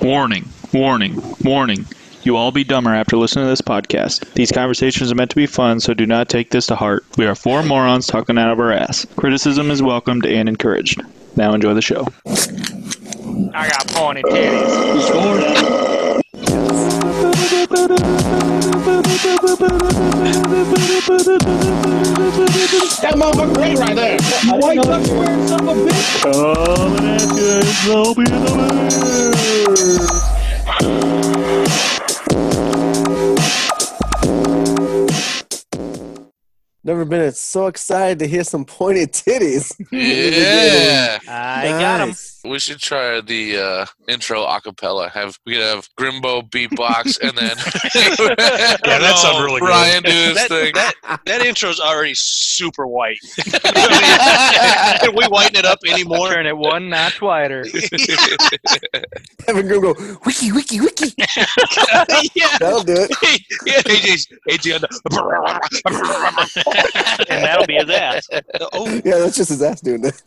Warning, warning, warning. You all be dumber after listening to this podcast. These conversations are meant to be fun, so do not take this to heart. We are four morons talking out of our ass. Criticism is welcomed and encouraged. Now enjoy the show. I got pointy titties. That motherfucker great right there. White duck wearing son of a bitch. Never been so excited to hear some pointed titties. Yeah, I got 'em. we should try the uh, intro acapella. Have we could have Grimbo beatbox and then Yeah, that sounds No, really good. Brian do his that, thing. That, that intro's already super white. I mean, Can we whiten it up anymore? Turn it one notch wider. Kevin Groom go, wiki, wiki, wiki. yeah. That'll do it. yeah, AJ's, AJ on the. And that'll be his ass. oh, Yeah, that's just his ass doing that.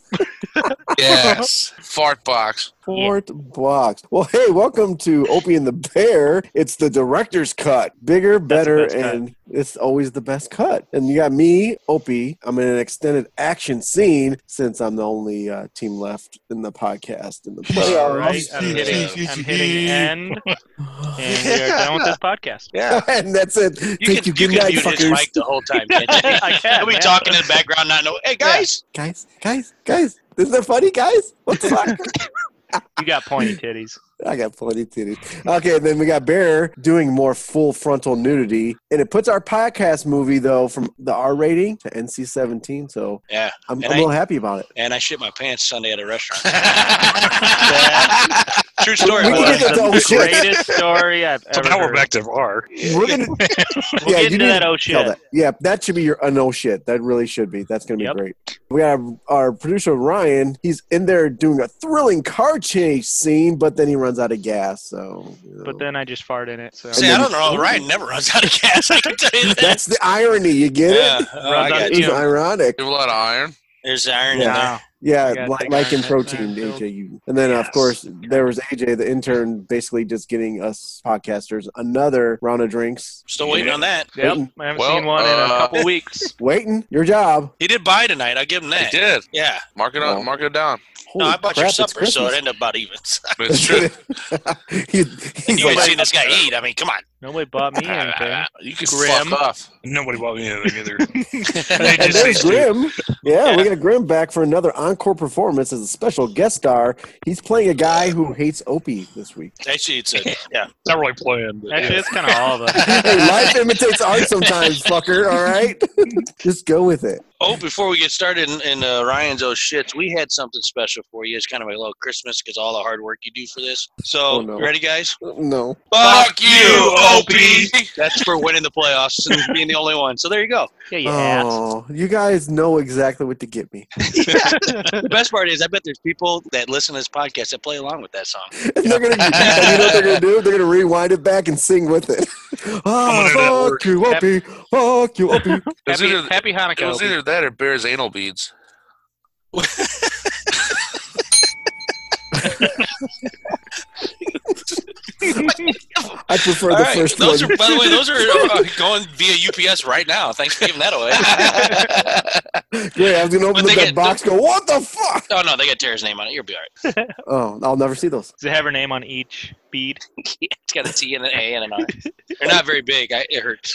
yes, fart box. Fort Box. Well, hey, welcome to Opie and the Bear. It's the director's cut. Bigger, better, best cut. and it's always the best cut. And you got me, Opie. I'm in an extended action scene since I'm the only uh, team left in the podcast. In the All playoffs. right, I'm hitting, I'm hitting end, and we are done with this podcast. yeah. and that's it. You Thank can, you. you Good can night, mute his fuckers. mic the whole time. Can't you? I can, He'll be man. talking in the background, not know. Hey guys, guys, guys, guys. Isn't that funny, guys? What the fuck? You got pointy titties. I got plenty titties. Okay, then we got Bear doing more full frontal nudity, and it puts our podcast movie though from the R rating to NC seventeen. So Yeah, I'm, and I'm I- a little happy about it. and I shit my pants Sunday at a restaurant. True story. We That can was get that to the oh shit. greatest story I've ever So now heard. we're back to R. We're gonna We'll get into need that to oh tell shit. that. Yeah, that should be your uh, no shit. That really should be. That's gonna be Yep. great. We got our, our producer Ryan. He's in there doing a thrilling car chase scene, but then he runs out of gas. So you know. But then I just fart in it. So See, I don't know. Ryan never runs out of gas. I can tell you that. that's the irony. You get Yeah, it? oh, I got It's you. ironic. You have a lot of iron. There's the iron in there. Wow. Yeah, gotta li- take like our in meds protein, now, too. AJ. You, and then of Yes. course there was AJ, the intern, basically just getting us podcasters another round of drinks. Still waiting on that. Yep, I haven't Well, seen one in a uh, couple weeks. Waiting, your job. He did buy tonight. I'll give him He that. did. Yeah. Mark it up. Wow. Mark it down. Holy no, I bought your crap, it's supper, so Christmas. it ended up about even. It's true. He- he's you like, "Uh-uh." ain't seen this guy eat. I mean, come on. Nobody bought me anything. You can Grim. fuck off. Nobody bought me anything either. and They just there's say, Grim. Yeah, we got Grim back for another encore performance as a special guest star. He's playing a guy who hates Opie this week. Actually, it's a yeah. "It's not really playing. But Actually, yeah. it's kind of all of us. hey, life imitates art sometimes, fucker. All right, just go with it. Oh, before we get started in, in uh, Ryan's oh shits, we had something special for you. It's kind of a little Christmas because all the hard work you do for this. So, Oh, no. you ready, guys? No, Fuck you, Opie. That's for winning the playoffs and being the only one. So there you go. Yeah, you ass. oh, you guys know exactly what to get me. The best part is, I bet there's people that listen to this podcast that play along with that song. And they're gonna, and you know what they're gonna do? They're gonna rewind it back and sing with it. gonna do that Oh, fuck work. you, Opie. Fuck you, Opie. It was Happy, either- happy It uh, was Hanukkah. either that or Bear's anal beads. I prefer All the right. first those one. Are, by the way, those are uh, going via UPS right now. Thanks for giving that away. yeah, I was gonna open But up they that get- box. Go, what the fuck? oh no, they got Tara's name on it. You'll be all right. Oh, I'll never see those. Does it have her name on each bead? It's got a T and an A and an R. They're not very big. I, it hurts.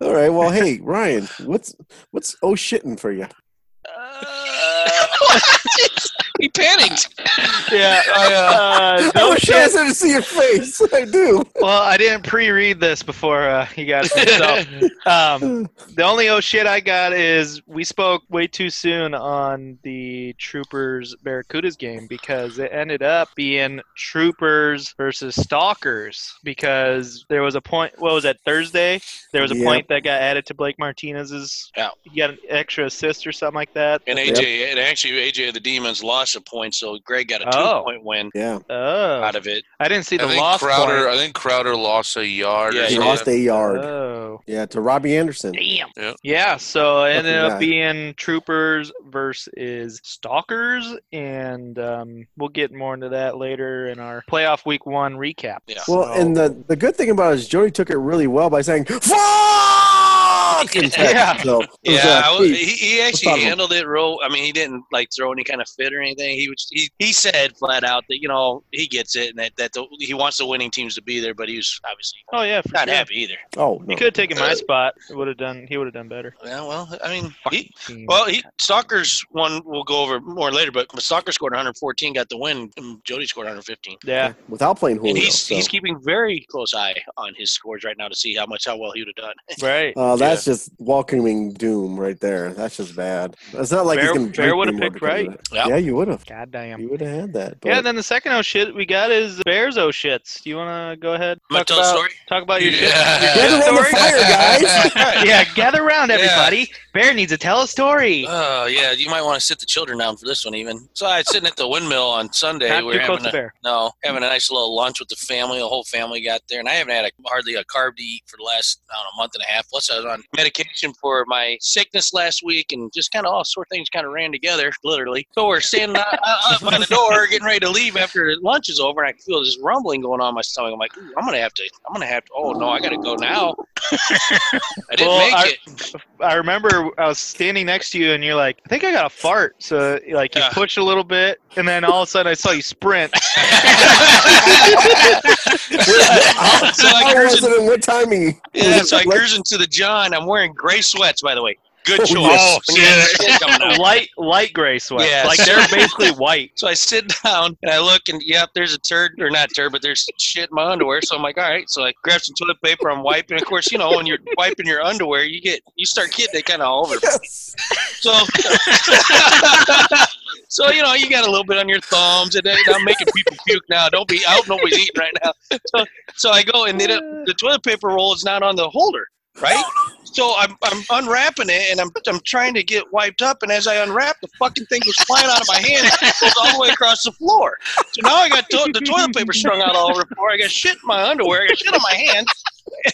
All right. Well, hey, Ryan, what's what's oh shitting for you? he panicked. Yeah. Uh, I wish I was there to see your face. I do. Well, I didn't pre-read this before uh, you guys. So, um, the only oh shit I got is we spoke way too soon on the Troopers Barracudas game because it ended up being Troopers versus Stalkers because there was a point. What was that Thursday? There was a Yep. point that got added to Blake Martinez's. Yeah. He got an extra assist or something like that. And AJ, and actually AJ of the Demons lost a point, so Greg got a two Oh. point win Yeah, Oh, out of it. I didn't see I the think loss Crowder. point. I think Crowder lost a yard. Yeah, Uh, or he he something. lost a yard. Oh, yeah, to Robbie Anderson. damn. Yeah. Yeah, so it ended Lucky up guy. being troopers versus stalkers, and um, we'll get more into that later in our playoff week one recap. Yeah. Well, and the, the good thing about it is Jody took it really well by saying "fuck." In fact, Yeah. so it was, Yeah, uh, I was, please. he, he What's actually up? handled it real. I mean, he didn't like throw any kind of fit or anything. He was he, he said flat out that you know he gets it and that that the, he wants the winning teams to be there, but he was obviously Oh yeah, for not sure. happy either. oh He no. could have taken Uh, my spot. It would have done. He would have done better. Yeah, well, I mean, he, Team. well, he Stalker's one we'll go over more later, but Stalker scored 114, got the win. and Jody scored 115, yeah. without playing Julio. and he's so. he's keeping very close eye on his scores right now to see how much how well he would have done. Right. Uh, that's just welcoming doom right there. That's just bad. It's not like Bear- he's gonna. Bear drink would've anymore picked because of right. that. Yep. Yeah, you would have. God damn. You would have had that. Yeah, but- and then the second oh shit we got is Bears oh shits. Do you want to go ahead? I'm gonna Talk tell the about, story. talk about your shit. Yeah. Get Your around the shit story? fire, guys. yeah, gather around Yeah. everybody. Bear needs to tell a story. Oh yeah, you might want to sit the children down for this one even. So I was sitting at the windmill on Sunday. Not we were too having close to a- Bear. No, having a nice little lunch with the family. The whole family got there, and I haven't had a, hardly a carb to eat for the last I don't know, month and a half. Plus, I was on medication for my sickness last week, and just kind of all sort of things kind of ran together, literally. So we're standing out, out, out by the door, getting ready to leave after lunch is over, and I feel this rumbling going on in my stomach. I'm like, Ooh, I'm gonna have to, I'm gonna have to. Oh no, I gotta go now. I didn't Well, make I- it. I remember I was standing next to you and you're like, I think I got a fart. So like you Yeah. pushed a little bit, and then all of a sudden I saw you sprint. so I How cursed was it and what timing? Yeah, so I Like- cruising to the John. I'm wearing gray sweats, by the way. Good Oh, choice. yes. When you have shit coming out. light, light gray sweat. Yes. Like they're basically white. So I sit down and I look, and yep, there's a turd, or not turd, but there's shit in my underwear. So I'm like, all right. So I grab some toilet paper. I'm wiping. Of course, you know, when you're wiping your underwear, you get you start getting it kind of all over. the Yes. So, so you know, you got a little bit on your thumbs, and then I'm making people puke now. Don't be. I hope nobody's eating right now. So, so I go, and then it- the toilet paper roll is not on the holder, right? So I'm, I'm unwrapping it, and I'm, I'm trying to get wiped up, and as I unwrap, the fucking thing was flying out of my hand, and goes all the way across the floor. So now I got to- the toilet paper strung out all over the floor. I got shit in my underwear. I got shit on my hand.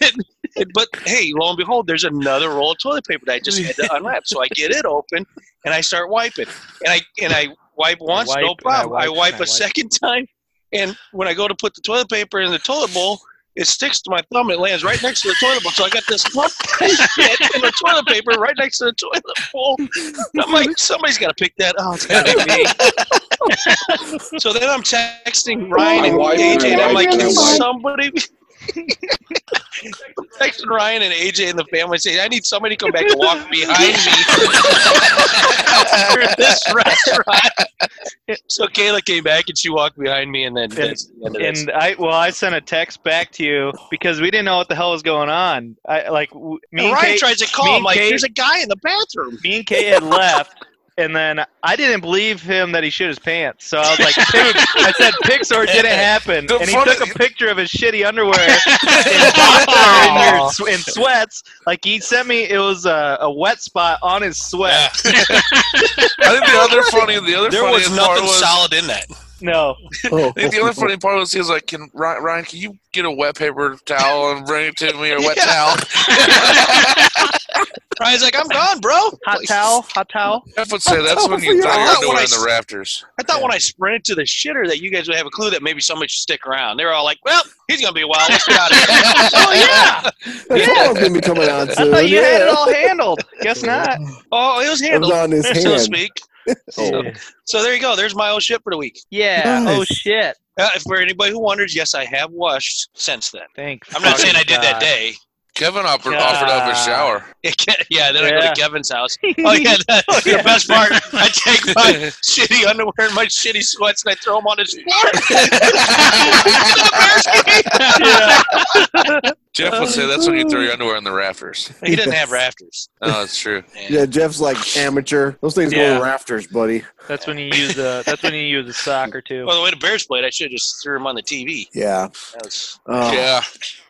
And, and- but hey, lo and behold, there's another roll of toilet paper that I just had to unwrap. So I get it open and I start wiping. And I and I wipe once, Wipe, no and I problem. I wipe, wipe, and I a wipe. second time, and when I go to put the toilet paper in the toilet bowl, it sticks to my thumb. and It lands right next to the toilet bowl. So I got this lump of shit in the toilet paper right next to the toilet bowl. And I'm like, somebody's got to pick that. Oh, it's got to be me. so then I'm texting Ryan and Why- why- AJ, and I'm why- like, can why- somebody? texting Ryan and AJ and the family saying, I need somebody to come back and walk behind me through this restaurant. So Kayla came back and she walked behind me, and then that's the end of this. And I, well, I sent a text back to you because we didn't know what the hell was going on. I like w- me And and, Ryan Kate, tries to me call. I'm and like, Kate- there's a guy in the bathroom. me and Kate had left, and then I didn't believe him that he shit his pants. So I was like, dude, I said Pixar didn't happen, The and he funny- took a picture of his shitty underwear in, boxer in, your, in sweats. Like he sent me, it was a, a wet spot on his sweat. I think the other funny, the other There funny was part nothing was, solid in that. No, Oh. I think the other funny part was he was like, "Can Ryan, Ryan, can you get a wet paper towel and bring it to me, or wet Yeah. towel?" Ryan's like, I'm gone, bro. hot towel, hot towel. Jeff would say that's when Yeah. you throw I your thought when underwear I in the s- rafters. I thought when I sprinted to the shitter that you guys would have a clue that maybe somebody should stick around. They were all like, well, he's going to be a while. Let's get out of here. Oh yeah, The phone's gonna be coming on I soon. thought you yeah. had it all handled. Guess not. oh, it was It was handled, on his so to hand. speak. So there you go. There's my old shit for the week. Yeah. Nice. Oh shit. Uh, if for anybody who wonders, yes, I have washed since then. Thanks. I'm Oh, not saying I did that day. Kevin offered, offered up a God. shower. yeah, then I go Yeah. to Kevin's house. Oh yeah, the, the best part. I take my shitty underwear and my shitty sweats and I throw them on his floor. Jeff would say that's when you throw your underwear in the rafters. he doesn't have rafters. Oh, that's true. Yeah, Jeff's like amateur. Those things go Yeah. to rafters, buddy. That's when you use a. That's when you use a soccer too. Well, the way the Bears played, I should have just threw him on the TV. Yeah. That was- Oh, yeah.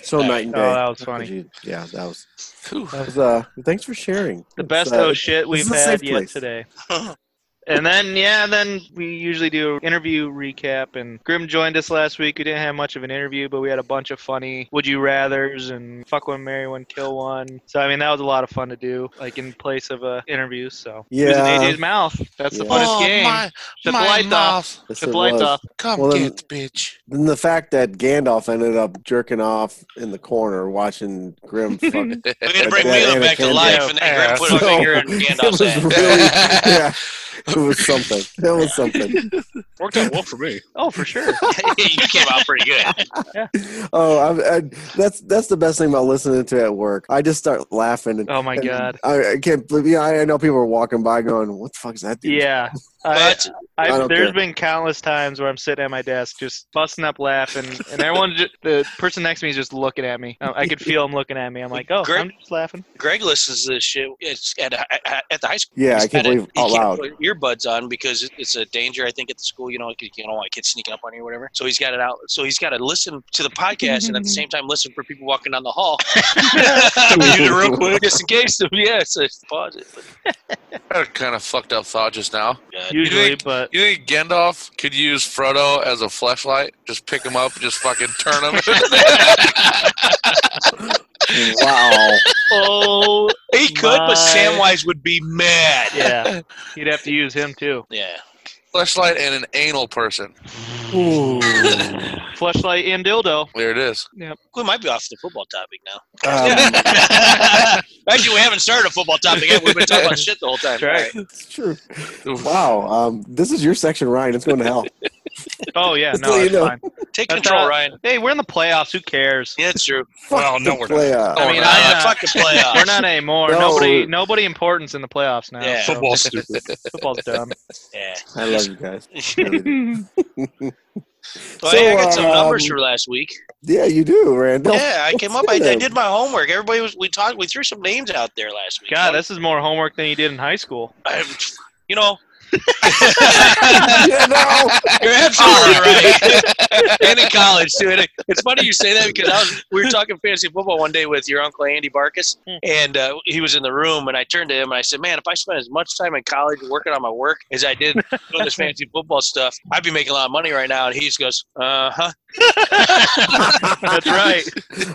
So night and day. Oh, that was funny. Yeah, that was. Whew. That was. Uh, thanks for sharing. The best Uh, oh shit this we've is a had safe yet place. today. And then yeah, then we usually do an interview recap. And Grim joined us last week. We didn't have much of an interview, but we had a bunch of funny would you rather's and fuck one, marry one, kill one. So I mean, that was a lot of fun to do, like in place of a interview. So Who's in Yeah. AJ's mouth. That's the Yeah. funnest game. Oh, my, Shut the my lights mouth. Yes, Shut it the lights was. off. Come Well, then- get, bitch. Then the fact that Gandalf ended up jerking off in the corner watching Grim fucking. We had to Like bring that Wheeler back to Anakin. life, and then Graham put a So, finger in it Gandalf's was ass. really, yeah, it was something. That was something. Worked out well for me. Oh, for sure. you came out pretty good. Oh, I, I, that's that's the best thing about listening to it at work. I just start laughing. And, Oh my and god. I, I can't believe. Yeah, I, I know people are walking by going, "What the fuck is that?" Dude? Yeah. I, But I, I don't have care. been countless times where I'm sitting at my desk just busting up laughing, and everyone, ju- the person next to me is just looking at me. I, I could feel him looking at me. I'm like, oh, Great. I'm just laughing. Greg listens to this shit it's at, at, at the high school. yeah. I He's can't got it- believe he out loud. can't put earbuds on because it- it's a danger. I think at the school, you know, like, you don't want kids sneaking up on you or whatever. So he's got it out. So he's got to listen to the podcast and at the same time listen for people walking down the hall. mute it real quick. just in case. Yeah, so it's pause it. But, I had a kind of fucked up thought just now. uh, Usually, think- but You think Gandalf could use Frodo as a flashlight? Just pick him up, just fucking turn him. Wow. oh, he could, but My- Samwise would be mad. yeah, you'd have to use him too. Yeah. flashlight and an anal person. Fleshlight and dildo. There it is. We might be off the football topic now. Um, Actually, we haven't started a football topic yet. We've been talking about shit the whole time. That's right. it's true. Wow. Um, this is your section, Ryan. It's going to hell. Oh yeah, Just no, so you it's know. fine. Take That's control, not- Ryan. Hey, we're in the playoffs. Who cares? Yeah, it's true. Well, Fuck no, the we're not. playoff. I mean, Uh, I'm not, fuck the playoffs. we're not anymore. No. Nobody, nobody important's in the playoffs now. Yeah. so Football's stupid. football's dumb. Yeah. I love you guys. Well, hey, I got So, some numbers um, for last week. Yeah, you do, Randall. yeah, I came up. I, let's do I it. did my homework. Everybody was. We talked. We threw some names out there last week. God, this is more homework than you did in high school. I, you know, Yeah, no. you're absolutely right. and in college too. And it- it's funny you say that because I was. We were talking fantasy football one day with your uncle Andy Barkus, and uh, he was in the room, and I turned to him and I said, "Man, if I spent as much time in college working on my work as I did doing this fantasy football stuff, I'd be making a lot of money right now." And he just goes, "Uh huh." That's right.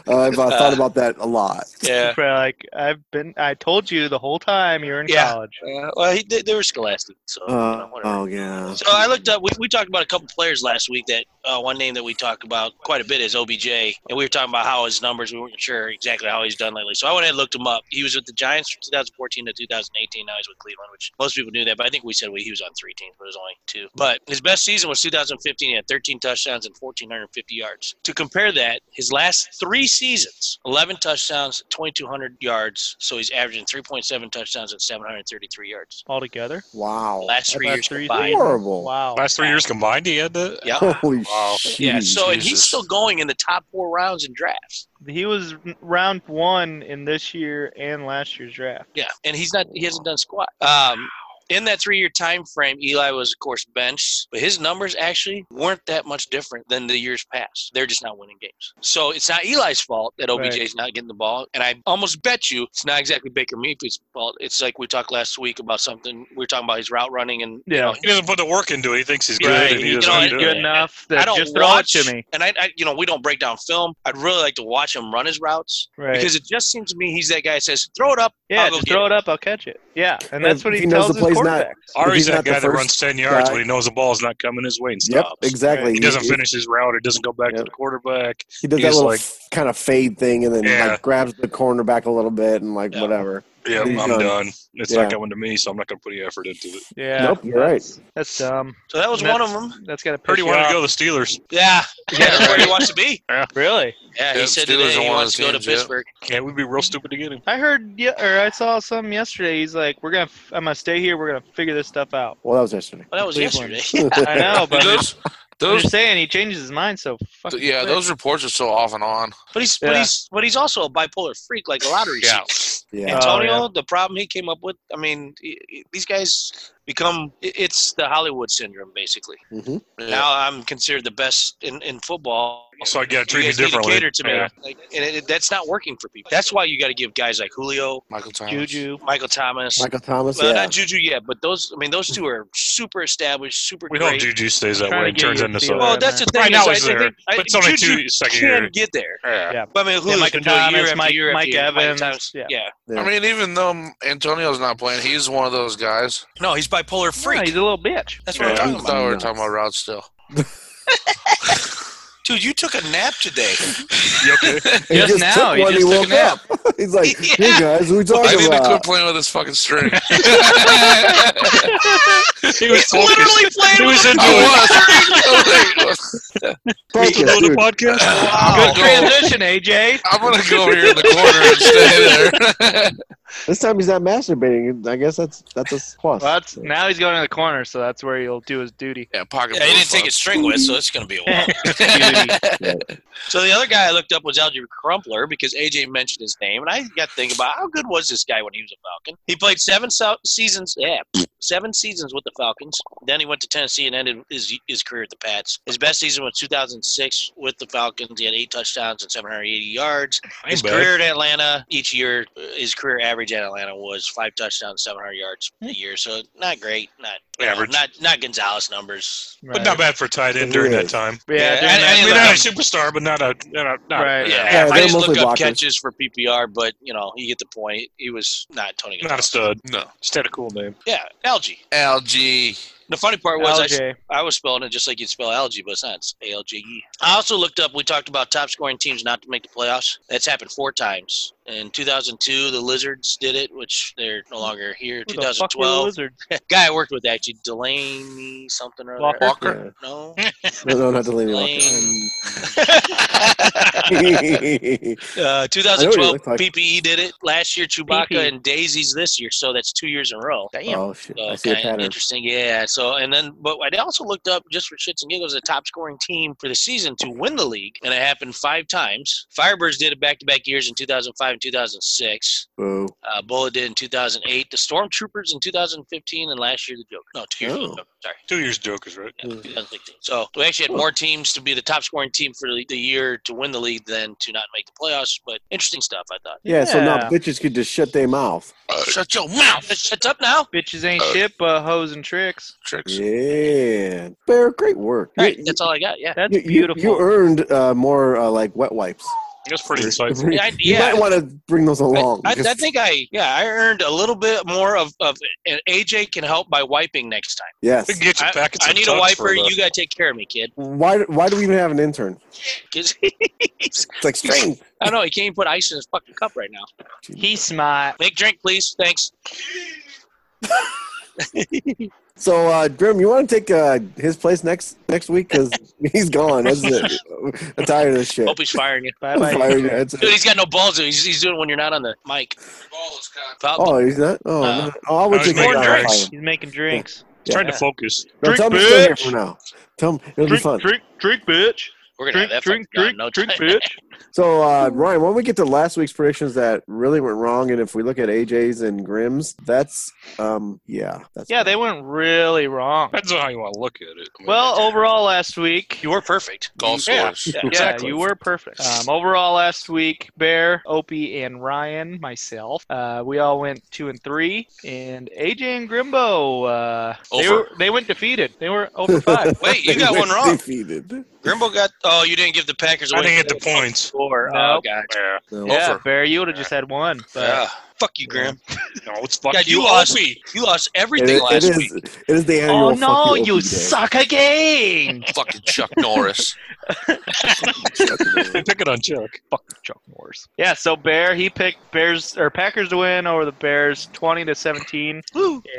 Uh, I've uh, thought about that a lot. Yeah. Probably like I've been, I told you the whole time you were in Yeah. college. Uh, well, he, they, they were scholastic, so. you Uh, know, whatever. oh yeah. So I looked up. We, we talked about a couple players last week. That uh, one name that we talked about quite a bit is OBJ, and we were talking about how his numbers. We weren't sure exactly how he's done lately. So I went ahead and looked him up. He was with the Giants from 2014 to 2018. Now he's with Cleveland, which most people knew that, but I think we said we, he was on three teams, but it was only two. But his best season was 2015. He had 13 touchdowns and 1,450 yards. To compare that, his last three seasons, 11 touchdowns, 2,200 yards. So he's averaging 3.7 touchdowns and 733 yards. altogether. Wow. Last three About years three combined. seasons? Horrible. Wow. Last three years combined, he had that. Yeah. Holy Wow. shit. Yeah, so and he's Jesus. still going in the top four rounds in drafts. He was round one in this year and last year's draft. Yeah, and he's not he hasn't done squat. Um, in that three year time frame, Eli was of course benched, but his numbers actually weren't that much different than the years past. They're just not winning games. So it's not Eli's fault that OBJ's not getting the ball, and I almost bet you it's not exactly Baker Mayfield's fault. It's like we talked last week about something we were talking about his route running and you Yeah. know, He doesn't put the work into it. He thinks he's good, Right, and he you doesn't know, do good it. enough I that don't just throw it watch to me. and I, I you know we don't break down film. I'd really like to watch him run his routes Right. because it just seems to me he's that guy that says throw it up. yeah, I'll go just get throw it up, I'll catch it. Yeah, and Yeah, that's what if he, he tells knows the his play's not- quarterback. If Ari's he's that not the guy that first runs 10 yards guy- when he knows the ball's not coming his way and Yep, stops. exactly. He doesn't He- finish his route. It doesn't go back to the quarterback. He does He's that little like- kind of fade thing and then Yeah. like grabs the corner back a little bit and like Yeah. whatever. Yeah, He's I'm done. done. It's Yeah. not coming to me, so I'm not going to put any effort into it. Yeah. Nope, you're right. That's dumb. So that was And one of that's- them. That's got to piss Purdy you wanted to off. go to the Steelers. Yeah, Yeah, that's where he wants to be. Really? Yeah, Yeah, he said Steelers are today he one of wants to the go to teams, yeah. Pittsburgh. Can't we be real stupid to get him? I heard, yeah, or I saw some yesterday. He's like, "We're gonna, f- I'm gonna stay here. We're gonna figure this stuff out." Well, that was yesterday. Well, that was Cleveland. yesterday. I know, but I'm Those, those, just saying he changes his mind so fucking. yeah, quick. those reports are so off and on. But he's Yeah. but he's but he's also a bipolar freak, like a lottery. Yeah. seat. Yeah. Uh, Antonio, Oh, the problem he came up with. I mean, he- he- these guys. become it- it's the Hollywood syndrome basically. Yeah. Now I'm considered the best in, in football. So I got to you treat you guys need to differently. cater to me, Yeah. like, and it, that's not working for people. That's why you got to give guys like Julio, Michael Thomas. Juju. Michael Thomas. Michael Thomas. well, yeah. not Juju yet, but those. I mean, those two are super established, super We great. hope Juju stays that Trying to way and get turns you a into feel. something. Well, that's the thing. Right now is I he's think- there, I- but it's only Juju two second can year. get there. Yeah. But I mean, Julio's Michael been doing it year Thomas, after Mike- year after Mike year. Evans, Thomas, yeah. yeah. I mean, even though Antonio's not playing, he's one of those guys. No, he's bipolar freak. Yeah, he's a little bitch. That's I what I'm thought talking we about. were talking about Rod still. Dude, you took a nap today. You okay? He Just just now, took he one. just he took woke a nap. up. He's like, Yeah. "Hey guys, what are we Oh, I talking need to quit about?" playing with this fucking string. Oh, he was focused. playing He was with into it. I Oh, was. Focus, Doing the dude. podcast. I'm Good gonna go. transition, AJ. I'm gonna go over here in the corner and stay there. This time he's not masturbating. I guess that's that's a plus. Well, that's, now he's going in the corner, so that's where he'll do his duty. yeah, pocket. Yeah, he didn't full take his string with, so it's going to be a while. Duty. so the other guy I looked up was Algie Crumpler because AJ mentioned his name, and I got to think about how good was this guy when he was a Falcon. He played seven so- seasons, yeah, seven seasons with the Falcons. Then he went to Tennessee and ended his his career at the Pats. His best season was 2006 with the Falcons. He had eight touchdowns and 780 yards. His Ain't bad. career at Atlanta each year, uh, his career average at Atlanta was five touchdowns, 700 yards a year. So not great, not you know, Average. not not Gonzalez numbers. But not bad for a tight end during that time. Yeah, during I- that I didn't I mean, look time. not a superstar, but not a not, a- not Right. Yeah, Yeah, I they're just look mostly up blockers. catches for PPR, but you know you get the point. He was not Tony. not a Gonzalez. stud. No, Just had a cool name. Yeah, algae. LG. The funny part was I, LJ. I was spelling it just like you'd spell algae, but it's not. It's A L G E. I also looked up. We talked about top scoring teams not to make the playoffs. That's happened four times. In 2002, the Lizards did it, which they're no longer here. Who the fuck were the 2012, Wizards? guy I worked with actually Delaney something or Walker? other. Walker. No. no, no, not Delaney Lame. Walker. Uh, I know what he 2012 looked like. PPE E did it last year. Chewbacca PPE. and Daisy's this year, so that's two years in a row. Damn. oh shit! So I see a kinda pattern. interesting, yeah. So and then, but I also looked up just for shits and giggles the top scoring team for the season to win the league, and it happened five times. Firebirds did it back to back years in 2005 and 2006. Boo. Uh, Bola did in 2008. The Stormtroopers in 2015, and last year the Joker. No, two years. Oh. Hmm. ago. Sorry. Two years Joker's right. Yeah, 2016. So we actually Oh. had more teams to be the top scoring team for the the year to win the league than to not make the playoffs. But interesting stuff, I thought. Yeah, so now Yeah. bitches could just shut their mouth. Shut your mouth. Shut up now. Bitches ain't shit, but hoes and tricks. Tricks. Yeah, Bear, great work. All right, that's all I got. Yeah. That's You- you- beautiful. You, earned uh, more uh, like wet wipes. That's pretty insightful. You I- yeah. might want to bring those I, along. I, because- I think I yeah I earned a little bit more of of and AJ can help by wiping next time. yes. We can get you I, packets. I of need a Tums wiper. for uh, the- You gotta take care of me, kid. Why? Why do we even have an intern? 'Cause- It's like strange. I don't know he can't even put ice in his fucking cup right now. He's smart. Make drink, please. Thanks. So, uh, Grim, you want to take uh, his place next next week because he's gone. That's it. I'm tired of this shit. Hope he's firing you. Bye I'm bye. fired. That's it. Dude, he's got no balls. though. He's, he's doing it when you're not on the mic. Foul- Oh, he's not. Oh, Uh, no. oh I would no, take he's that. making out. drinks. He's making drinks. Trying Yeah. to focus. No, tell him he's still here for now. Tell him it'll be fun. drink, drink, bitch. We're gonna have that fucking guy in no time. So, uh, Ryan, when we get to last week's predictions that really went wrong, and if we look at AJ's and Grimm's, that's um, yeah, that's Yeah, they went really wrong. Depends on how you want to look at it. I mean, Well, overall last week, You were perfect. Golf Yeah. scores. yeah, Exactly. you were perfect. Um, overall last week, Bear, Opie, and Ryan, myself, uh, we all went two and three, and AJ and Grimbo, uh, they Over. were they went defeated. They were over five. Wait, you got They one were wrong. Defeated. Grimble got. Oh, you didn't give the Packers. I away didn't get for the points. score. No. Oh, God. Yeah. No. yeah, Over. Bear, you would have just had one. But Yeah. Fuck you, Grim. No, it's fuck God, you you, lost- Opie. You lost It, everything it last is. week. It is the annual. Oh fuck no, Opie you Day. suck again! Fucking Chuck Norris. They pick it on Chuck. Fuck Chuck Norris. Yeah, so Bear he picked Bears or Packers to win over the Bears, twenty to seventeen,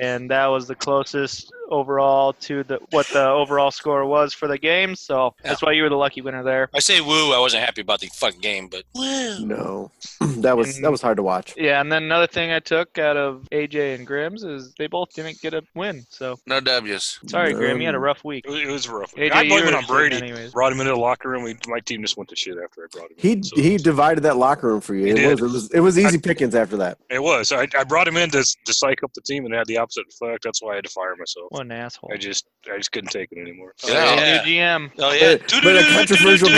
and that was the closest overall to the what the overall score was for the game. So that's why you were the lucky winner there. I say woo. I wasn't happy about the fucking game, but No, that was that was hard to watch. Yeah, and then another thing I took out of AJ and Grimm's is they both didn't get a win. So No W's. sorry, Grim, you had a rough week. It was, it was rough. AJ, I blame you it were on shitting Brady. anyways. Brought him into the locker room. We, my team just went to shit after I brought him. He in, so- he divided that locker room for you. He It was, did. it was it was easy pickings after that. It was. I, I brought him in to to psych up the team, and it had the opposite effect. That's why I had to fire myself. What an asshole. I just I just couldn't take it anymore. Yeah. New GM. Oh yeah. But- but a controversial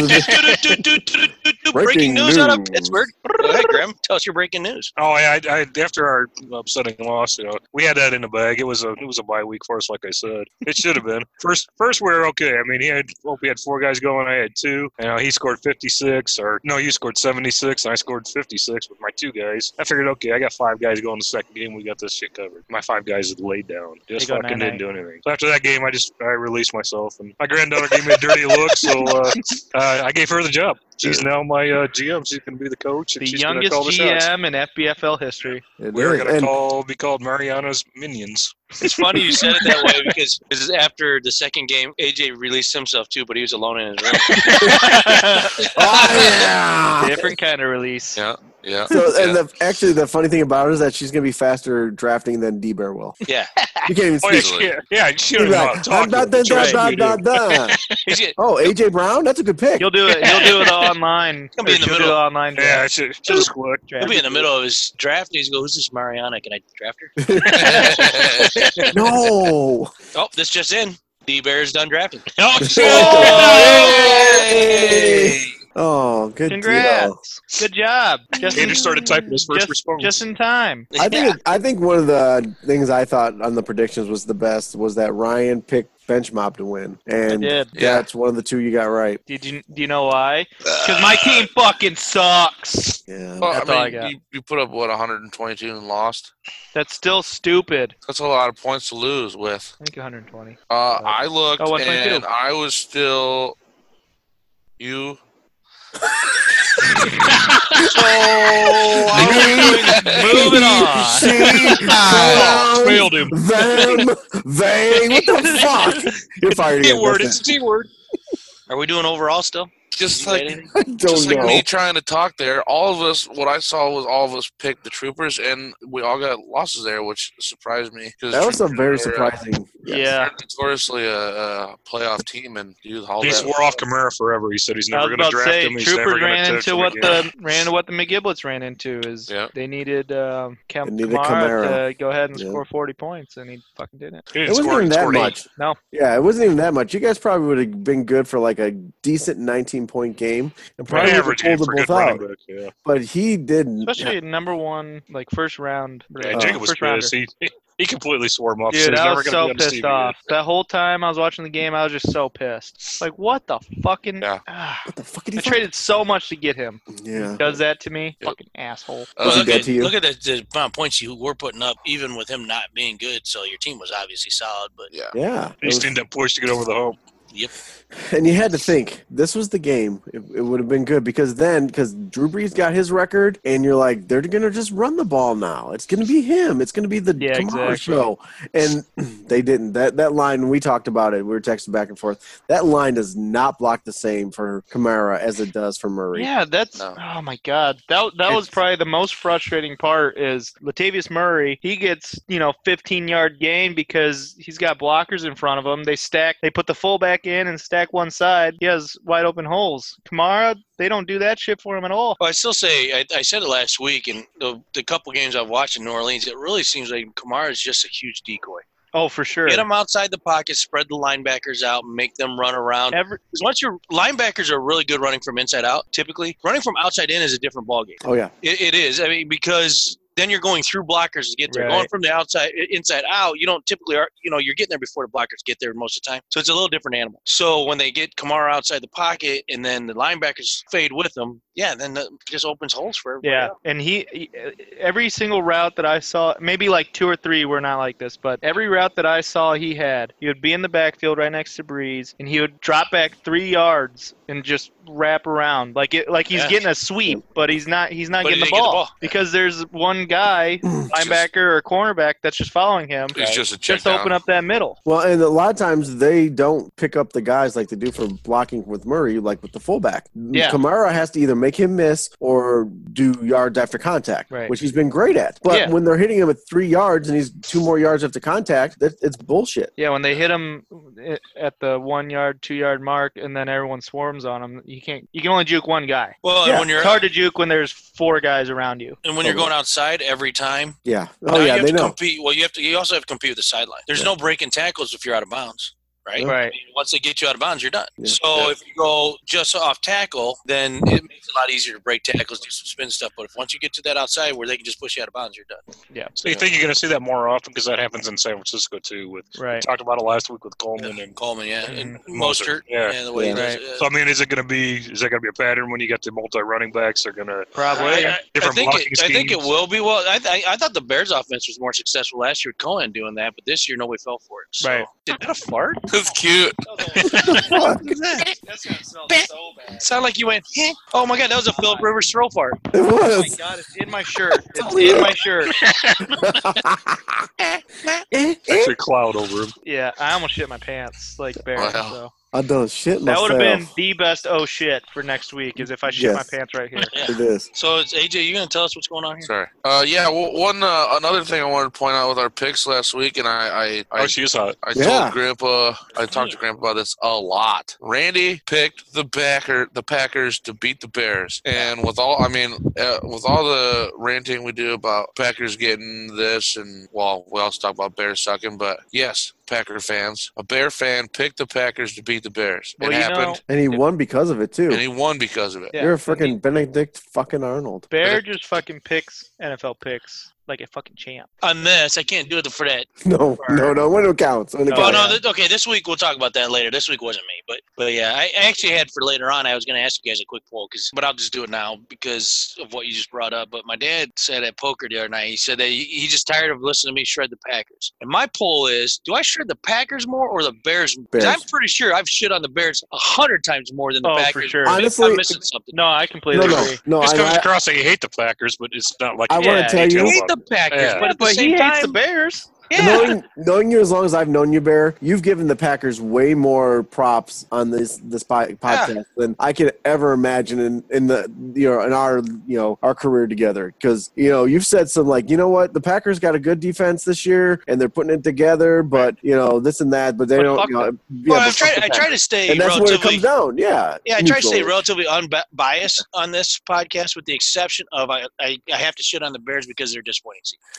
Breaking Breaking news out of news. Pittsburgh. Go ahead, Graham. Tell us your breaking news. Oh yeah, I, I, after our upsetting loss, you know, we had that in the bag. It was a it was a bye week for us, like I said. It should have been first. First, we were okay. I mean, he had hope we had four guys going. I had two. You know, he scored fifty six, or no, you scored seventy six, and I scored fifty six with my two guys. I figured, okay, I got five guys going the second game. We got this shit covered. My five guys laid down, just They go fucking nine-nine. didn't do anything. So after that game, I just I released myself, and my granddaughter gave me a dirty look, so uh, uh, I gave her the job. She's now my uh, GM. She's gonna be the coach. And The she's gonna youngest call the shots. GM in FBFL history. It We're is. gonna And call be called Mariana's minions. It's funny you said it that way because this is after the second game. AJ released himself too, but he was alone in his room. oh, yeah. Different kind of release. Yeah, yeah. So yeah. and the, actually the funny thing about it is that she's gonna be faster drafting than D Bear will. Yeah. You can't even Oh, yeah, speak. Easily. yeah, yeah, she He's doesn't know how like, to "Ah, talk. da, da, but da, trust da, me, da, dude. da." He's get, Oh, AJ Brown, that's a good pick. You'll do it. You'll do it online. gonna be in the You'll do middle. it online. Yeah, draft. she, she'll just click. he'll be in the middle of his draft and he's go, Who's this Mariana? Can I draft her? No, Oh, this just in. D Bear's done drafting. Oh, Yay! oh, good deal. Congrats. Good job. Just in, Andrew started typing his first just- response. just in time. I think it- I think one of the things I thought on the predictions was the best was that Ryan picked bench mob to win, and I did. Yeah. that's one of the two you got right. Did you do you know why? Uh, Because my team fucking sucks. Yeah, Well, That's all I I mean, got. you, you put up what 122 and lost. That's still stupid. That's a lot of points to lose with. I think 120. Uh, I looked Oh, 122. and I was still you. Moving on. She, Oh, pronouns, failed him. them, they. What the fuck? You're fired again. T-word. It's That's a T-word. Are we doing overall still? Just You got like anything? it. I don't just like know. me trying to talk there. All of us, what I saw was all of us picked the troopers, and we all got losses there, which surprised me. 'cause that was a Troopers very are, uh, surprising. Yeah. they're notoriously a, a playoff team, and you all He that. swore off Kamara forever. He said he's I was never going to about to draft say, him. He's never Troopers gonna ran touch into him what again. the ran into what the McGiblets ran into is Yeah. they needed um, Cam- They needed Kamara Kamara. to go ahead and Yeah. score 40 points, and he fucking didn't. He It didn't wasn't score, even he that scored eight. much. No. Yeah, it wasn't even that much. You guys probably would have been good for like a decent 19 point game and probably Probably would've average game pulled them for good both out. running back. Yeah, But he didn't. Especially number one, like first round. yeah uh, Jacob was first rounder. pissed. He, he completely swore him off. He said Dude, he's I never was gonna so be on this pissed team again. off. That whole time I was watching the game, I was just so pissed. Like, what the fucking? Yeah. Ah. what the fuck did I he traded so much to get him. fuck- Yeah. Does that to me? Yep. Fucking asshole. Uh, Was he look, dead at, to you? look at the, the amount of points you were putting up, even with him not being good. So your team was obviously solid, but yeah. Yeah. It He just was- ended up pushed to get over the hump. and you had to think this was the game. It, it would have been good because then, because Drew Brees got his record, and you're like, they're going to just run the ball now. It's going to be him. It's going to be the Yeah, Kamara exactly. show. And they didn't. That that line, we talked about it. We were texting back and forth. That line does not block the same for Kamara as it does for Murray. Yeah, that's No. oh my god. That that was It's- probably the most frustrating part is Latavius Murray. He gets you know 15 yard gain because he's got blockers in front of him. They stack. They put the fullback in and stack one side. He has wide open holes. Kamara, they don't do that shit for him at all. Well, I still say I, I said it last week, and the, the couple games I've watched in New Orleans, it really seems like Kamara is just a huge decoy. Oh, for sure. Get him outside the pocket, spread the linebackers out, and make them run around. Every, 'Cause once your linebackers are really good running from inside out, typically running from outside in is a different ballgame. Oh yeah. It, it is. I mean, because then you're going through blockers to get there. Right. Going from the outside i- inside out, you don't typically are. You know, you're getting there before the blockers get there most of the time. So it's a little different animal. So when they get Kamara outside the pocket and then the linebackers fade with them, yeah, then that just opens holes for everybody. Yeah, else. and he, he- every single route that I saw, maybe like two or three were not like this, but every route that I saw he had, he would be in the backfield right next to Breeze, and he would drop back three yards and just wrap around like it, like he's Yeah. getting a sweep, but he's not, he's not But he getting the didn't get the ball, ball. because there's one one guy, linebacker or cornerback, that's just following him. It's just a check Just open up that middle. Well, and a lot of times they don't pick up the guys like they do for blocking with Murray, like with the fullback. Yeah. Kamara has to either make him miss or do yards after contact, Right. which he's been great at. But Yeah. when they're hitting him at three yards and he's two more yards after contact, that, it's bullshit. Yeah, when they hit him i- at the one yard, two yard mark, and then everyone swarms on him, you can't. You can only juke one guy. Well, Yeah. and when you're It's hard to juke when there's four guys around you. and when you're going outside every time, Yeah. now Oh, you yeah, have they to know. compete. Well, you have to. You also have to compete with the sideline. There's no breaking tackles if you're out of bounds, right? Right. I mean, Once they get you out of bounds, you're done. Yeah. So if you go just off tackle, then it makes it a lot easier to break tackles, do some spin stuff. But if once you get to that outside where they can just push you out of bounds, you're done. So you think you're going to see that more often because that happens in San Francisco too. With we Right. talked about it last week with Coleman and. Coleman, yeah, and Mm-hmm. Mostert, Mostert, Mm-hmm. yeah. the way he Yeah. does Right. it. So I mean, is it going to be is that going to be a pattern when you get the multi running backs? They're going to Probably. Yeah. I, I Different think blocking it, I think it schemes. will be. Well, I, I, I thought the Bears' offense was more successful last year with Cohen doing that, but this year nobody fell for it. So. Right. Did that a fart? That's cute. Fuck. What is that? That's gonna smell so bad. Sound like you went, "Eh." oh my god, that was a Philip Rivers throw fart. It Oh my was. god, it's in my shirt. It's in my shirt. actually cloud over him. Yeah, I almost shit my pants like Barry. Wow. So I done shit that myself. would have been the best oh shit for next week is if I shit Yes. my pants right here. It is. So it's AJ, you gonna tell us what's going on here? Sorry. Uh, yeah. Well, one uh, another thing I wanted to point out with our picks last week, and I I, Oh, I, she is hot. I Yeah. told Grandpa, I talked to Grandpa about this a lot. Randy picked the backer, the Packers to beat the Bears, and with all, I mean, uh, with all the ranting we do about Packers getting this, and well, we also talk about Bears sucking, but yes, Packer fans, a Bear fan picked the Packers to beat the Bears. Well, it you happened, And he won because of it, too. and he won because of it. Yeah. You're a freaking Benedict fucking Arnold. Bear just fucking picks NFL picks like a fucking champ. On this, I can't do it for that. No, no, no. When it counts. When it Oh, Oh counts. no, yeah. th- okay. This week we'll talk about that later. This week wasn't me, but but yeah, I I actually had for later on. I was gonna ask you guys a quick poll, cause but I'll just do it now because of what you just brought up. But my dad said at poker the other night, he said that he, he just tired of listening to me shred the Packers. And my poll is, do I shred the Packers more or the Bears? 'Cause Bears. I'm pretty sure I've shit on the Bears a hundred times more than the Oh, for Packers. sure. Maybe Honestly- I'm missing something. No, I No, completely no, agree. no. This I- comes I- across like you hate the Packers, but it's not like I you want Yeah, to tell hate you. them. I hate the Packers, Yeah. but at the But he same hates the time, Bears. yeah. knowing knowing you as long as I've known you, Bear, you've given the Packers way more props on this this po- podcast than I could ever imagine in, in the you know in our you know our career together. Because you know you've said some like you know what the Packers got a good defense this year and they're putting it together, but you know this and that, but they But don't. fuck You know, yeah, Well, but I try. fuck the I try to Packers. stay and that's where it relatively comes down. Yeah. Yeah, I try to stay Neutral. relatively unbiased on this podcast, with the exception of I, I, I have to shit on the Bears because they're disappointing.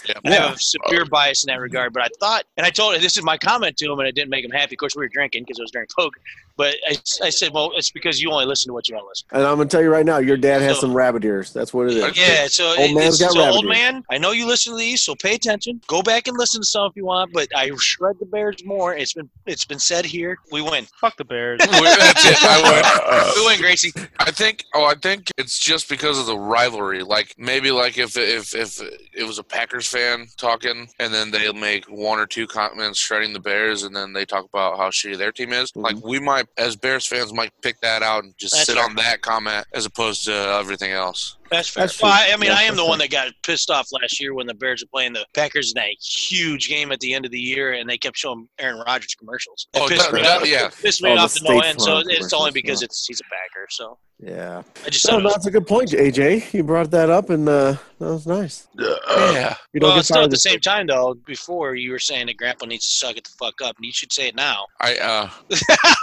Yeah. I have a severe bias in that regard, but I thought, and I told this is my comment to him, and it didn't make him happy. Of course, we were drinking because it was during poker, but I, I said, well, it's because you only listen to what you want to listen. And I'm gonna tell you right now, your dad has So- some rabbit ears. That's what it is. to. Yeah, so Old it- man's it's, got so rabbit old ears. man, I know you listen to these, so pay attention. Go back and listen to some if you want, but I shred the Bears more. It's been it's been said here. We win. Fuck the Bears. That's it. I won. We win, Gracie. I think. Oh, I think it's just because of the rivalry. Like maybe like if if if it was a Packers fan talking, and then they make one or two comments shredding the Bears, and then they talk about how shitty their team is. Like Mm-hmm. we might, as Bears fans, might pick that out and just That's sit fair. on that comment as opposed to everything else. That's fair. That's true. Well, I, I mean, Yeah, I am that's the one that got pissed off last year when the Bears were playing the Packers in that huge game at the end of the year, and they kept showing Aaron Rodgers commercials. It Oh, pissed that- me that- off. yeah. Pissed me Oh, the off to no State end. So Farm it's only commercials, because yeah. it's he's a Packer. So Yeah. I just No, thought it no, was, that's a good point, AJ. You brought that up, and uh, that was nice. yeah. You don't well, get still tired at of the same time though. Before you were saying that Grandpa needs to suck it the fuck up, and you should say it now. I uh.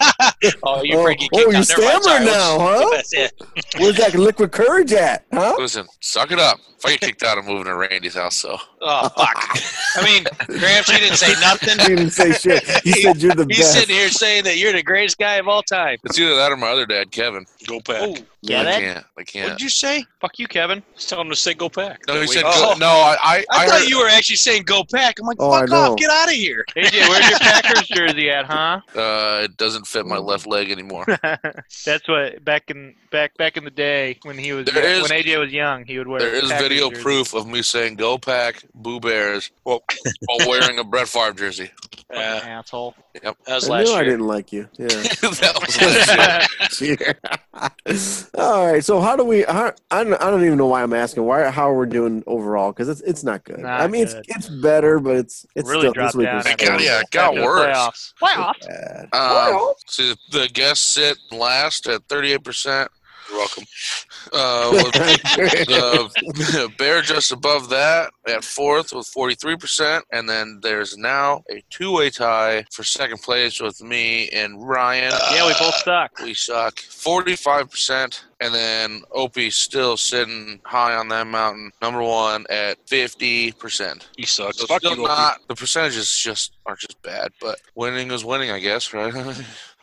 oh, you're Oh, freaking oh, you're kicked out. Never mind. Sorry. stammering now, huh? That's it. Where's that liquid courage at? Huh? Listen, suck it up. If I get kicked out, I'm moving to Randy's house. So Oh fuck. I mean, Gramps, you didn't say nothing. He didn't say shit. He said you're the He's best. sitting here saying that you're the greatest guy of all time. it's either that or my other dad, Kevin. Go pack. I Oh, get it? can't. I can't. What'd you say? Fuck you, Kevin. Just tell him to say go pack. No, he said. Oh. Go, no, I. I, I, I thought heard, you were actually saying go pack. I'm like, Oh, fuck I know. off, get out of here. AJ, where's your Packers jersey at, huh? Uh, it doesn't fit my left leg anymore. That's what back in back back in the day when he was There is- when AJ was young, he would wear. There is Packers video jerseys. proof of me saying "Go Pack Boo Bears" while, while wearing a Brett Favre jersey. Fucking Uh, asshole. that was I last knew I year. didn't like you. Yeah. that was last year. All right. So how do we? How, I don't, I don't even know why I'm asking. Why? How we're doing overall? Because it's it's not good. Not I mean, good. it's it's better, but it's it's really still, this dropped week down. was It got- so yeah, it got After the worse. playoffs. Playoffs. bad. Um, see, the guests sit last at 38%. You're welcome. Uh, with the Bear just above that at fourth with 43%. And then there's now a two way tie for second place with me and Ryan. Yeah, we both suck. We suck. 45%. And then Opie's still sitting high on that mountain, number one at 50%. He sucks. So Fuck you, still Opie. not, the percentages just are just bad, but winning is winning, I guess, right?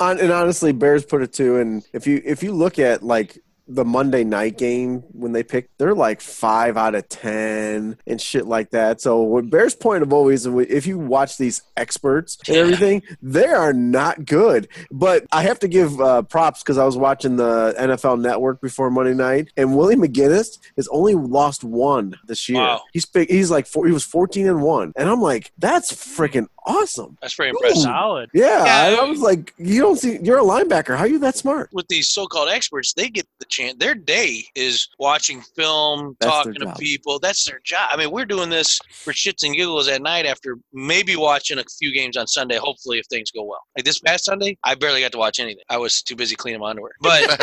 On, and honestly, Bears put it too. And if you if you look at like the Monday night game when they pick, they're like five out of ten and shit like that. So what Bears' point of always, if you watch these experts and Yeah. everything, they are not good. But I have to give uh, props because I was watching the NFL Network before Monday night, and Willie McGinnis has only lost one this year. Wow. He's big. He's like four, he was fourteen and one, and I'm like, that's freaking awesome. That's very impressive. Solid. Yeah, Yeah, and I I- was like, you don't see, you're a linebacker. How are you that smart? With these so-called experts, they get the chance. Their day is watching film, That's their talking to job. people. That's their job. I mean, we're doing this for shits and giggles at night after maybe watching a few games on Sunday. Hopefully, if things go well. Like this past Sunday, I barely got to watch anything. I was too busy cleaning my underwear. But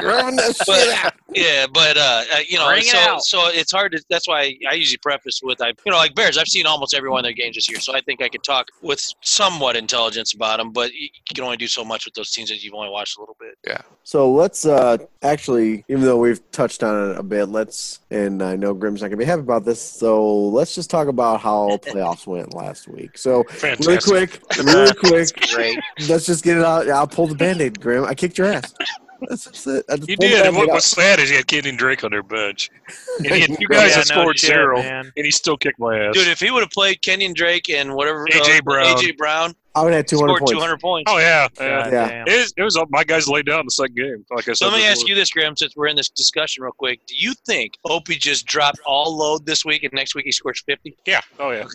Throwing that But- shit out. Yeah, but uh, uh, you know, Bring it so out. so it's hard to. That's why I usually preface with I, you know, like Bears. I've seen almost every one of their games this year, so I think I could talk with somewhat intelligence about them. But you you can only do so much with those teams that you've only watched a little bit. So let's uh, actually, even though we've touched on it a bit, let's, and I know Grim's not gonna be happy about this, so let's just talk about how playoffs went last week. So really Fantastic. quick, really quick, Great. let's just get it out. I'll pull the band-aid, Grim. I kicked your ass. That's, that's it. I just You pulled the did. And Band-Aid what out. was sad is he had Kenny Drake on their bench. And he had two Yeah, guys Yeah, that no scored shit, zero, man. and he still kicked my ass. Dude, if he would have played Kenyon Drake and whatever A.J. Brown. AJ Brown I would have two scored hundred points. two hundred points. oh, yeah. yeah. God Yeah. damn. It, was, it was all my guys laid down in the second game. Like I said, So let me before. ask you this, Graham, since we're in this discussion real quick. Do you think Opie just dropped all load this week and next week he scores 50? Yeah. Oh, yeah.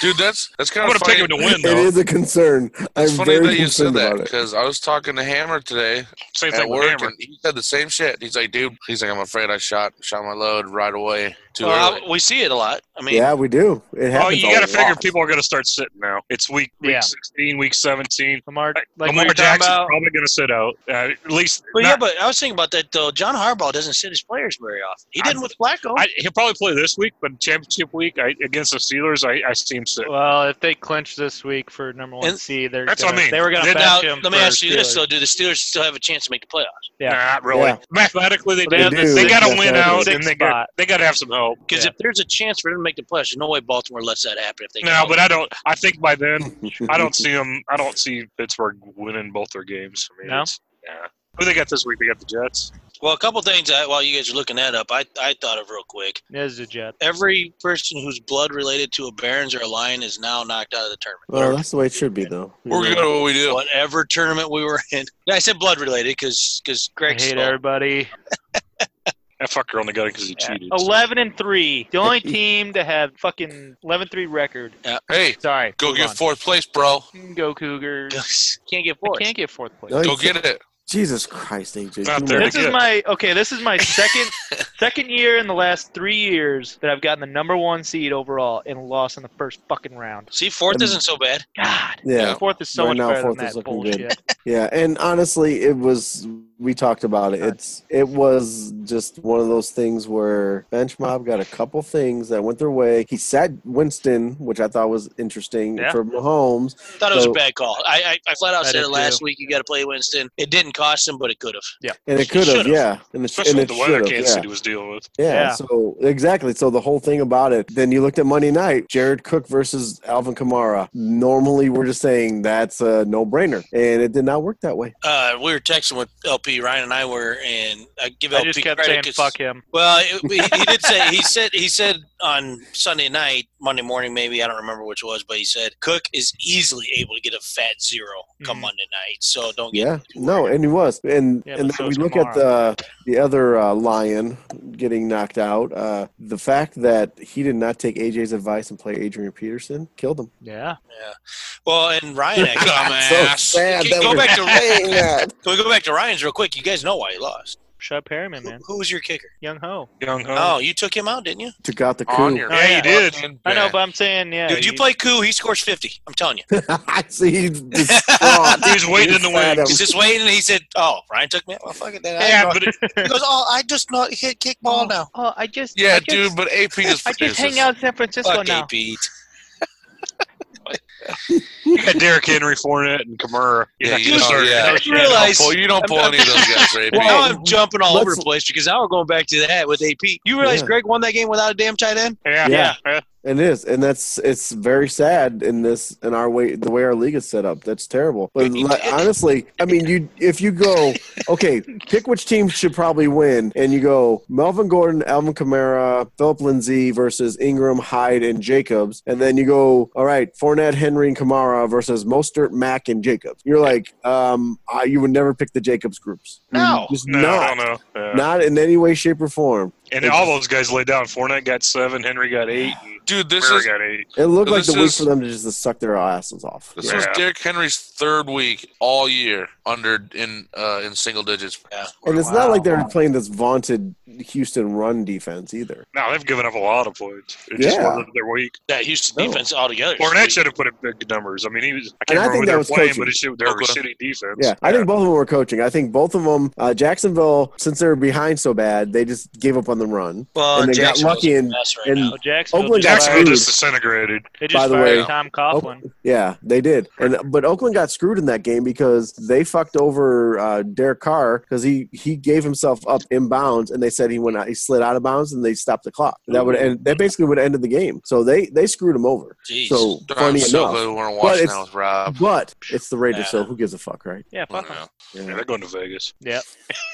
Dude, that's that's kind I'm of going to funny. pick him to win, It though. is a concern. I'm It's funny very that you said concerned that about it. because I was talking to Hammer today Same at thing with work, Hammer. and he said the same shit. He's like, "Dude, he's like, I'm afraid I shot shot my load right away too Well, early." I- uh, we see it a lot. I mean, Yeah, we do. It happens. Oh, you a got to lot. figure people are going to start sitting now. It's week week Yeah. 16, week 17. Lamar, like we Lamar were talking Jackson's about, probably going to sit out. Uh, at least, Well, not- yeah, but I was thinking about that though. John Harbaugh doesn't sit his players very often. He didn't with Flacco. I, he'll probably play this week, but championship week I, against the Steelers, I, I see him sit. well, if they clinch this week for number one And- seed, they're That's gonna, what I mean. They were going to Then now, back him. let me for ask you this Steelers. though: Do the Steelers still have a chance to make the playoffs? Yeah. Not really. Yeah. Mathematically, they, They have do. the They sixth- got to yeah, win they have out, the and they sixth got spot. they got to have some help. Because Yeah. if there's a chance for them to make the playoffs, there's no way Baltimore lets that happen. If they No, can. but I don't. I think by then, I don't see them. I don't see Pittsburgh winning both their games. I mean, No? it's- yeah. Who they got this week? They got the Jets. well, a couple things I, while you guys are looking that up, I, I thought of real quick. There's the Jets. Every person whose blood related to a Barons or a Lion is now knocked out of the tournament. Well, that's the way it should be, though. We're good at what we do. Whatever tournament we were in, I said blood related because because I Greg. hate stole. everybody. That fucker only got it because he cheated. so. Eleven and three, the only team to have fucking 11-3 record. Hey, Sorry, go move get on. fourth place, bro. Go Cougars. Can't get I fourth. can't get fourth place. No, you Go can't. get it. Jesus Christ, AJ. Not you there. know- This is good. my okay. This is my second second year in the last three years that I've gotten the number one seed overall and lost in the first fucking round. See, fourth isn't so bad. God, Yeah, fourth is so Right much now, better fourth than is that looking good. bullshit. yeah, and honestly, it was. We talked about it. It's it was just one of those things where Bench Mob got a couple things that went their way. He sat Winston, which I thought was interesting Yeah. for Mahomes. Thought it was a So- bad call. I I, I flat out I said did it last too. week. You got to play Winston. It didn't cost him, but it could have. And it He could have, should've. yeah. And it, sh- especially and with it the weather should have, Kansas yeah. City was dealing with. Yeah, Yeah. So exactly. So the whole thing about it. Then you looked at Monday night, Jared Cook versus Alvin Kamara. Normally, we're just saying that's a no-brainer, and it did not work that way. Uh, we were texting with LP Ryan and I were, and I give I LP just kept credit saying 'cause- fuck him. Well, it, he, he did say he said he said on Sunday night, Monday morning, maybe I don't remember which it was, but he said Cook is easily able to get a fat zero come Mhm. Monday night. So don't get Yeah, no, and he was, and Yeah, and but so then we is look at Kamara. the the other uh, lion getting knocked out. Uh, the fact that he did not take AJ's advice and play Adrian Peterson killed him. Yeah. well. And Ryan, actually, Dumbass. So sad Can that go we're back to- saying that. can we go back to Ryan's real quick? You guys know why he lost. Shut Perryman, Who, man. who was your kicker? Young Ho. Young Ho. Oh, you took him out, didn't you? Took out the on coup. your Oh, yeah, you did. fucking I know, back. but I'm saying, yeah. Dude, you he- play Koo, he scores 50. I'm telling you. I see. He's distraught. He was waiting in the He's at wings. He's just waiting, and he said, oh, Ryan took me out. Well, fuck it then. I Yeah, don't- but it, He goes, oh, I just not hit kickball now. Oh, I just. Yeah, I just- dude, but AP just I just produces. hang out in San Francisco Fuck now. AP. You you got Derrick Henry, Fournette, and Kamara. Yeah, You're not you gonna just start- are, yeah. realize Well, you don't pull any of those guys, right? now I'm jumping all Let's- over the place because now we're going back to that with AP. You realize Yeah. Greg won that game without a damn tight end? Yeah. Yeah. yeah. It is, and that's it's very sad in this in our way the way our league is set up. That's terrible. But like, honestly, I mean, you if you go okay, pick which team should probably win, and you go Melvin Gordon, Alvin Kamara, Philip Lindsay versus Ingram, Hyde, and Jacobs, and then you go all right, Fournette, Henry, and Kamara versus Mostert, Mack, and Jacobs. You're like, um, I, you would never pick the Jacobs groups. No. just No, I not, don't know. Yeah. not in any way, shape, or form. and all those guys laid down. Fournette got seven, Henry got eight, and Dude, this Kamara is got eight. It looked like This the week is- for them to just suck their asses off. this Yeah. was Derrick Henry's third week all year under in uh, in single digits. Yeah. And it's not like they're playing this vaunted Houston run defense either. No, they've given up a lot of points. It just Yeah. wasn't their week. That Houston No. defense altogether. Fournette should have put in big numbers. I mean, he was. I And can't I remember think that who they were was playing, coaching. but it's they were a Oakland. shitty defense. Yeah, I think both of them were coaching. I think both of them, uh, Jacksonville, since they were behind so bad, they just gave up on the run. Well, And they got Jacksonville's lucky a and- mess right and- now. Oh, Jacksonville. Oakland just got Jacksonville fired- just disintegrated. They just by the fired way. Tom Coughlin. Yeah, they did. And but Oakland got screwed in that game because they fucked over uh, Derek Carr because he he gave himself up inbounds and they said he went out, he slid out of bounds and they stopped the clock. That would and that basically would have ended the game. So they they screwed him over. Jeez. So I'm funny so enough, glad we weren't watching it's- that with Rob. but it's the Raiders, Yeah. so who gives a fuck, right? Yeah, fuck him. Oh, Yeah. Yeah, they're going to Vegas.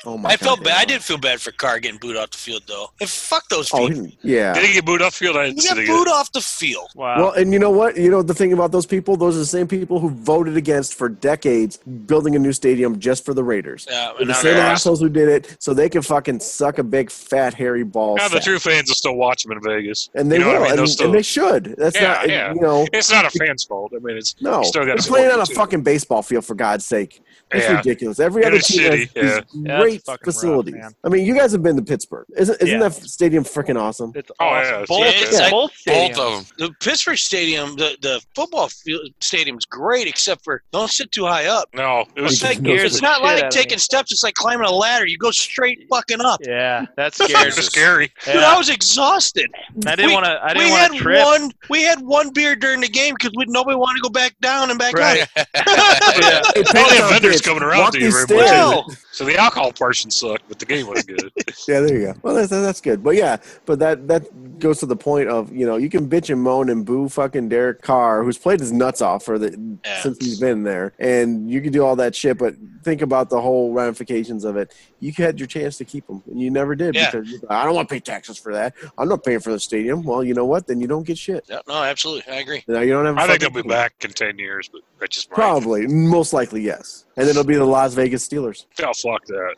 Oh my! I felt God, bad. yeah. I did feel bad for Carr getting booed off the field, though. And fuck those Oh, people. he- yeah. Did he uh, get booed off field? I he said got he booed off the field. Wow. Well, and you know what? You know the thing about those people? Those are the same people who voted against for decades building a new stadium just for the Raiders. Yeah, They're and the now same they're assholes who did it, so they can fucking suck a big fat hairy ball. God, the sack. true fans will still watch him in Vegas. And they you know will, what I mean? and, They'll still- and they should. That's Yeah, not, yeah. you know, It's not a fan's fault. I mean, it's no. You still gotta They're support playing them on a too. fucking baseball field for God's sake. It's Yeah. ridiculous. Every It other is team has shitty, yeah. these Yeah, it's great fucking rough, facilities. man. I mean, you guys have been to Pittsburgh. Isn't isn't Yeah. that stadium freaking awesome? It's Oh, awesome. yeah, it's both, yeah. yeah. both, Both stadiums. of them. the Pittsburgh Stadium, the, the football field stadium's great, except for don't sit too high up. No, it was. It's, like, no it's not shit out like of taking me. steps. It's like climbing a ladder. You go straight fucking up. Yeah, that It scares us. was scary. Yeah. Dude, I was exhausted. And I didn't we- want to. I we didn't had want to trip. one. We had one beer during the game because nobody wanted to go back down and back Right. up. Hey, yeah. All pass the out vendors bitch. coming around Walk to you these very much. stairs. No. So the alcohol portion sucked, but the game was good. Yeah, there you go. Well, that's that's good. But yeah, but that that goes to the point of you know you can bitch and moan and boo fucking Derek Carr, who's played his nuts off for the Yeah. since he's been there, and you can do all that shit. But think about the whole ramifications of it. You had your chance to keep him, and you never did Yeah. because you- I don't want to pay taxes for that. I'm not paying for the stadium. Well, you know what? Then you don't get shit. Yeah, no, absolutely, I agree. Now you don't have. a I think they'll fucking be team. back in ten years, but that's just my Probably, most likely, yes. And then it'll be the Las Vegas Steelers. Oh, fuck that.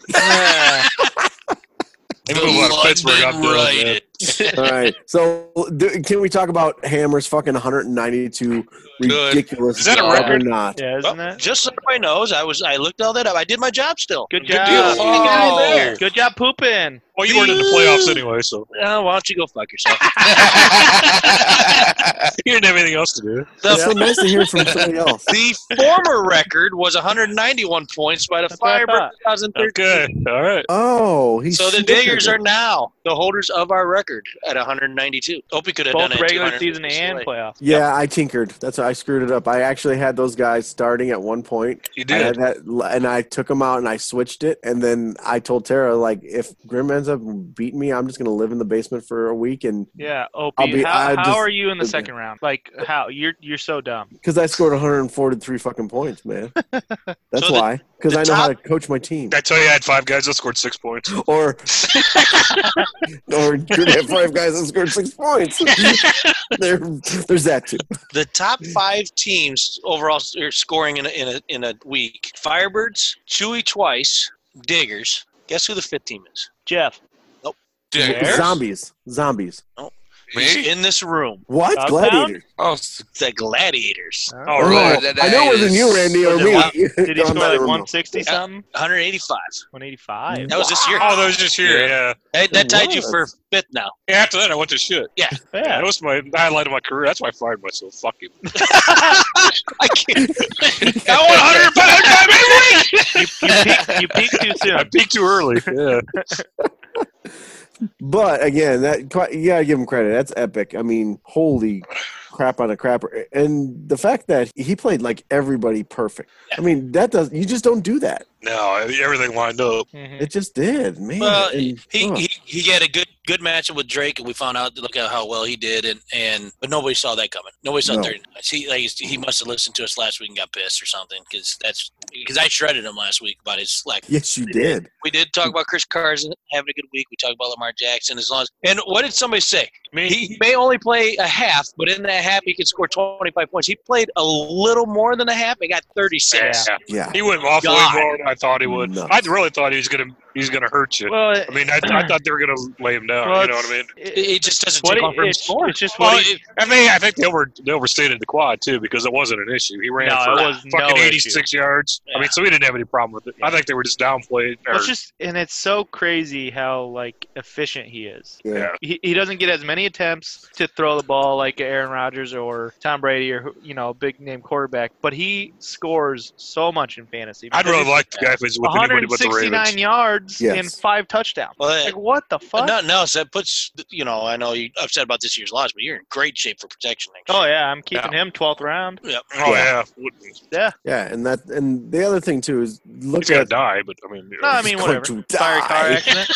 Yeah. They move out of Pittsburgh. I'm doing right. that. All right. So, do, can we talk about Hammer's fucking 192 Good. ridiculous? Is that a job record? Or not? Yeah, Well, isn't that? just so everybody knows, I was I looked all that up. I did my job still. Good Good deal. job. Oh. Good job pooping. Well, you weren't in the playoffs anyway, so Oh, why don't you go fuck yourself? you didn't have anything else to do. It's so the, nice to hear from somebody else. the former record was 191 points by the That's what I Firebird thought. 2013. Okay, all right. Oh, he's So the Diggers are now the holders of our record at 192. Hope we could have done Both it. regular 200 season this and way. playoffs. Yeah, I tinkered. That's why I screwed it up. I actually had those guys starting at one point. You I had did. that, and I took them out and I switched it. And then I told Tara, like, if Grim ends up beating me, I'm just going to live in the basement for a week. And Yeah, I'll Opie, be- how, I how just- are you in the second round? Like, how you're you're so dumb. because I scored 143 fucking points, man. That's So the- why. because The I know how to top- coach my team. I tell you, I had five guys that scored six points. Or, or could have five guys that scored six points. there, there's that too. The top five teams overall s- are scoring in a, in a, in a week. Firebirds, Chewy twice, Diggers. Guess who the fifth team is? Jeff. Diggers? Zombies, zombies. Me? In this room, What Dogtown? gladiator? Oh, the Gladiators. Oh, Oh, really? I know it wasn't you, Randy, or Was it me. what? Did he I'm score not like a remote. 160 something? 185. 185. That was this year. Oh, that was just here. Yeah. That, that tied you What? for fifth now. yeah. After that, I went to shit. Yeah, Yeah. that was my highlight of my career. That's why I fired myself. Fuck you. I can't. I won 100 pounds every week. You, you, peaked, you peaked too I soon. peaked too early. Yeah. But again, that quite- you gotta give him credit. That's epic. I mean, holy crap on a crapper! And the fact that he played like everybody perfect. I mean, that does you just don't do that. Mm-hmm. No, everything lined up. Mhm. It just did, man. Well, And- He, oh. he he had a good good matchup with Drake, and we found out look at how well he did, and, and but nobody saw that coming. Nobody saw No. thirty nine. He like he must have listened to us last week and got pissed or something because that's because I shredded him last week about his slack. yes, you did. We did talk about Chris Carson having a good week. We talked about Lamar Jackson as long as and what did somebody say? He he may only play a half, but in that half he could score twenty five points. He played a little more than a half and got thirty six. Yeah. Yeah. He went off way God. more than I thought he would. Nuts. I really thought he was gonna he's gonna hurt you. Well, I mean, I, I thought they were gonna lay him down. well, you know what I mean? it's- It, it- it just doesn't what take he- off from his it's, score. it's just Well, what he- it- I mean, I think they over they overstated the quad too because it wasn't an issue. He ran No, for it was no fucking issue. 86 yards. I mean, so we didn't have any problem with it. I think they were just downplayed. Or, Well, it's just and it's so crazy how like efficient he is. Yeah. Yeah. He, he doesn't get as many attempts to throw the ball like Aaron Rodgers or Tom Brady or who- you know big name quarterback, but he scores so much in fantasy. I'd because really it's like the guy if he's with anybody but the 169 Ravens. yards Yes. and five touchdowns. But Like what the fuck? uh, Nothing else that puts you know. I know you upset about this year's loss, but you're in great shape for protection. Next Oh year. yeah, I'm keeping him 12th round. Oh yeah, he's Yeah, and that and the other thing too is look gonna at die. But I mean, No, I mean He's whatever. going to Fire car die. accident.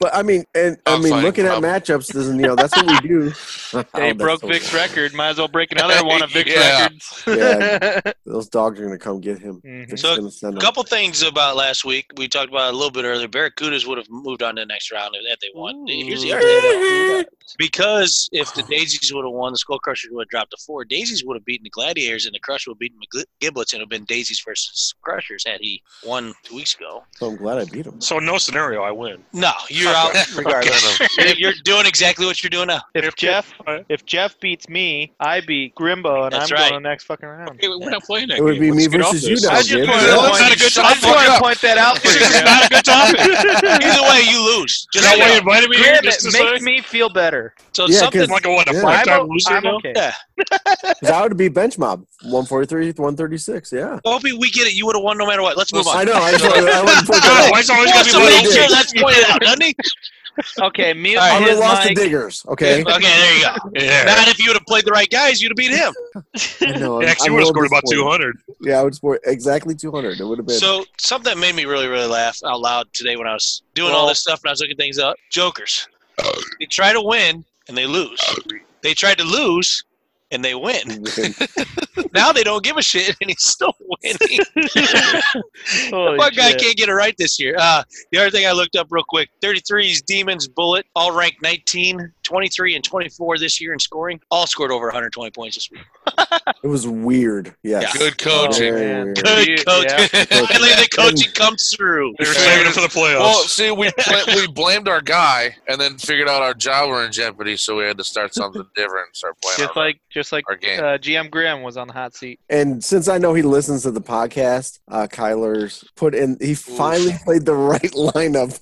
but I mean and I Outside mean looking at problem. matchups doesn't you know that's what we do. Oh, They that's broke so Vic's funny. record. Might as well break another one of Vic's Yeah. records. Yeah. Those dogs are gonna come get him. Mhm. Vic's So, gonna send A 'em. couple things about last week. We talked about it a little bit earlier. Barracudas would have moved on to the next round if had they won. Here's the other thing. Because if the Daisies would have won, the Skull Crushers would have dropped to four. Daisies would have beaten the Gladiators, and the Crush would have beaten the Giblets, and it would have been Daisies versus Crushers had he won two weeks ago. So I'm glad I beat him. so no scenario, I win. No, you're out regardless. You're- you're doing exactly what you're doing now. If Jeff Alright. if Jeff beats me, I beat Grimbo, and That's I'm right. going the next fucking round. Hey, we're not playing that It would game. be Let's me get off versus this. you now. I just Jim. wanted Yeah. to That's point- I not a good just wanted topic. Fuck to up. point that out for This is you. not a good topic. Either way, you lose. Is Just that know. why you invited me here? Grim, uh, Just to it say, makes me feel better. So Yeah, something. 'cause- like a what a Yeah. five I'm, time o- loser I'm now? okay. Yeah. Because I would be bench mob, one forty three, one thirty six. Yeah, Opie, we get it. You would have won no matter what. Let's move on. I know. I, just, I wouldn't put God, that why out. is it always He gonna wants be to what I did. make what I sure that's pointed out, doesn't he? Okay, mute All I his would have lost to mic. diggers. Okay, Okay, there you go. Yeah. Not if you would have played the right guys, you'd have beat him. I know. I'm- Yeah, 'cause I'm you would have a little scored about disappointed. 200. Yeah, I would score exactly two hundred. It would have been. So something that made me really, really laugh out loud today when I was doing all this stuff and I was looking things up. Jokers. Uh, They try to win and they lose. They tried to lose and they win. Now they don't give a shit and he's still winning. Holy One guy shit. can't get it right this year. Uh, the other thing I looked up real quick 33's Demons, Bullet, all ranked 19, 23, and 24 this year in scoring. All scored over 120 points this week. it was weird. Yes. Good Oh, coaching. Very man. weird. Good Yeah. coach. Finally, the coaching comes through. They were saving it for the playoffs. Well, see, we bl- we blamed our guy and then figured out our job were in jeopardy, so we had to start something different and start playing Just our, like just like our game. uh, GM Grim was on the hot seat. And since I know he listens to the podcast, uh, Kyler's put in. He finally played the right lineup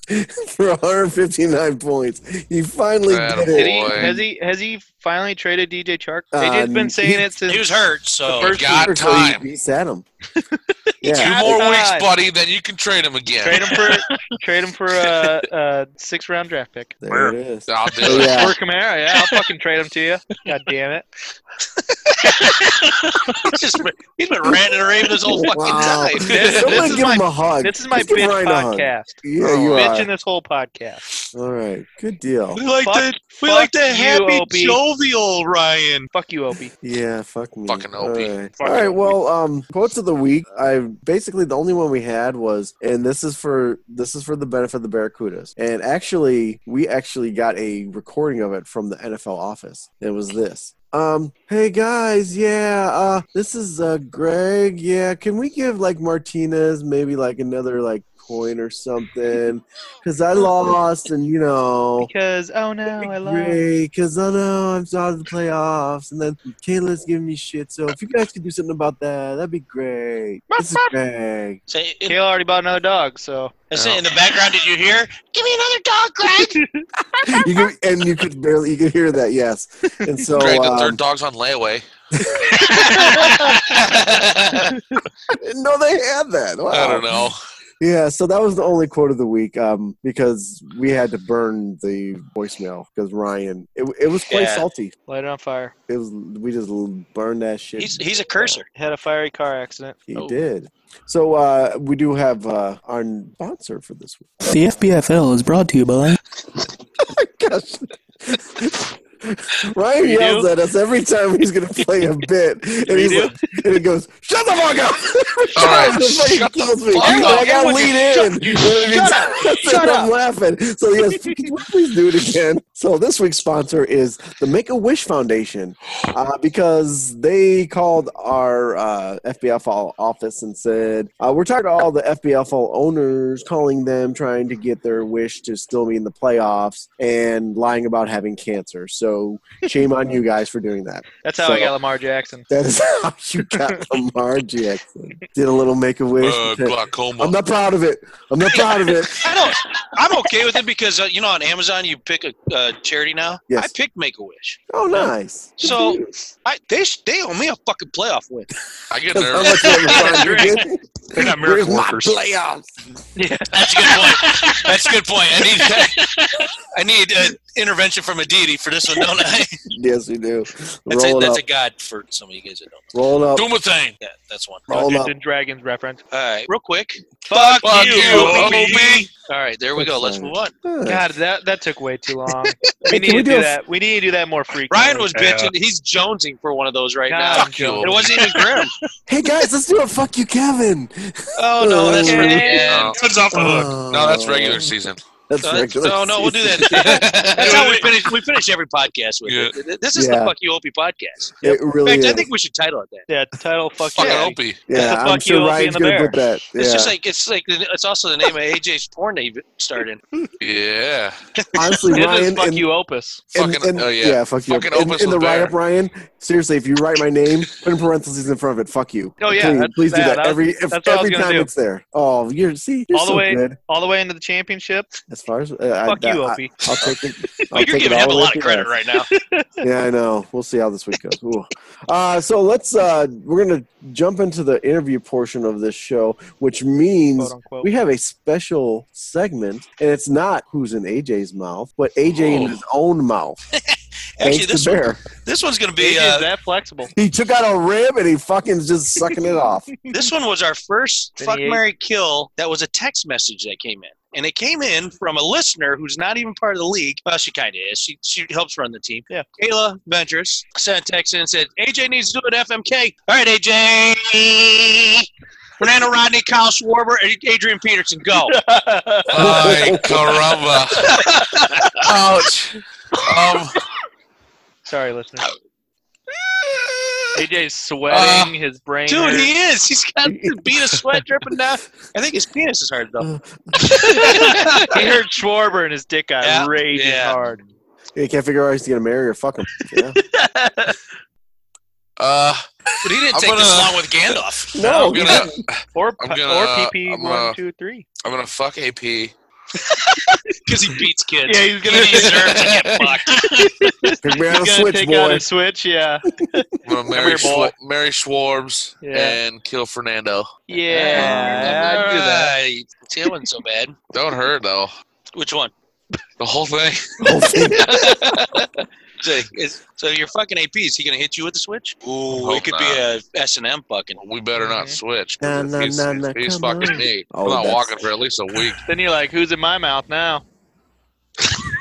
for 159 points. He finally Atta did boy. it. Did he, Boy. has he has he finally traded DJ Chark? Uh, AJ's been saying he- it since He was hurt, so. First got year, so time. He, he sat him. Yeah. Two more God. weeks, buddy, then you can trade him again. trade him for trade him for a, a six round draft pick. There it is. I'll So, do it. yeah. Or Kamara, yeah, I'll fucking trade him to you. God damn it. he's, just, he's been ranting and raving his whole fucking Wow. life. This, Somebody this is give my him a hug. this is my Just give bitch Ryan a hug. podcast. Yeah, you Bitch in are. this whole podcast. All right. Good deal. We like Fuck- the we fuck like the you, happy, Opie. jovial Ryan. Fuck you, Opie. Yeah, fuck me. Fucking All OP. right. Fucking All right. OP. Well, um, quotes of the week. I basically the only one we had was, and this is for this is for the benefit of the Barracudas. And actually, we actually got a recording of it from the NFL office. It was this. Um, hey guys, yeah, uh, this is uh Greg. Yeah, can we give like Martinez maybe like another like coin or something? Cause I lost, and you know. Because oh no, I love. Great, because I know I'm out of the playoffs, and then Kayla's giving me shit. So if you guys could do something about that, that'd be great. This is Greg. So in, Kale already bought another dog, so so Oh. in the background, did you hear? Give me another dog, Greg. You could, and you could barely you could hear that, yes. And so Greg, the um, third dog's on layaway. no, they had that. Wow. I don't know. Yeah, so that was the only quote of the week um, because we had to burn the voicemail because Ryan. It, it was quite Yeah. salty. light it on fire. It was we just burned that shit. He's he's a cursor. Had a fiery car accident. he oh. did. So uh, we do have uh, our sponsor for this week. The FBFL is brought to you by. Gosh. Ryan You yells do? at us every time he's gonna play a bit, and he's do? like, and he goes, "Shut the fuck up!" All right, It's like he shut the kills me. fuck And up. I gotta lean in. You know what I mean? shut up. So Shut I'm laughing. So yes, could you please do it again. So this week's sponsor is the Make a Wish Foundation, uh, because they called our uh, FBFL office and said uh, we're tired of all the FBFL owners calling them trying to get their wish to still be in the playoffs and lying about having cancer. So shame on you guys for doing that. That's how I So- got Lamar Jackson. That is how you got Lamar Jackson. Did a little Make a Wish. Uh, I'm glaucoma. not proud of it. I'm not proud of it. I don't. I'm okay with it because uh, you know on Amazon you pick a uh, charity now. Yes. I picked Make a Wish, Oh, nice. Good so for you. I they sh- they owe me a fucking playoff win. I get That's how nervous. much they were trying to Drink. get. They're not Where's miracle my workers. playoffs? That's a good point. That's a good point. I need I need uh, intervention from a deity for this one, don't I? Yes, we do. That's, Roll a, it that's up. a god for some of you guys that don't. Roll it up. Dumathane. Yeah, that's one. All Roll it up. Dungeons and Dragons reference. right, real quick. Fuck, Fuck you, OB. All right, there we go. Let's move on. Huh. God, that that took way too long. We Hey, need can to we do do a- that. We need to do that more frequently. Ryan was Yeah. bitching. He's jonesing for one of those right God, Fuck now. you. It wasn't even Graham. Hey, guys, let's do a fuck you, Kevin. Oh no, that's for the Okay. No, end. Kevin's off the hook. Uh, no, that's regular season. Oh, That's Uh, regular. no, no, we'll do season. that. That's how we finish. We finish every podcast with it. This is Yeah. the fuck you Opie podcast. It In really fact, I is. think we should title it that. yeah, title fuck Fucking yeah. Opie. the Yeah, I'm fuck you, sure Opie Ryan's and the gonna put that. It's Yeah. just like it's like it's also the name of AJ's porn they started. Yeah. Honestly, It Ryan, is fuck and- you opus. And- Fucking- and- oh, yeah. fuck you. Fucking in, Opus in the was write better. up, Ryan. Seriously, if you write my name, put in parentheses in front of it. Fuck you. Oh, yeah, please, that's- please do yeah, that that was- every if, that's what I was every gonna time do. it's there. Oh, you're see, you're All the so way- good. All the way into the championship. As far as uh, I, Fuck I, you, I, Opie. I'll take it. I'll Well, you're take giving it all him a the way lot through of credit there. right now. Yeah, I know. We'll see how this week goes. Ooh. Uh, so let's uh, we're gonna jump into the interview portion of this show, which means Quote unquote. we have a special segment, and it's not who's in AJ's mouth, but AJ in Oh. his own mouth. Actually, Thanks this to one, Bear. this one's gonna It be is uh, that flexible. He took out a rib and he fucking just sucking it off. This one was our first Then fuck he ate- Mary Kill that was a text message that came in. And it came in from a listener who's not even part of the league. Well, she kind of is. She, she helps run the team. Yeah. Kayla Ventures sent a text in and said, AJ needs to do an FMK. All right, AJ. Fernando Rodney, Kyle Schwarber, and Adrian Peterson, go. Ay, caramba. Ouch. Um, Sorry, listeners. AJ's sweating. his brain. Dude, hurts. he is. He's got the bead of sweat dripping down. I think his penis is hard, though. he heard Schwarber and his dick got Yeah, raging yeah. hard. He can't figure out if he's gonna marry or fuck him. Yeah. uh, But he didn't I'm take this gonna- long with Gandalf. I'm gonna, Or I'm pu- gonna- or PP I'm one gonna- two three. I'm gonna fuck AP. Because he beats kids. Yeah, he's gonna He deserves to get fucked. Pick me out He's a gonna switch, take out boy. a switch. Yeah, I'm gonna marry, here, boy. Schw- marry Schwarbs Yeah. and kill Fernando. yeah. I'd do that. Right. See, that wasn't so bad. Don't hurt though. Which one? The whole thing. Whole thing. So, is- so your fucking AP is he gonna hit you with the switch? Ooh, Hope it could not. be a S and M fucking. We better Mm-hmm. not switch. 'cause Nah, if nah, he's nah, if nah, he's come fucking on. me. Oh, I'm not that's- walking for at least a week. Then you're like, who's in my mouth now?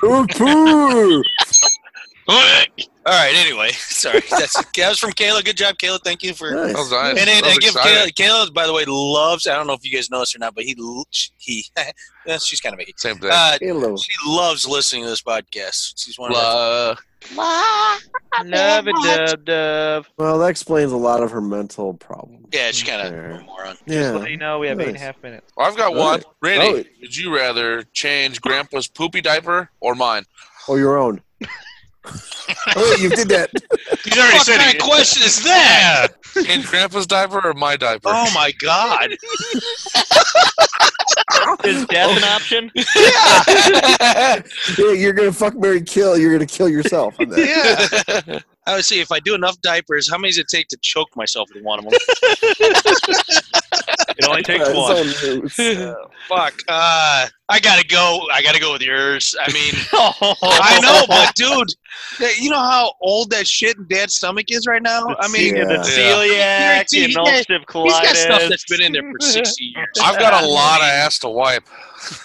Ooh, poo. All right. Anyway, sorry. That's, that was from Kayla. Good job, Kayla. Thank you for. Nice. How's that? And then That I was give Kayla, exciting. Kayla, by the way, loves. I don't know if you guys noticed or not, but he l- he. eh, she's kind of a he. Same thing. Uh, Hello. she loves listening to this podcast. She's one of our uh, Blah. Love it, dub dub. Well, that explains a lot of her mental problems. Yeah, she kind Fair. of moron. Just Yeah. let you know we have eight and a Nice. half minutes. I've got All one. right. Randy, Oh. would you rather change Grandpa's poopy diaper or mine? Or your own. oh, you did that. He's already What said kind it. of question is that? Change Grandpa's diaper or my diaper? Oh my god! Is death an option? Yeah, you're gonna fuck Mary kill. You're gonna kill yourself. On that. Yeah. I would say if I do enough diapers, how many does it take to choke myself with one of them? It only takes It's one. on news. Fuck. Uh, I gotta go. I gotta go with yours. I mean, I Oh. I know, but dude, that- you know how old that shit in Dad's stomach is right now. I mean, Yeah. Oh, the celiac You're- and he's got- ulcerative he's got stuff colitis. that's been in there for sixty years. I've got a lot of ass to wipe.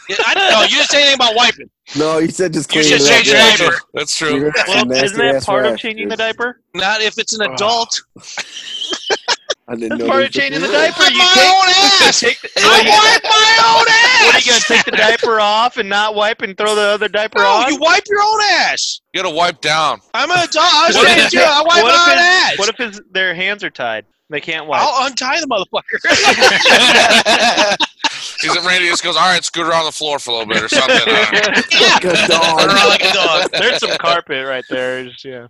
Yeah, I don't know. You didn't say anything about wiping. No, you said just You clean just it changed your up. diaper. That's yeah. true. You're gonna have some Well, isn't nasty that ass part of rash, changing dude. the diaper? Not if it's an Oh. adult. I didn't That's know part of there was a- changing the diaper. You take, my own ass. take the, I what, are you, wipe my own ass. what are you gonna take the diaper off and not wipe and throw the other diaper No, on? you wipe your own ass. You gotta wipe down. I'm an adult. I was What saying, if- too, I wipe what my if own it- ass. What if his, their hands are tied? They can't wipe. I'll untie the motherfucker. He's at Randy just goes, all right, scoot around the floor for a little bit or something. I don't know. Good dog. Turn around like a dog. There's some carpet right there. Just, yeah.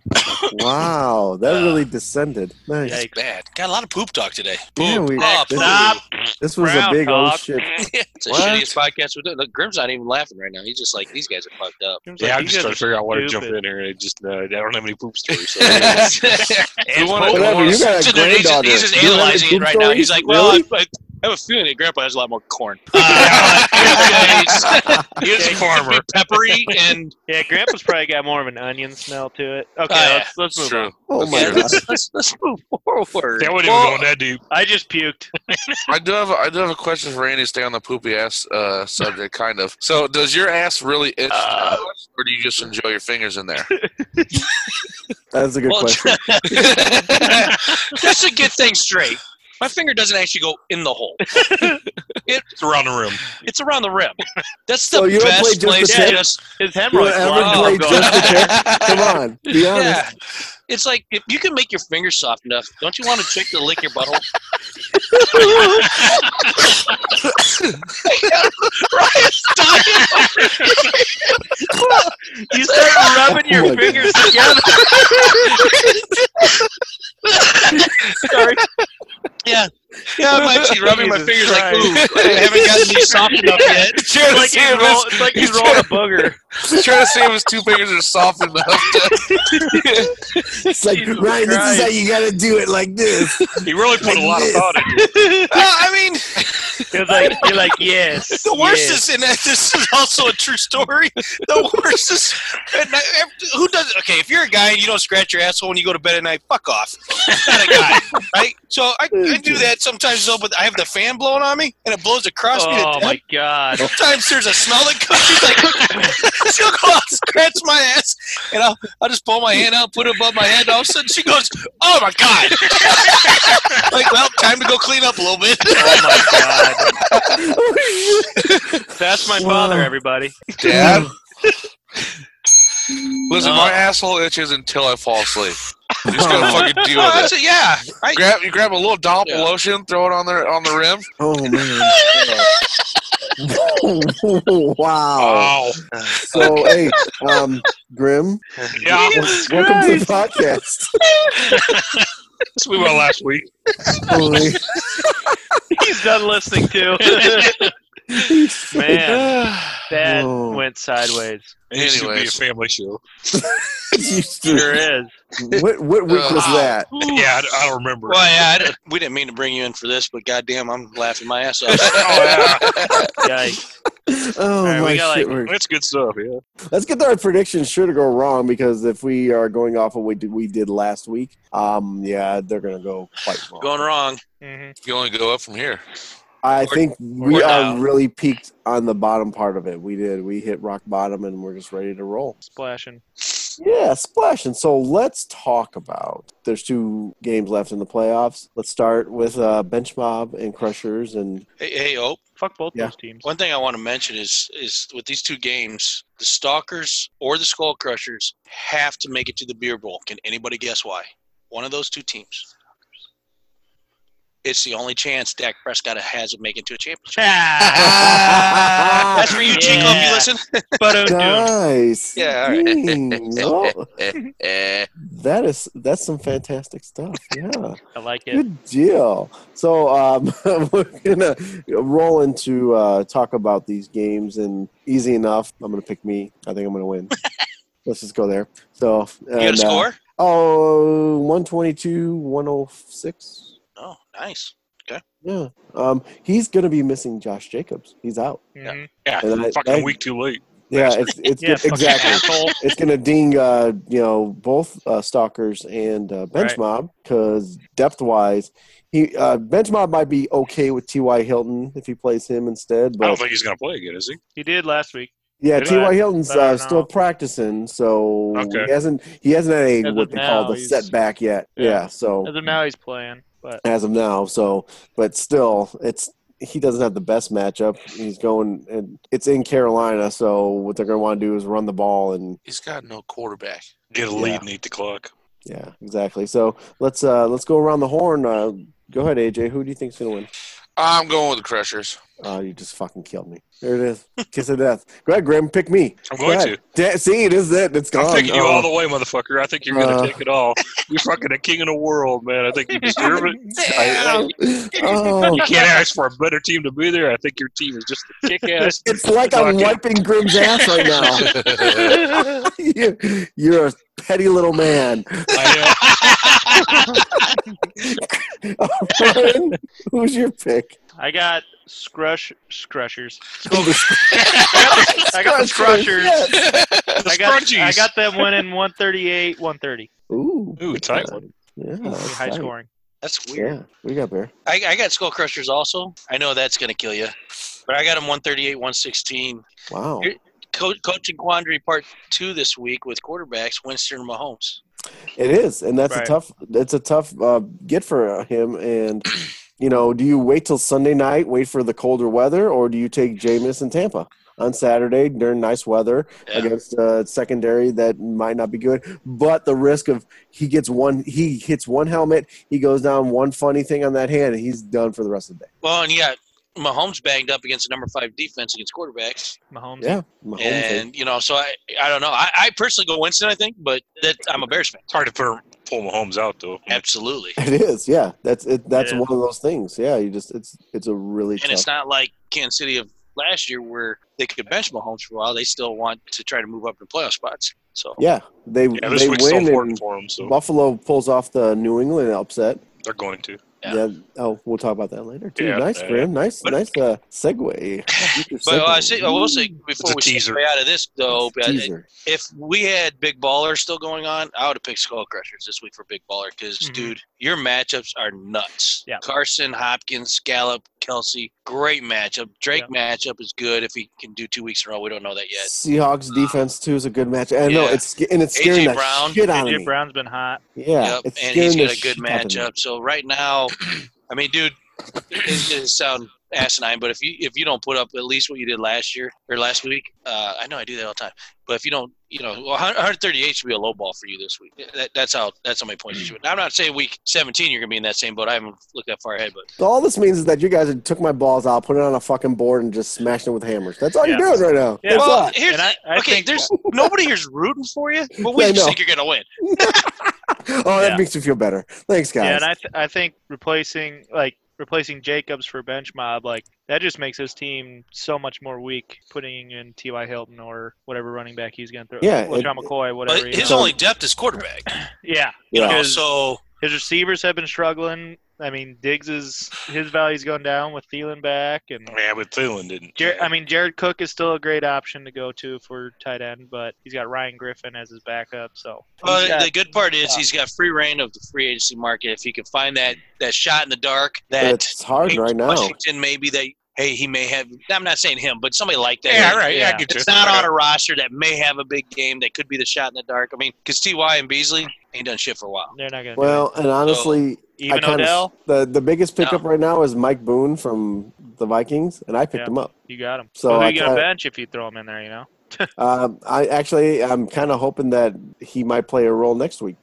Wow, that really descended. Nice. Yikes. Bad. Got a lot of poop talk today. Yeah, we- Up, this, up. this was a Brown big old talk. shit. It's the What? shittiest podcast we're doing. Look, Grim's not even laughing right now. He's just like, these guys are fucked up. Yeah, I'm You just guys trying are to figure out where to jump stupid. in here. I just uh, I don't have any poop stories. So We Oh, wanna- we Whatever, wanna- you got So a dude, he's, just, granddaughter. he's just You have analyzing poop it right now. stories? He's like, well, Really? I, I I have a feeling that Grandpa has a lot more corn. he is a farmer. Peppery and Yeah, Grandpa's probably got more of an onion smell to it. Okay, Oh, yeah. let's, let's It's move true. on. Oh my Sure. god. let's, let's, let's move forward. Yeah, I wouldn't Well- even go that deep. I just puked. I do have a, I do have a question for Randy. Stay on the poopy ass uh, subject, kind of. So, does your ass really itch, Uh. or do you just enjoy your fingers in there? That's a good Well, question. just to get things straight, my finger doesn't actually go in the hole. It's around the room. It's around the rim. That's the So you don't play best just the place. to tip? just, His You hemorrhoids. want ever blocked. play I'm going- just the tip? Come on, be honest. yeah. It's like if you can make your finger soft enough, don't you want a chick to lick your butthole? Ryan's dying. you start rubbing Oh your my fingers together. Sorry. Yeah, I'm actually rubbing my Jesus fingers like, Christ. ooh, I haven't gotten these soft enough yet. Trying to Like see he's if roll, his- it's like he's rolling a booger. trying to see if his two fingers are soft enough. To, It's like Jesus Ryan, this Christ. is how you gotta do it, like this. He really put a lot of thought into No, I mean, It's like you're like yes. The worst yes. is, and this is also a true story. The worst is, and I, who does? Okay, if you're a guy and you don't scratch your asshole when you go to bed at night, fuck off. Not a guy, right? So I, I do that sometimes though, but I have the fan blowing on me, and it blows across me. To Oh death. my god. Sometimes there's a smell that comes. She's like, she'll go out, scratch my ass, and I'll, I'll just pull my hand out, put it above my head. And all of a sudden, she goes, "Oh my god!" like, well, time to go clean up a little bit. Oh my god. That's my father, Wow. everybody. Dad, listen, my asshole itches until I fall asleep. You just gotta fucking deal with it. So, Oh, yeah, I, Grab you grab a little dollop Yeah. of lotion, throw it on the on the rim. Oh man. wow. Wow. So hey, um, Grim, Yeah. welcome to the podcast. That's what we went last week. Holy- He's done listening too. Man, that Oh. went sideways. It should be a Anyways. family show. You Sure still- is. what what week was Wow. that? Yeah, I, I don't remember. Well, yeah, I don't- we didn't mean to bring you in for this, but goddamn, I'm laughing my ass off. Oh, yeah. Yikes. Oh right, we my got, shit! like- we're- That's good stuff. Yeah. Let's get to our predictions. Sure to go wrong because if we are going off of what we did, we did last week, um, yeah, they're gonna go quite wrong. Going wrong. Mhm. You only go up from here. I think we or are down. really peaked on the bottom part of it. We did. We hit rock bottom, and we're just ready to roll. Splashing. Yeah, splash. And so let's talk about. There's two games left in the playoffs. Let's start with uh, Bench Mob and Crushers, and Hey, hey, oh, Fuck both Yeah. those teams. One thing I want to mention is is with these two games, the Stalkers or the Skull Crushers have to make it to the Beer Bowl. Can anybody guess why? One of those two teams. It's the only chance Dak Prescott has of making it to a championship. That's for you, Chico. If you Yeah. listen, But uh, nice. Yeah, all right. Dang, oh, Eh. that is that's some fantastic stuff. Yeah. I like it. Good deal. So um, we're gonna roll into uh, talk about these games, and easy enough. I'm gonna pick me. I think I'm gonna win. Let's just go there. So you got a and, uh, score? oh, 122, 106. Oh, nice. Yeah. Um, he's gonna be missing Josh Jacobs. He's out. Mhm. Yeah. And I- fucking I- week too late. Yeah. It's it's Yeah, fucking exactly. asshole. It's gonna ding, uh, you know, both uh, stalkers and uh, bench Right. mob because depth wise, he uh, bench mob might be okay with T. Y. Hilton if he plays him instead, I don't but think he's gonna play again, is he? He did last week. yeah, but- T. Y. Hilton's but I uh, don't still know. practicing, so Okay. he hasn't he hasn't had a, As what of they call now, the he's- setback yet. yeah. Yeah, so As of now, he's playing. But as of now, so but still, it's. He doesn't have the best matchup. He's going, and it's in Carolina. So what they're going to want to do is run the ball and He's got no quarterback. Get a Yeah. lead and eat the clock. Yeah, exactly. So let's uh let's go around the horn. Uh, go ahead, AJ. Who do you think's gonna win? I'm going with the Crushers. Oh, you just fucking killed me. There it is. Kiss of death. Go ahead, Grim. Pick me. I'm Go going ahead. to. Da- see, it is it. It's gone. I'm taking you Uh, all the way, motherfucker. I think you're gonna uh, take it all. You're fucking the king of the world, man. I think you deserve it. I- I- oh, you can't ask for a better team to be there. I think your team is just a kick ass. it's like I'm Fucking- wiping Grim's ass right now. Uh, You- You're a petty little man. I Ryan, Who's your pick? I got scrush scrushers. Oh, I I got the scrushers. know. The I got Scrunchies. I got them winning 138, 130. Ooh, Ooh, good tight time. Yeah, that's High tight. scoring. That's weird. Yeah, we got bear. I, I got Skull Crushers also. I know that's going to kill you, but I got them 138, 116. Wow. Co- coaching quandary part two this week with quarterbacks Winston and Mahomes. It is, and that's Right. a tough. That's a tough uh, get for him. And you know, do you wait till Sunday night, wait for the colder weather, or do you take Jameis in Tampa on Saturday during nice weather Yeah. against uh, secondary that might not be good? But the risk of he gets one, he hits one helmet, he goes down one funny thing on that hand, and he's done for the rest of the day. Well, and yeah, Mahomes banged up against a number five defense against quarterbacks, Mahomes. Yeah, Mahomes eh? is- and you know, so I, I don't know. I, I personally go Winston, I think, but that I'm a Bears fan. It's hard to put, pull Mahomes out though. Absolutely, it is. Yeah, that's it. That's It is. one of those things. Yeah, you just it's it's a really and tough. it's not like Kansas City of last year where they could bench Mahomes for a while. They still want to try to move up in playoff spots. So yeah, they Yeah, this they week's so win important and for them, so Buffalo pulls off the New England upset. they're going to. Yeah. Oh, we'll talk about that later too. Yeah, nice, yeah. Grim. Nice, But- nice uh, segue. Future But uh, I, segue. say, I will say uh, before a we teaser. teaser. way out of this, though, but Teaser. if we had Big Baller still going on, I would have picked Skull Crushers this week for Big Baller because, Mhm. dude, your matchups are nuts. Yeah. Carson, Hopkins, Scallop, Kelsey, great matchup. Drake matchup is good if he can do two weeks in a row. We don't know that yet. Uh, Seahawks defense too is a good match. I know Yeah. it's and it's AJ scaring the Brown, shit out of AJ me. Brown's been hot. Yeah, yep. it's And scaring he's the got a good shit out of me. matchup. So right now, I mean, dude, it's going to sound asinine, but if you if you don't put up at least what you did last year or last week, uh, I know I do that all the time. But if you don't, you know, well, 138 should be a low ball for you this week. That, that's how that's how many points you should. Now, I'm not saying week 17 you're going to be in that same boat. I haven't looked that far ahead, but So all this means is that you guys took my balls out, put it on a fucking board, and just smashed it with hammers. That's all Yeah. you're doing right now. Yeah. That's well, all. here's And I- I okay. think- There's nobody here's rooting for you, but we I just know. think you're going to win. oh, that Yeah. makes me feel better. Thanks, guys. Yeah, and I th- I think replacing like replacing Jacobs for bench mob like that just makes his team so much more weak. Putting in T. Y. Hilton or whatever running back he's going to throw. Yeah, LeSean it- McCoy, whatever. But he- his only depth is quarterback. yeah, You know, Because- so His receivers have been struggling. I mean, Diggs is his value's going down with Thielen back, and Yeah, but Thielen didn't. Jar- I mean, Jared Cook is still a great option to go to for tight end, but he's got Ryan Griffin as his backup. So Well, He's got- the good part is he's got free reign of the free agency market. If he can find that that shot in the dark, that That's hard right now. Washington maybe that hey he may have. I'm not saying him, but somebody like that. yeah, right. Yeah, I yeah. get you. It's not on a roster that may have a big game that could be the shot in the dark. I mean, because Ty and Beasley ain't done shit for a while. they're not going to Well, and honestly, I even kinda, Odell. the the biggest pickup right now is Mike Boone from the Vikings, and I picked Yeah. him up. You got him. So So I you got a kinda- bench if you throw him in there. You know. Um, I actually, I'm kind of hoping that he might play a role next week.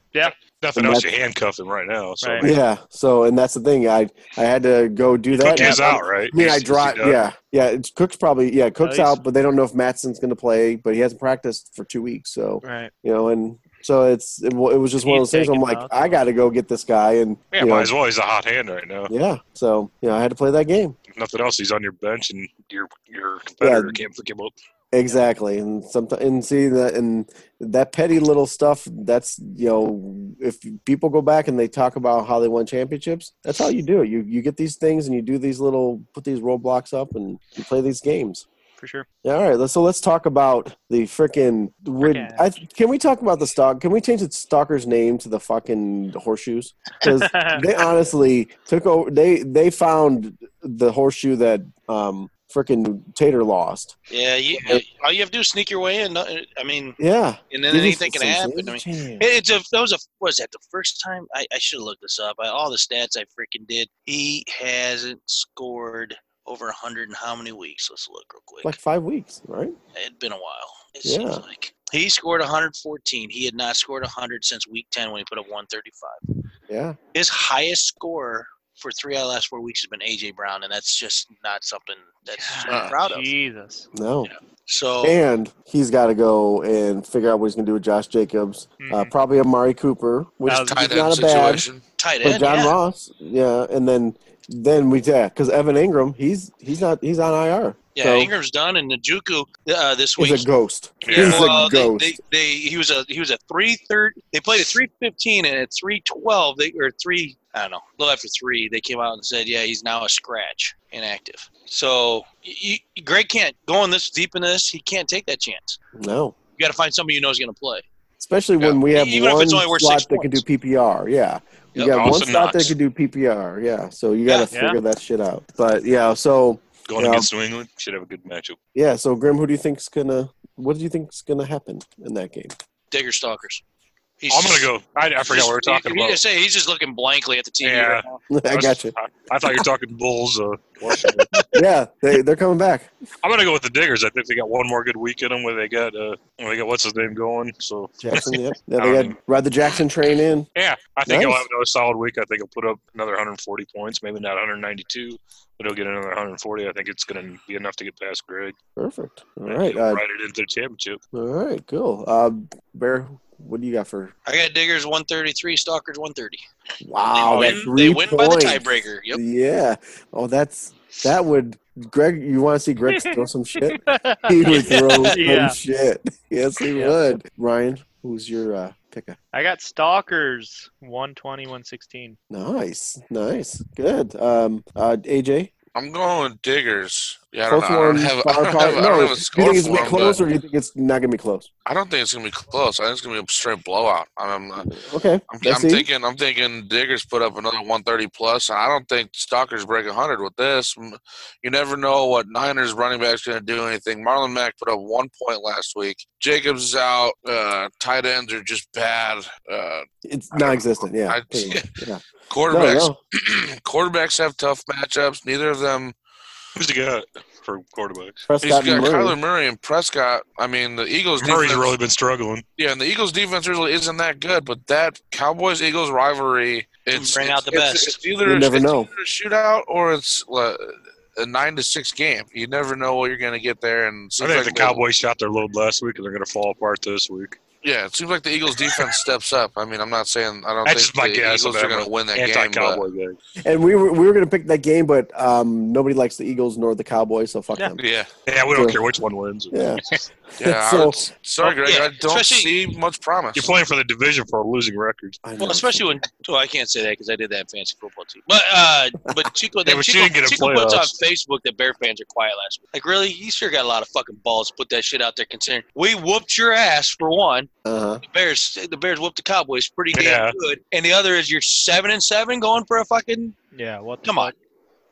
Nothing else. You handcuff him right now. So Right. Yeah. So, and that's the thing. I I had to go do that. Cook is out, right? I mean, I He's- uh, drive. he's done. Yeah, yeah. It's, Cook's probably yeah. Cook's Nice. out, but they don't know if Matson's going to play. But he hasn't practiced for two weeks, so Right. you know, and so it's it, wa- it was just one of He's those things. I'm taken like, out. I got to go get this guy, and Yeah, you know, might as well. He's a hot hand right now. yeah. So you know, I had to play that game If nothing else, he's on your bench, and your your competitor can't pick him up. exactly. And sometimes and see that and that petty little stuff. That's you know, if people go back and they talk about how they won championships, that's how you do it. You you get these things and you do these little put these roadblocks up and you play these games. For sure. Yeah, all right. let's- So let's talk about the freaking. Would Frickin'. I? Can we talk about the stock? Can we change the stalker's name to the fucking horseshoes? Because they honestly took over. They they found the horseshoe that um freaking Tater lost. Yeah, you, all you have to do is sneak your way in. Uh, I mean, Yeah, and then Give us anything can some- happen. give I mean, us a chance. It- It's a that was a was that the first time I, I should have looked this up. I, all the stats I freaking did. He hasn't scored over hundred in how many weeks? Let's look real quick. like five weeks, right? It'd been a while. It Yeah. seems like he scored 114. He had not scored 100 since week 10 when he put up 135. Yeah, His highest score for three out of the last four weeks has been AJ Brown, and that's just not something that's I'm proud of. Jesus. no. So And he's got to go and figure out what he's gonna do with Josh Jacobs. Uh, Mm-hmm. Mhm. probably Amari Cooper, which That is was- Tight end not a bad. situation. tight But end, John yeah. Ross, yeah, and then then we yeah, because Evan Ingram, he's he's not he's on IR. yeah, so Ingram's done, and Njoku uh, this week. he's a ghost. Yeah. He's a Well, they- ghost. They, they, he was a he was a three third. They played at three fifteen and at three twelve they or three I don't know a little after three they came out and said yeah he's now a scratch inactive. So you, Greg can't going this deep in this he can't take that chance. no, You got to find somebody you know is going to play. especially when we have Even if one it's only worth slot six that can do points. PPR. Yeah, you Yeah, got one Dawson slot that Knox. can do PPR. Yeah, so you got to Yeah. figure that shit out. But yeah, so Going Yeah. against New England, should have a good matchup. yeah, so Grim, who do you think's gonna? What do you think's gonna happen in that game? Digger stalkers. He's I'm gonna go. I, I forgot what we were talking he, he- about. say he's just looking blankly at the TV. Yeah. Right now. I was- got you. I, I thought you were talking Bulls. Uh, Yeah, they they're coming back. I'm gonna go with the Diggers. I think they got one more good week in them where they got uh, where they got what's his name going. So Jackson, yep. Yeah, they got ride the Jackson train in. yeah, I think he'll Nice. have another solid week. I think he'll put up another 140 points, maybe not 192, but he'll get another 140. I think it's gonna be enough to get past Greg. Perfect. All right, He'll uh, ride it into the championship. all right, cool. Uh, Bear, what do you got for I got Diggers one thirty three, Stalkers one thirty. Wow, they that's win, Oh, three they win by the points. tiebreaker. Yep. Yeah. Oh, that's that would Greg. You want to see Greg throw some shit? He would throw Yeah. some shit. Yes, he Yeah. would. Ryan, who's your uh, picker? I got Stalkers 120, 116. Nice, nice, good. Um, uh, AJ, I'm going Diggers. Yeah, I don't close know. I don't one. have, I far don't have, apart. I don't No, have a do you score think it's gonna for be 'em, close, but or do you think it's not gonna be close? I don't think it's gonna be close. I think it's gonna be a straight blowout. I'm, I'm, Okay, I'm let's see. thinking, I'm thinking Diggers put up another 130 plus, and I don't think Stalkers break 100 with this. M- You never know what Niners running back's going to do. Anything. Marlon Mack put up one point last week. Jacobs is out. Uh, tight ends are just bad. Uh, it's non-existent. Yeah, I- pretty much, yeah. No, quarterbacks, no. quarterbacks have tough matchups. Neither of them Who's the guy for quarterbacks? He's Prescott got and Murray. Kyler Murray and Prescott. I mean, the Eagles Murray's defense. really been struggling. yeah, and the Eagles defense really isn't that good. But that Cowboys Eagles rivalry, it's Bring out the it's- best. It's either You never it's know. either a shootout or it's uh, a nine to six game. You never know what you're going to get there. And I seems like think the they'll- Cowboys shot their load last week, and they're gonna fall apart this week. yeah, it seems like the Eagles' defense steps up. I mean, I'm not saying I don't That's think just my the guess Eagles about are going it. to win that game. But, Anti-cowboy game. And we were we were gonna pick that game, but um, nobody likes the Eagles nor the Cowboys, so fuck them. yeah, Yeah, we don't Yeah. care which one wins. Yeah. yeah. I So- would- sorry, Greg. yeah, I don't especially- see much promise. You're playing for the division for a losing record. I know. Well, especially when well, I can't say that because I did that in fantasy football too. But uh, but Chico, that Yeah, but you Chico, didn't get a Chico puts on playoffs. Facebook that Bear fans are quiet last week. Like really, you sure got a lot of fucking balls to put that shit out there. Considering we whooped your ass for one, uh-huh. the Bears the Bears whooped the Cowboys pretty damn Yeah. good, and the other is you're seven and seven going for a fucking Yeah, what? The come on.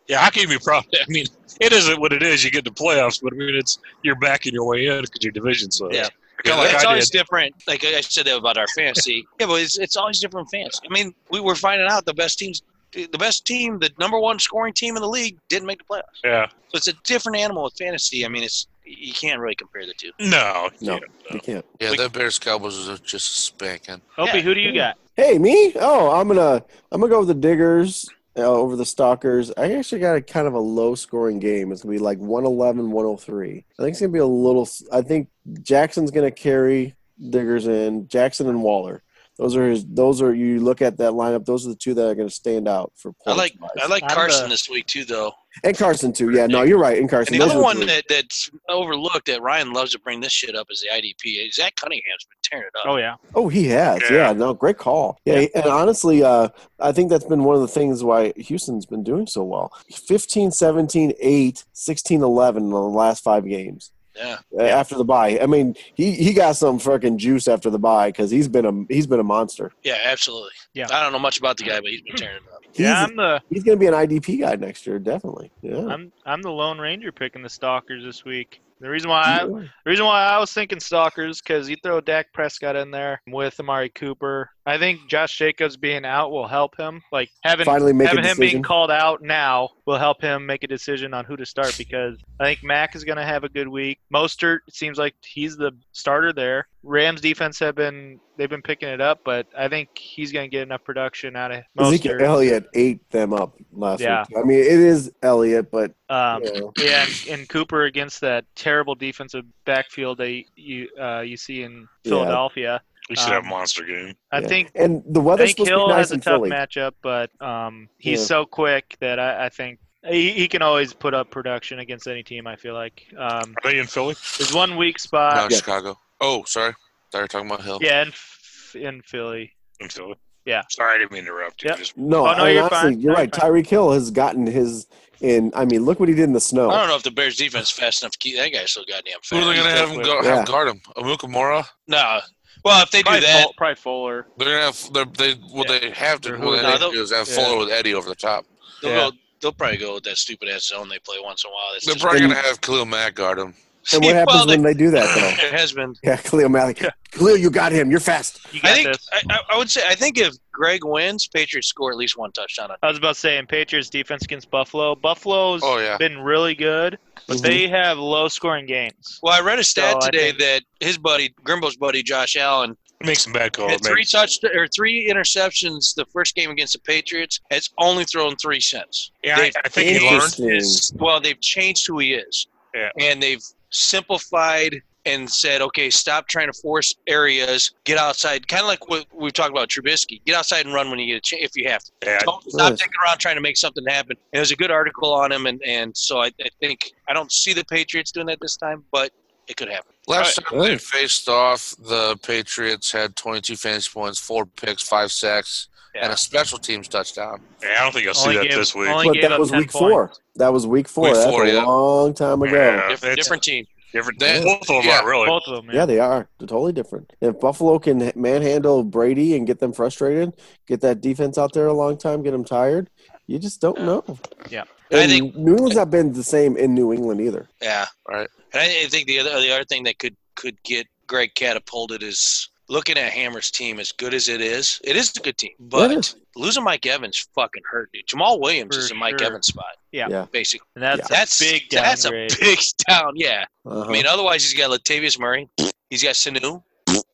Yeah, I can be proud. I mean, it isn't what it is. You get the playoffs, but I mean, it's you're backing your way in because your division sucks. Yeah. Kinda like it's I always did. different. Like I said that about our fantasy. yeah, but it's, it's always different fans. I mean, we were finding out the best teams, the best team, the number one scoring team in the league didn't make the playoffs. Yeah. So it's a different animal with fantasy. I mean, it's you can't really compare the two. No. No. Yeah. You can't. yeah, that Bears Cowboys was just spanking. Opie, Yeah. who do you got? Hey, me? Oh, I'm gonna I'm gonna go with the Diggers uh, over the Stalkers. I actually got a kind of a low scoring game. It's gonna be like 111, 103. I think it's gonna be a little. s- I think Jackson's gonna carry Diggers in. Jackson and Waller. Those are his. Those are you look at that lineup. Those are the two that are gonna stand out for. I like points-wise. I like I'm Carson the- this week too, though. and Carson too. Yeah, no, you're right. And Carson. And the Those other are one three. that, that's overlooked that Ryan loves to bring this shit up is the IDP. Zach Cunningham's been tearing it up. Oh yeah, Oh, he has. Yeah. Yeah. no, great call. Yeah, and honestly, uh, I think that's been one of the things why Houston's been doing so well. 15, 17, 8, 16, 11 in the last five games Yeah, uh, after the bye. I mean, he, he got some fucking juice after the bye because he's been a he's been a monster. yeah, absolutely. Yeah. I don't know much about the guy, but he's been tearing it up. He's, yeah. I'm the he's going to be an IDP guy next year, definitely. Yeah. I'm I'm the Lone Ranger picking the Stalkers this week. The reason why I, The reason why I was thinking Stalkers because you throw Dak Prescott in there with Amari Cooper. I think Josh Jacobs being out will help him. Like having Finally make a having him being decision. called out now will help him make a decision on who to start because I think Mack is going to have a good week. Mostert it seems like he's the starter there. Rams defense have been they've been picking it up, but I think he's going to get enough production out of Ezekiel Mostert. Elliott ate them up last Yeah. week. I mean, it is Elliott, but Um, you know, yeah, and, and Cooper against that terrible defensive backfield that you uh, you see in Yeah. Philadelphia. We should have Um, a monster game. I Yeah. think and the I weather's think supposed to Hill be nice has a in tough Philly. matchup, but um, he's Yeah. so quick that I, I think he, he can always put up production against any team. I feel like um, Are they in Philly? his one weak No, Uh, spot, yeah. Chicago. Oh, sorry. Thought you were talking about Hill. yeah, in, F- in Philly. In Philly. Yeah. Sorry, I didn't mean to interrupt you. Yep. Just- No, Oh, no, I mean, you're honestly, fine. you're No, right. Tyreek Hill has gotten his in. I mean, look what he did in the I snow. don't know if the Bears defense is fast enough to keep that guy so goddamn fast. Who are they going to have him go, Yeah. have guard him? Amukamura? No. Well, if they do Probably, that, Fo- probably Fuller. They're gonna have they're, they what they have to They're what they holding- have No, to do is have yeah. Fuller with Eddie over the top. they'll Yeah. go. They'll probably go with that stupid ass zone they play once in a while. That's They're just- probably And- gonna have Khalil Mack guard him. And what Well, happens they- when they do that, though? It has been. Yeah, Khalil Malik. Khalil, you got him. You're fast. You got I think this. I, I- I would say I think if Greg wins, Patriots score at least one touchdown. On I was about to say, in Patriots defense against Buffalo, Buffalo's Oh, yeah. been really good, but Mm-hmm. they have low scoring games. well, I read a stat So, I today think- that his buddy Grimbo's buddy Josh Allen Make some bad calls, had Oh, man. three touch or three interceptions the first game against the Patriots. Has only thrown three since. Yeah, I, They've- I think he learned. Interesting. well, they've changed who he is, Yeah. and they've simplified and said, okay, stop trying to force areas. Get outside, kind of like what we've talked about Trubisky. Get outside and run when you get a chance if you have to. Yeah, Don't stop Nice. dicking around trying to make something happen. And there's a good article on him, and, and so I, I think I don't see the Patriots doing that this time, but it could happen. Last time they faced off, the Patriots had 22 fantasy points, four picks, five sacks, and Yeah. a special teams touchdown. yeah, I don't think I'll see Only that gave- this week. only But gave that up was 10 week points. four. That was week four. Week That's four, a yeah. long time ago. Yeah, Diff- Uh, it's- different team. different- They- both of them yeah. are really. Both of them. Yeah, they are. They're totally different. If Buffalo can manhandle Brady and get them frustrated, get that defense out there a long time, get them tired, you just don't know. Yeah. And I think- New England's not been the same in New England either. Yeah. Right. And I, I think the other the other thing that could could get Greg catapulted is looking at Hammer's team as good as it is. It is a good team, but is. losing Mike Evans fucking hurt, dude. Jamal Williams For is in Mike sure. Evans spot. Yeah. Yeah. Basically, And that's a that's big that's a downgrade. big down. Yeah. Uh-huh. I mean, otherwise he's got Latavius Murray, he's got Sanu,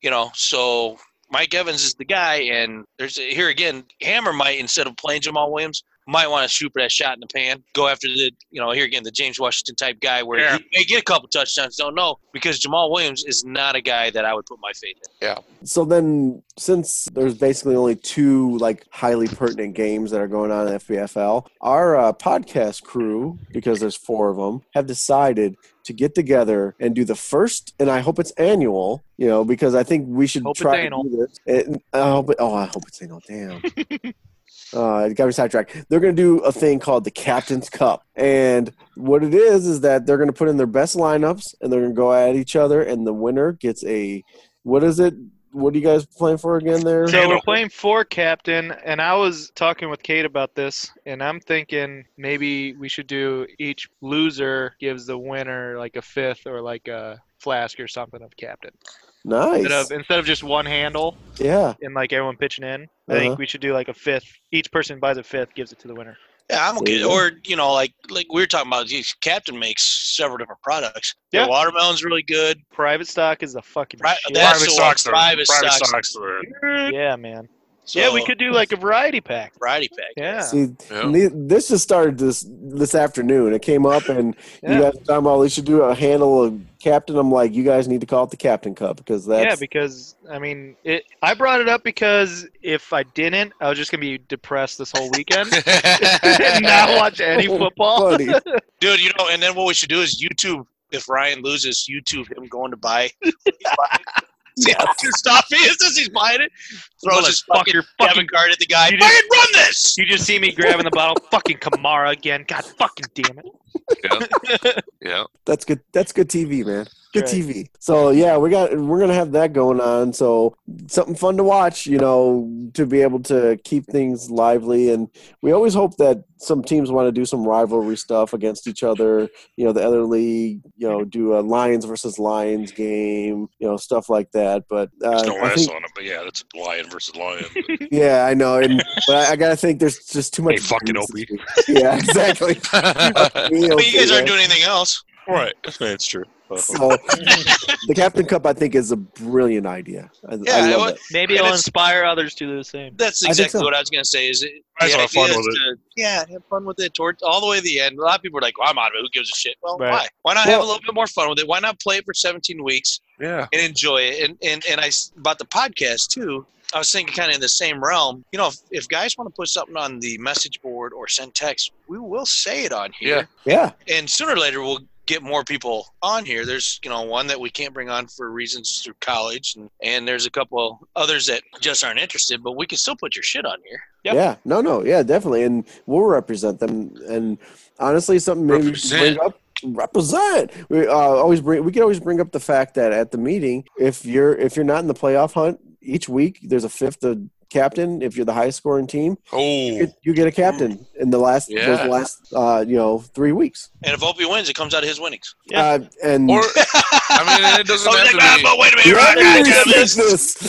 you know. So Mike Evans is the guy, and there's here again, Hammer might instead of playing Jamal Williams, might want to shoot for that shot in the pan. Go after the, you know, here again, the James Washington type guy where Yeah. he may get a couple touchdowns. Don't know because Jamal Williams is not a guy that I would put my faith in. So then, since there's basically only two like highly pertinent games that are going on in FBFL, our uh, podcast crew, because there's four of them, have decided to get together and do the first, and I hope it's annual. You know, because I think we should Hope it's try to anal. do this. And I hope. It, oh, I hope it's annual. Damn. Uh, it got me sidetracked. They're going to do a thing called the Captain's Cup, and what it is is that they're going to put in their best lineups, and they're going to go at each other, and the winner gets a what is it? What are you guys playing for again? There, So we're Handle. playing four captain, and I was talking with Kate about this, and I'm thinking maybe we should do each loser gives the winner like a fifth or like a flask or something of captain instead nice. of instead of just one handle Yeah, and like everyone pitching in. I Uh-huh. think we should do like a fifth. Each person buys a fifth, gives it to the winner. Yeah, I'm okay. Yeah. Or you know, like like we were talking about, geez, Captain makes several different products. Yeah, Yeah. watermelon's really good. Private stock is the fucking Pri- shit. that's private the stocks one. are Private stocks. stocks are yeah, man. So, yeah, we could do like a variety pack. variety pack. Yeah. see, Yeah. ne- this just started this this afternoon. It came up, and Yeah. you guys were talking about we should do a handle of Captain. I'm like, you guys need to call it the Captain Cup because yeah, that's because I mean, it. I brought it up because if I didn't, I was just gonna be depressed this whole weekend and not watch any football. funny. Dude, you know, and then what we should do is YouTube. If Ryan loses, YouTube him going to buy. See how pissed off he is as he's buying it. Throws his fucking Motherfucker, Kevin fucking. card at the guy. You Fucking just- run this! You just see me grabbing the bottle. Fucking Kamara again. God fucking damn it. yeah. That's good. That's good TV, man. Good Right. TV. So yeah, we got we're gonna have that going on. So something fun to watch, you know, to be able to keep things lively. And we always hope that some teams want to do some rivalry stuff against each other. You know, the other league. You know, do a Lions versus Lions game. You know, stuff like that. But uh, There's no I S think, on it, but yeah, that's lion versus lion. yeah, I know. And but I, I gotta think there's just too much. Hey, fucking games Opie. this week. Yeah, exactly. But you guys aren't doing anything else. right, that's true. So the Captain Cup, I think, is a brilliant idea. I, I Yeah, love what- it. Maybe And it'll it's- inspire others to do the same. That's I think exactly so. what I was gonna say. Is it? I just the have fun idea with is to- yeah, have fun with it toward all the way to the end. A lot of people are like, "Well, I'm out of it. Who gives a shit?" Well, Right. why? Why not Well- have a little bit more fun with it? Why not play it for 17 weeks yeah, and enjoy it? And and and I s- about the podcast too. I was thinking kind of in the same realm. You know, if, if guys want to put something on the message board or send text, we will say it on here. Yeah. Yeah, and sooner or later we'll get more people on here there's you know one that we can't bring on for reasons through college and, and there's a couple others that just aren't interested but we can still put your shit on here Yep. yeah, no, no, yeah, definitely, and we'll represent them. And honestly, something maybe we should bring Represent. up represent. We uh, always bring. We can always bring up the fact that at the meeting, if you're if you're not in the playoff hunt each week, there's a fifth of captain. If you're the highest scoring team, you Oh, get, you get a captain in the last Yeah. those last uh, you know three weeks. and if opie wins it comes out of his winnings Yeah. Uh, and or I mean, and it Oh, doesn't I was have like, to "Ah, be. but wait a minute You're Ryan, in I got this this."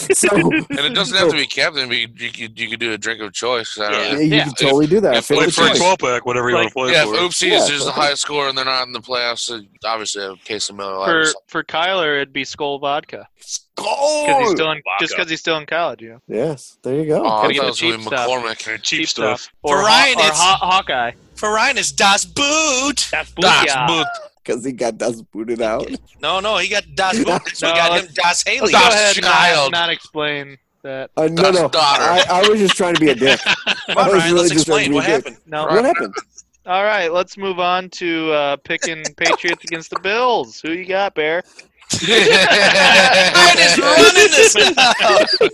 business. So And it doesn't have to be captain. But you, you could you could do a drink of choice. I don't Yeah. know. you Yeah. can totally do that. If- Fit if the for choice. twelve pack, whatever you Like- want to play Yeah, if for. Oopsie Yeah. is just the highest score and they're not in the playoffs, then obviously a case of Miller Lite or For something. for Kyler, it'd be Skull Vodka because he's Goal! still in, just because he's still in college, you know. Yes, there you go. Oh, I Gotta thought get it the was cheap going to be stuff. McCormick. cheap stuff. Or, For Haw- Ryan, or it's- Haw- Hawkeye. for ryan is das boot That's Das Booyah. Boot. Because he got dust booted out. no no he got das boot 'cause No, we got him let's- das haley Let's go Das ahead and Child. not, not explain that. Uh, no, Dust no. daughter. I, I was just trying to be a dick. come on I was ryan really let's just trying to explain be what good. happened No. What happened? All right, let's move on to uh, picking Patriots against the Bills. Who you got, Bear? ryan is running this now.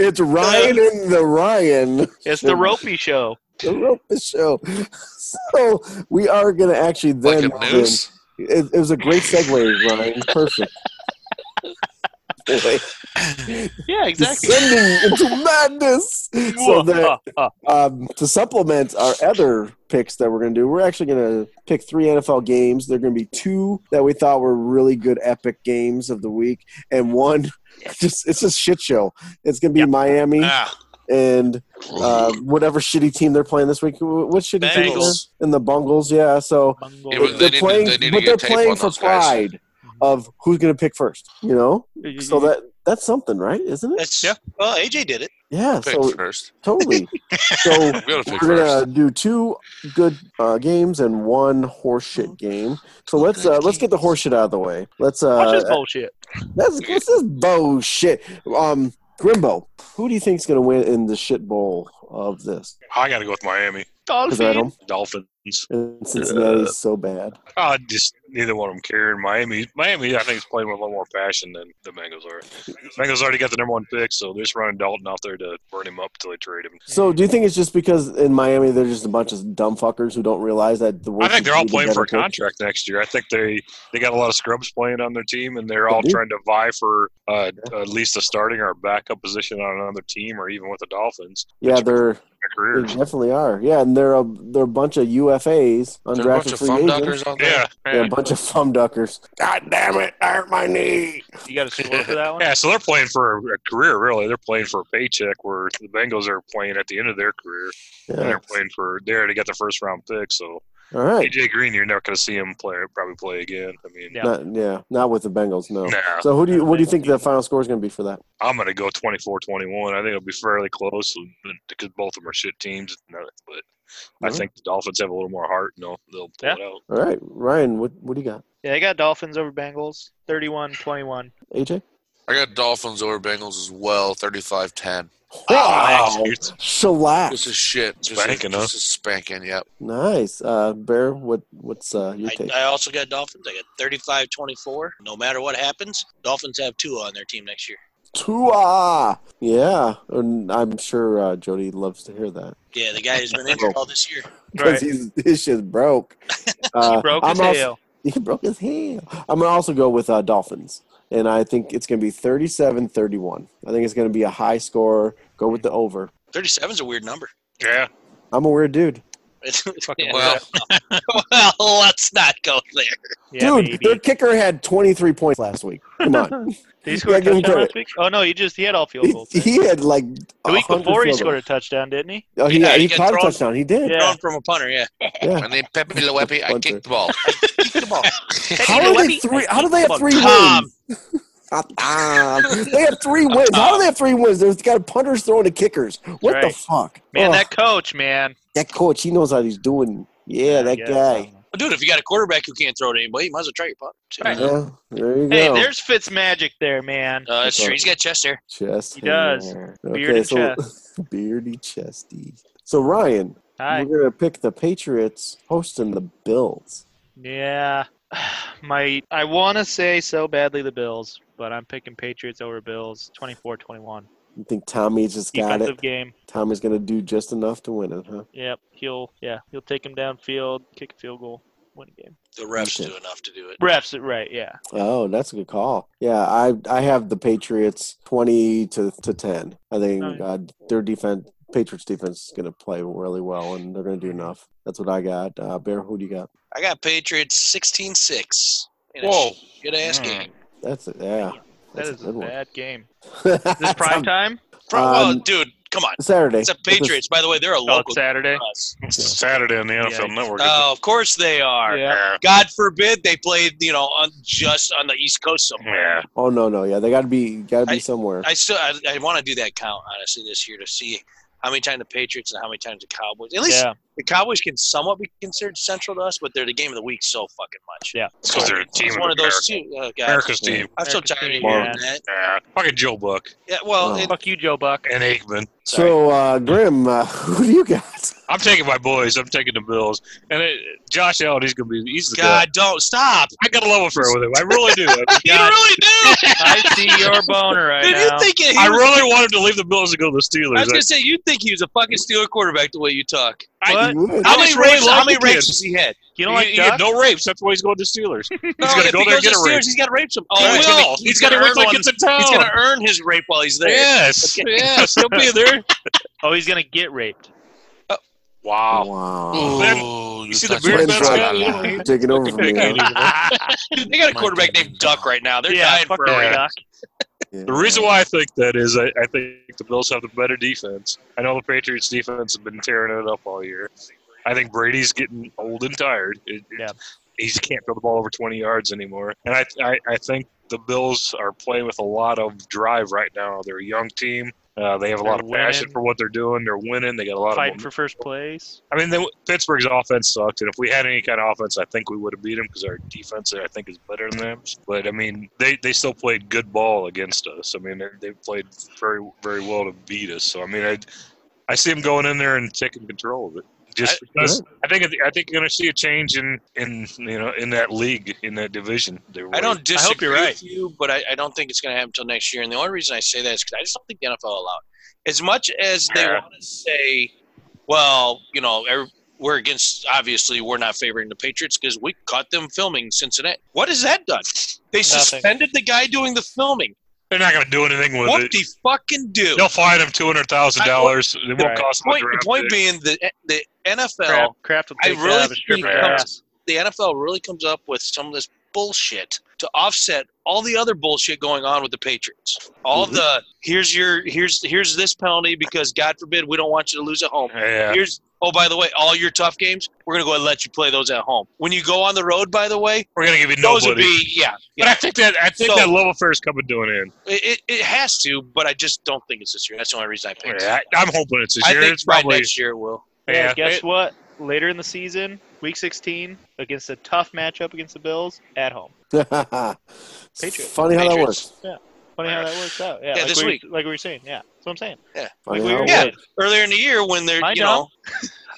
it's Ryan and the Ryan. It's the Ropey Show. The rope is show. So we are going to actually Like then. a noose. It, it was a great segue, Ryan. Perfect. Boy, Yeah, exactly. Descending into madness. So that um, to supplement our other picks that we're going to do, we're actually going to pick three NFL games. There are going to be two that we thought were really good epic games of the week, and one just it's a shit show. It's going to be Miami Ah, and uh, whatever shitty team they're playing this week. Wh- What shitty team? Bengals. is it? And the Bungles, yeah. So It they're was- they need to- playing, they need to but get they're tape on playing for those guys. Mm-hmm. pride of who's going to pick first. You know, so that That's something, right? Isn't it? That's yeah. Well, AJ did it. Yeah. Pick So first. totally. So We gotta pick we're gonna first. do two good uh, games and one horseshit game. So let's uh, let's get the horseshit out of the way. Let's Watch this uh, bullshit. that's this is bullshit. Um, Grimbo, who do you think's gonna win in the shit bowl of this? I got to go with Miami Because I Dolphin. don't, Dolphins. and Cincinnati's so bad. I just neither one of them care. And Miami, Miami, I think is playing with a lot more passion than the Bengals are. Bengals already got the number one pick, so they're just running Dalton out there to burn him up until they trade him. So do you think it's just because in Miami they're just a bunch of dumb fuckers who don't realize that the I worst think they're all is playing the for a better coach? contract next year. I think they they got a lot of scrubs playing on their team, and they're all They do. trying to vie for uh, at least a starting or a backup position on another team, or even with the Dolphins. Yeah, they're Their they careers. definitely are. Yeah, and they're a they're a bunch of UFAs, There are a undrafted bunch of uh, free fun agents. duckers out there. Yeah, They're a bunch of thumb duckers. God damn it! I hurt my knee. You got a score for that one? yeah. So they're playing for a career, really. They're playing for a paycheck, where the Bengals are playing at the end of their career, and Yeah. they're playing for they already got the first round pick. So All right. AJ Green, you're not going to see him play probably play again. I mean, Yeah. Not, yeah, not with the Bengals, no. nah, So who do you what do you think the final score is going to be for that? I'm going to go 24-21. I think it'll be fairly close because both of them are shit teams, but I Mhm. think the Dolphins have a little more heart. and they'll they'll pull Yeah. it out. All right, Ryan, what what do you got? Yeah, they got Dolphins over Bengals, 31-21. AJ? I got Dolphins over Bengals as well, 35-10. Wow. It's- Shellac. Just a shit. Just Spanking, a, huh? just a spanking, yep. Nice. Uh, Bear, what what's uh, your I, take? I also got Dolphins. I got 35 24. No matter what happens, Dolphins have two on their team next year. Tua. Yeah, and I'm sure uh, Jody loves to hear that Yeah, the guy has been injured all this year. Right. because he's his shit's broke. Uh, Broke I'm his also- tail. He broke his heel. I'm gonna also go with uh, Dolphins, and I think it's gonna be 37-31. I think it's gonna be a high score. Go with the over. 37 is a weird number. yeah, I'm a weird dude, Yeah. Well, well, let's not go there. Yeah, dude. baby. Their kicker had 23 points last week. Come on, Did he score Yeah, a give him touchdown credit. last week? Oh no, he just he had all field he, goals. he had like The week 100 before he field scored goals. a touchdown, didn't he? Oh, he, Yeah, he, he got caught a thrown- touchdown. He did. Yeah. Thrown from a punter, yeah. my name Pepe Lewepe. I kicked the ball. How You know do they what? three? How do they have Come on, three Tom. wins? Ah, Tom. they have three wins. How do they have three wins? There's got punters throwing to kickers. What the Right. fuck? Man, Ugh, that coach, man. that coach, he knows how he's doing. Yeah, that Yeah. guy. Dude, if you got a quarterback who can't throw to anybody, you might as well try your punt. Right. Yeah, there you Hey, go. there's Fitz magic there, man. Uh, that's true. He's got chest hair. Chest. He does. hair. Bearded beardy chesty. So Ryan, Hi. we're gonna pick the Patriots hosting the Bills. Yeah. My I want to say so badly the Bills, but I'm picking Patriots over Bills 24-21. You think Tommy's just got Defensive it? game. Tommy's gonna do just enough to win it, huh? Yep. He'll yeah, he'll take him downfield, kick a field goal, win a game. The refs Okay. do enough to do it. Refs it right, yeah. Oh, that's a good call. Yeah, I I have the Patriots twenty to, to ten. I think Nice. uh, their defense, Patriots defense, is going to play really well, and they're going to do enough. That's what I got. Uh, Bear, who do you got? I got Patriots 16 6. Whoa. Good Mm. ass game. That's it. Yeah, That that's is a bad game. One. Is this prime time? Pro- well, Um, dude, come on. Saturday. It's a This is- Patriots. By the way, they're a Oh, local. it's Saturday. to us. It's Saturday on the NFL Yikes. Network. isn't Oh, of course they are. Yeah. God forbid they played, you know, on, just on the East Coast it? somewhere. yeah. oh no, no, yeah, they got to be got to be I- somewhere. I still, I, I want to do that count honestly this year to see how many times the Patriots and how many times the Cowboys. At least Yeah. the Cowboys can somewhat be considered central to us, but they're the game of the week so fucking much. Yeah. It's 'cause they're a team It's of one of those America. two. Oh, God. America's team. I'm so America's tired of team, hearing yeah. that. Yeah. Fucking Joe Buck Yeah, well, Oh. it, Fuck you, Joe Buck. and Aikman. so uh, Grim, uh, who do you got? I'm taking my boys. I'm taking the Bills. And it, Josh Allen, he's going to be. He's the guy. God, don't stop. I got a love affair with him. I really do. I, You really do. I see your boner right Dude, now. you think it, he I was- really want him to leave the Bills and go to the Steelers. I was gonna say you think he was a fucking Steeler quarterback the way you talk. What? You would. How I many just really rapes? like How many the kid. rapes has he had? You don't like he, he had Duck? no rapes. That's why he's going to Steelers. No, gonna if go he there goes to and get a rape. Steelers, he's got to rape some. He Oh, he's will. gonna- Oh. he's going to look earn like one. it's a town. He's gonna earn his rape while he's there. Yes. Okay. Yes. He'll be there. Oh, he's gonna get raped. Wow. Wow. Ooh, You see the touched beard my man's la, got la, la. little- Taking over from me. huh? they got a quarterback named Duck right now. They're yeah, dying fuck for a that rape. Duck. Yeah. The reason why I think that is I, I think the Bills have the better defense. I know the Patriots defense have been tearing it up all year. I think Brady's getting old and tired. It, it- Yeah. He can't throw the ball over 20 yards anymore. And I, I, I think the Bills are playing with a lot of drive right now. They're a young team. Uh, they have a lot of They're passion winning. for what they're doing. They're winning. They got a lot of. Fighting momentum. for first place. I mean, they, Pittsburgh's offense sucked, and if we had any kind of offense, I think we would have beat them because our defense, I think, is better than them. But I mean, they, they still played good ball against us. I mean, they, they played very very well to beat us. So I mean, I I see them going in there and taking control of it. Just because I think I think you're going to see a change in in you know in that league in that division. They were- I I don't hope disagree you're right. with you, but I, I don't think it's going to happen until next year. And the only reason I say that is because I just don't think the NFL will allow it. As much as they Yeah. want to say, well, you know, every- we're against, obviously, we're not favoring the Patriots because we caught them filming Cincinnati. What has that done? They Nothing. suspended the guy doing the filming. They're not going to do anything with What it. the fucking do? They'll fine them two hundred thousand dollars. It won't Right. cost them a point, draft point pick. being, the, the NFL Kraft, Kraft will I take really that out of a think stripper's it comes- ass. the NFL really comes up with some of this bullshit to offset all the other bullshit going on with the Patriots. All Mm-hmm. the here's your here's here's this penalty because God forbid we don't want you to lose at home. Yeah. Here's oh by the way, all your tough games, we're gonna go ahead and let you play those at home. When you go on the road, by the way, We're going to give you those would nobody. be yeah. But yeah. I think that I think So- that love affair is coming to an end. It, it, it has to, but I just don't think it's this year. That's the only reason I picked. Yeah, I, I'm hoping it's this I year. think It's by probably next year it will. Yeah, yeah. guess what? Later in the season, week 16, against a tough matchup against the Bills at home. Patriots. Funny how that Patriots. works. Funny how that works out. Yeah, Yeah, like this we, week. Like we were saying. Yeah, that's what I'm saying. Funny Like we how were it Yeah. works. good. earlier in the year when they're Hi, you know.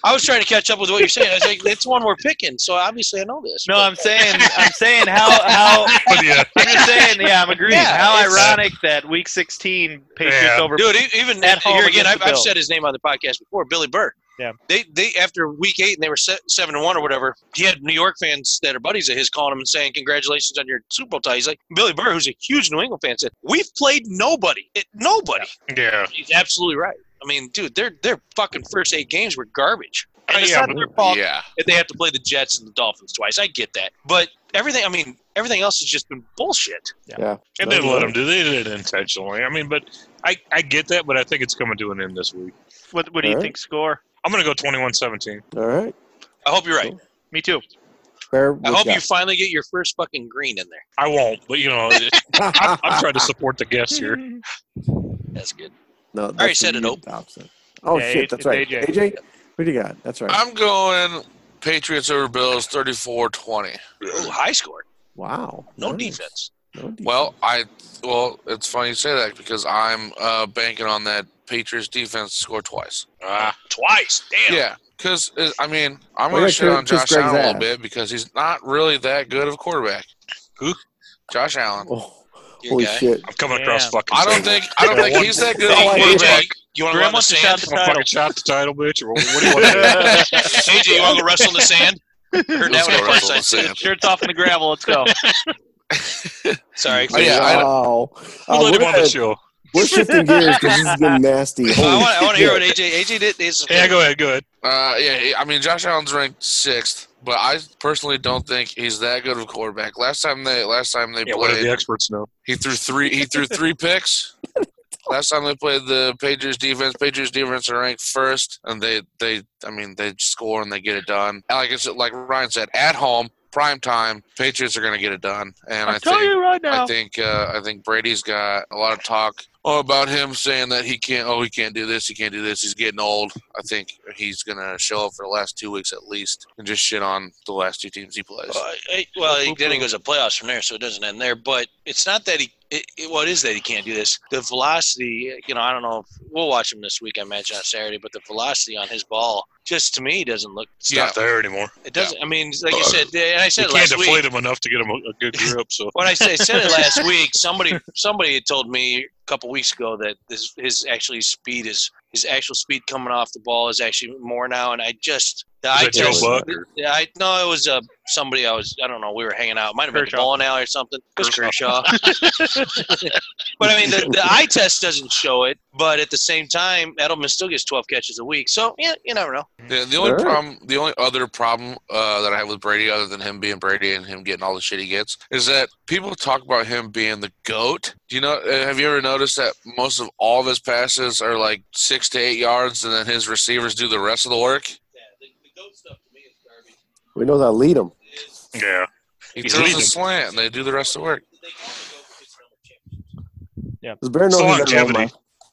I was trying to catch up with what you're saying. I was like, it's one we're picking, so obviously I know this. No, but- I'm saying, I'm saying how, how, But yeah, I'm just saying, yeah, I'm agreeing. Yeah, how it's- ironic that week 16 Patriots Yeah. over. Dude, e- even At home here again, against I've, the I've Bills. said his name on the podcast before, Billy Burr. Yeah. They they after week eight and they were se- seven to one or whatever. He had New York fans that are buddies of his calling him and saying congratulations on your Super Bowl tie. He's like Billy Burr, who's a huge New England fan, said we've played nobody, it, nobody. yeah. He's absolutely right. I mean, dude, their their fucking first eight games were garbage. And Oh, it's yeah, not but- their fault Yeah. that they have to play the Jets and the Dolphins twice. I get that, but everything, I mean, everything else has just been bullshit. And didn't let them do. They did it intentionally. I mean, but I I get that, but I think it's coming to an end this week. What, what do you Alright. think score? I'm going to go 21-17. All right. I hope you're right. Me too. Bear, I what hope got? you finally get your first fucking green in there. I won't, but you know, it- I'm, I'm trying to support the guests here. That's good. no, that's already said the it, Ope. opposite. Oh Yeah, shit, it's- that's it's right. AJ. AJ. what do you got? That's right. I'm going Patriots over Bills 34 20. Ooh, high score, wow. no Nice. defense. No defense. Well, I well, it's funny you say that because I'm uh, banking on that Patriots defense to score twice. Ah, twice. Damn. Yeah, because I mean, I'm Well, going yeah, to shit on kiss- kiss Josh Allen a Greg's little ass. bit because he's not really that good of a quarterback. Who? Josh Allen. Oh, Your holy guy. shit. I'm coming Yeah. across fucking. I don't think I don't think he's that good of Oh, a I- quarterback. AJ, you want Graham to run in the Uh, wants to shot sand? the I'm fucking title. shot the title, bitch. Or what do you want? to AJ, you want to wrestle in the sand? Heard Let's that one go first. wrestle I in the said, sand. Shirts off in the gravel. Let's go. Sorry. Oh, yeah, I- wow. do? Uh, We'll let we're, him on the gonna- show. we're shifting gears because this is getting nasty. I Holy want, I want to hear what shit. AJ. AJ did. Is, Yeah, go ahead. Go ahead. Uh, yeah, I mean Josh Allen's ranked sixth, but I personally don't think he's that good of a quarterback. Last time they last time they Yeah, what do played, the experts know? he threw three he threw three picks. Last time they played the Patriots defense, Patriots defense are ranked first, and they they I mean they score and they get it done. And like I said, like Ryan said, at home, prime time, Patriots are going to get it done, and I, I tell think you right now. I think uh, I think Brady's got a lot of talk oh, about him saying that he can't. Oh, he can't do this. He can't do this. He's getting old. I think he's gonna show up for the last two weeks at least and just shit on the last two teams he plays. Uh, eh, well, he, then he goes to playoffs from there, so it doesn't end there. But it's not that he. It, it, well, it is that he can't do this. The velocity, you know, I don't know. If, we'll watch him this week, I imagine, on Saturday. But the velocity on his ball, just to me, doesn't look. It's Yeah. not there anymore. It doesn't. I mean, like Uh, you said, and I You said it can't last week. deflate him enough to get him a, a good grip. So when I say said it last week, somebody somebody had told me a couple weeks ago that his his actually speed is his actual speed coming off the ball is actually more now, and I just the eye Is that Joe test. Buck or- Yeah, I no, it was uh, somebody I was I don't know. We were hanging out. It Might have been the Kershaw. bowling alley or something. It was Kershaw. Kershaw. but I mean, the, the eye test doesn't show it. But at the same time, Edelman still gets 12 catches a week. So yeah, you never know. The, the only Alright. problem, the only other problem uh, that I have with Brady, other than him being Brady and him getting all the shit he gets, is that people talk about him being the goat. Do you know? uh, Have you ever noticed that most of all of his passes are like six to eight yards, and then his receivers do the rest of the work? Yeah, the, the goat stuff to me is garbage. We know that lead him. yeah, He He's throws a leading. slant, and they do the rest of the work. They call the goat Yeah. Because Bear knows It's he's got longevity. Loma.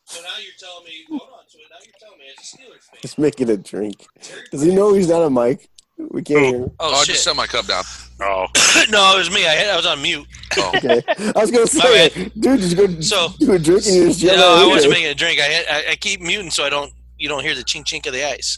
So now you're telling me, hold on. So now you're telling me it's a Steelers fan. He's making a drink. Does he know he's not on mic? We can't hear. him. Oh, I shit. just set my cup down. Oh, no, it was me. I, had, I was on mute. Okay. I was gonna say, dude, just go So- do a drink and you just Yeah, yell no, out I wasn't here. making a drink. I had I, I keep muting so I don't you don't hear the chink chink of the ice.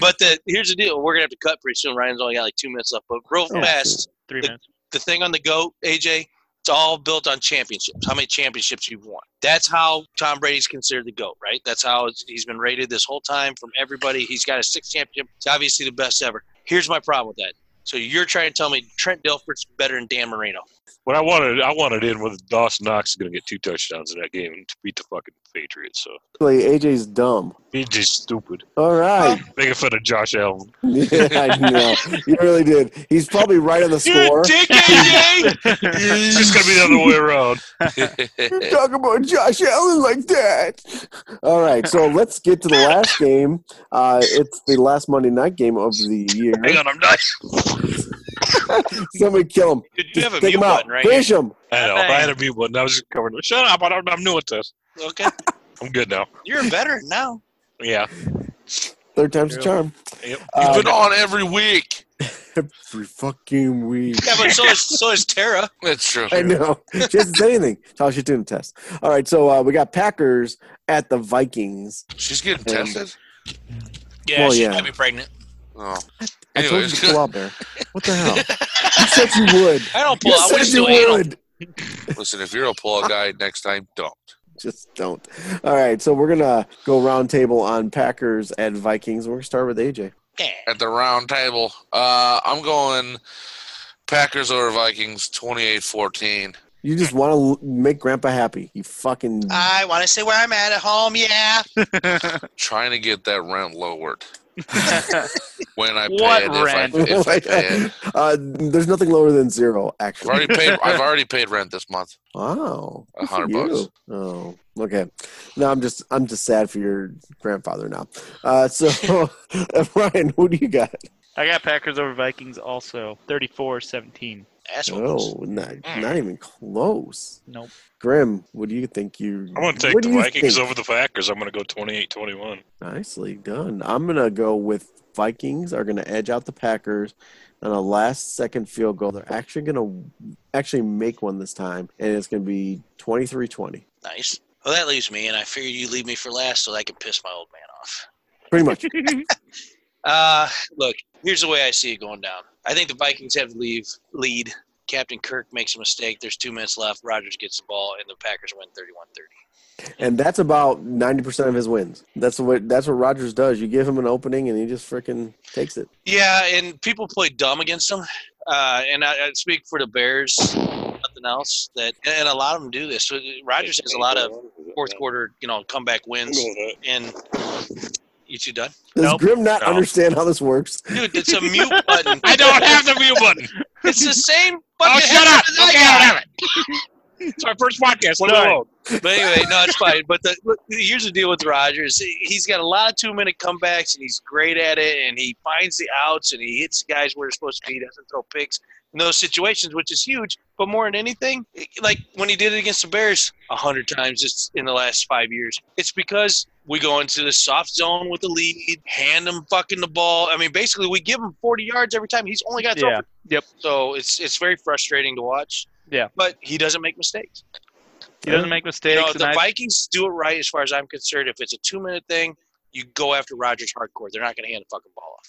But the here's the deal. We're gonna have to cut pretty soon. Ryan's only got like two minutes left. But real Yeah. fast, Three The- minutes. the thing on the goat, AJ, it's all built on championships. How many championships you've won? That's how Tom Brady's considered the goat, right? That's how it's- he's been rated this whole time from everybody. He's got a six championship. It's obviously the best ever. Here's my problem with that. So you're trying to tell me Trent Dilfer's better than Dan Marino? what I wanted, I wanted in with Dawson Knox is going to get two touchdowns in that game and beat the fucking Patriots. So AJ's dumb. he's just stupid, All right. making fun of Josh Allen. Yeah, I know. You really did. He's probably right on the score. It's just going to be the other way around. Talk about Josh Allen like that. All right, so let's get to the last game. Uh, it's the last Monday night game of the year. Hang on, I'm not. Somebody kill him. Dude, you Just have a take mute him out. button right Finish him. I know. If I had a mute button, I was just covering. it. Shut up! I don't, I'm new at this. here. Okay, I'm good now. you're a veteran now. Yeah. Third time's the charm. Yep. He's Uh, been on every week. every fucking week. Yeah, but so is so is Tara. That's true. I know. She hasn't said anything. Tell she didn't test. All right, so uh, we got Packers at the Vikings. She's getting Um, tested. Yeah, Well, she yeah. might be pregnant. Oh. I told you Anyways, to pull out there. What the hell? You said you would. I don't pull You out. We said just do you anal. would. listen, if you're a pull-out guy next time, don't. Just don't. All right, so we're gonna go round table on Packers and Vikings. We're gonna start with AJ. At the round table, uh, I'm going Packers over Vikings 28-14. You just want to make Grandpa happy. You fucking. I want to say where I'm at at home. Yeah. Trying to get that rent lowered when I pay What it. If rent? I, if I pay it. uh, there's nothing lower than zero, I've actually. already paid. I've already paid rent this month. Wow, A good for hundred bucks. you. Oh, okay. No, I'm just I'm just sad for your grandfather now. Uh, so, Ryan, who do you got? I got Packers over Vikings also. 34-17. That's what Oh, not Hmm. not even close. Nope. Grim, what do you think you? I'm going to take what the do you Vikings think? over the Packers. I'm going to go 28-21. Nicely done. I'm gonna go with Vikings are gonna edge out the Packers on a last second field goal. They're actually gonna actually make one this time, and it's gonna be 23-20. nice. Well, that leaves me, and I figured you leave me for last so that I can piss my old man off. Pretty much. Uh, look, here's the way I see it going down. I think the Vikings have the leave lead. Captain Kirk makes a mistake. There's two minutes left. Rogers gets the ball, and the Packers win 31-30. And that's about 90% of his wins. That's what that's what Rogers does. You give him an opening and he just freaking takes it. Yeah, and people play dumb against them. Uh, and I, I speak for the Bears, nothing else. That and a lot of them do this. So Rogers has a lot of fourth quarter, you know, comeback I'm wins. going with And you two done, Does Nope. Grim not No. understand how this works? dude? It's a mute button. that. I don't have the mute button. It's the same. Oh, fucking headset shut up! as I Okay, got. I don't have it. It's my first podcast. Let me Sorry. alone. But anyway, no, it's fine. But the, look, here's the deal with Rogers. He's got a lot of two minute comebacks, and he's great at it. And he finds the outs, and he hits guys where they're supposed to be. He doesn't throw picks in those situations, which is huge. But more than anything, like when he did it against the Bears a hundred times just in the last five years, it's because we go into the soft zone with the lead, hand him fucking the ball. I mean, basically, we give him 40 yards every time. He's only got to throw Yeah. Yep. So it's it's very frustrating to watch. Yeah. But he doesn't make mistakes. He doesn't make You mistakes. know, the and I- Vikings do it right as far as I'm concerned. If it's a two minute thing, you go after Rodgers hardcore. They're not going to hand the fucking ball off.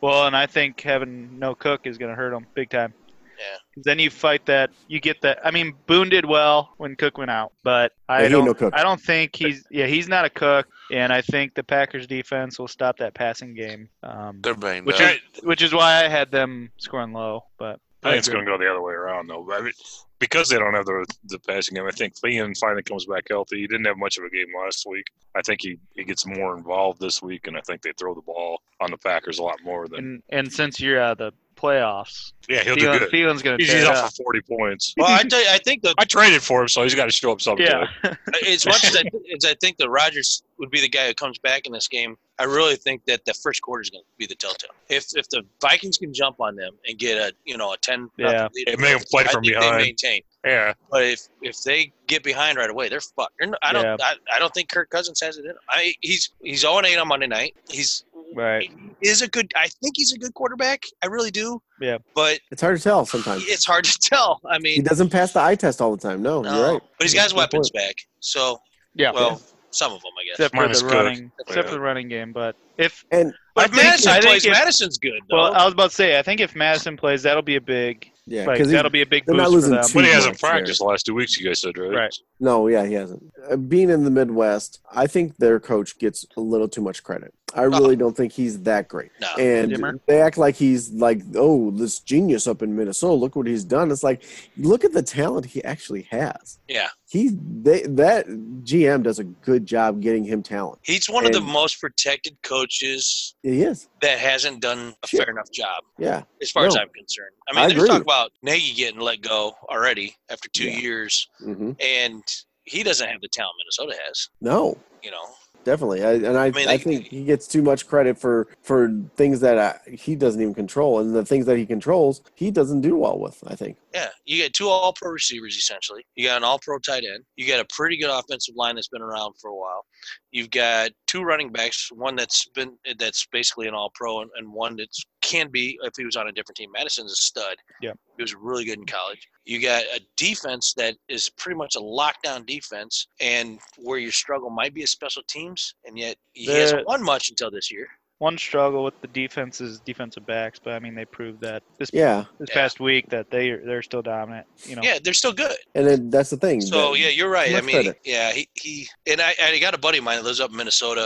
Well, and I think having no cook is going to hurt them big time. Yeah. 'Cause Then you fight that. You get that. I mean, Boone did well when Cook went out, but I Yeah, he don't. ain't no cook. I don't think he's. Yeah, he's not a cook, and I think the Packers defense will stop that passing game. Um, They're uh, banged which up. is which is why I had them scoring low. But I think it's going to go the other way around, though. I mean, because they don't have the the passing game, I think Leon finally comes back healthy. He didn't have much of a game last week. I think he, he gets more involved this week, and I think they throw the ball on the Packers a lot more than. and and since you're out of the playoffs, Yeah, he'll do Thielen, good. Thielen's going to He's, tear he's it off up. of 40 points. Well, I tell you, I think the I traded for him, so he's got to show up sometime. Yeah. as much as I, as I think that Rodgers would be the guy who comes back in this game, I really think that the first quarter is going to be the telltale. If if the Vikings can jump on them and get a you know a ten Yeah. lead, It made him play I from think they behind. maintain. Yeah. But if if they get behind right away, they're fucked. They're, n- I don't Yeah. I, I don't think Kirk Cousins has it in him. I he's he's 0 8 on Monday night. He's Right. is a good. I think he's a good quarterback. I really do. Yeah. But It's hard to tell sometimes. it's hard to tell. I He mean, doesn't pass the eye test all the time. No, no. you're right. but he's got his Good point. weapons back. So Yeah. well, some of them, I guess. except for Minus the Cook. running, except for Yeah. the running game. But if And- But if I think- Madison I think plays, if- Madison's good though. well, uh, I was about to say, I think if Madison plays, that'll be a big, Yeah, like, because that'll be a big they're not boost for losing them. two. But he Two hasn't months there. practiced the last two weeks, you guys said, right? Right. no, yeah, he hasn't. Uh, being in the Midwest, I think their coach gets a little too much credit. I really don't think he's that great. no. and Dimmer. they act like he's like oh this genius up in minnesota look what he's done it's like look at the talent he actually has Yeah. he they, that gm does a good job getting him talent He's one of the and- most protected coaches he is that hasn't done a Sure. fair enough job. yeah as far as No. I'm concerned. I mean, I there's agree. talk about Nagy getting let go already after two Yeah. years, hmm and he doesn't have the talent Minnesota has. no You know, definitely I, and I, I, mean, they- think he gets too much credit for for things that I, he doesn't even control and the things that he controls he doesn't do well with i think yeah, you got two All-Pro receivers essentially. You got an All-Pro tight end. You got a pretty good offensive line that's been around for a while. You've got two running backs, one that's been that's basically an All-Pro, and, and one that's can be if he was on a different team. Madison's a stud. Yeah. he was really good in college. You got a defense that is pretty much a lockdown defense, and where your struggle might be is special teams, and yet he The- hasn't won much until this year. One struggle with the defense is defensive backs, but I mean they proved that this, yeah this Yeah. past week that they they're still dominant. You know, Yeah, they're still good. and then that's the thing So that- yeah, you're right. I much mean, better. yeah, he, he and I, I got a buddy of mine that lives up in Minnesota,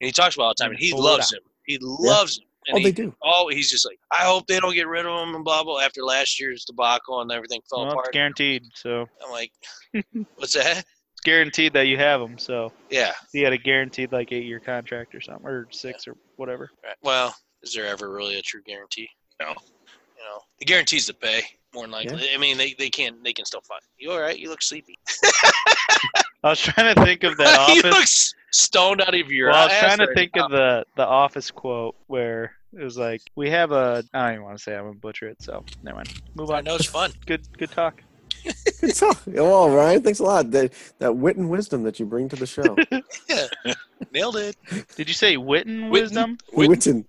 and he talks about it all the time, and he Minnesota. loves him. He loves him. oh And they he, do oh, he's just like, I hope they don't get rid of him and blah blah. After last year's debacle and everything fell well, it's apart, guaranteed. So I'm like, what's that? it's guaranteed that you have them. So Yeah. he had a guaranteed like eight year contract or something, or six or whatever. Right. Well, is there ever really a true guarantee? No. You know, the guarantee's the pay. More than likely, I mean, they, they can they can still find you. All right, you look sleepy. I was trying to think of that you office. look s- stoned out of your. Well, I was ass trying to right think now. of the the office quote where it was like, "We have a." I don't even want to say. it, I'm gonna butcher it. So never mind. Move I on. know it's fun. Good good talk. Good talk. Well, Ryan, thanks a lot. That that wit and wisdom that you bring to the show. Nailed it. Did you say Witten Witten? wisdom? Witten.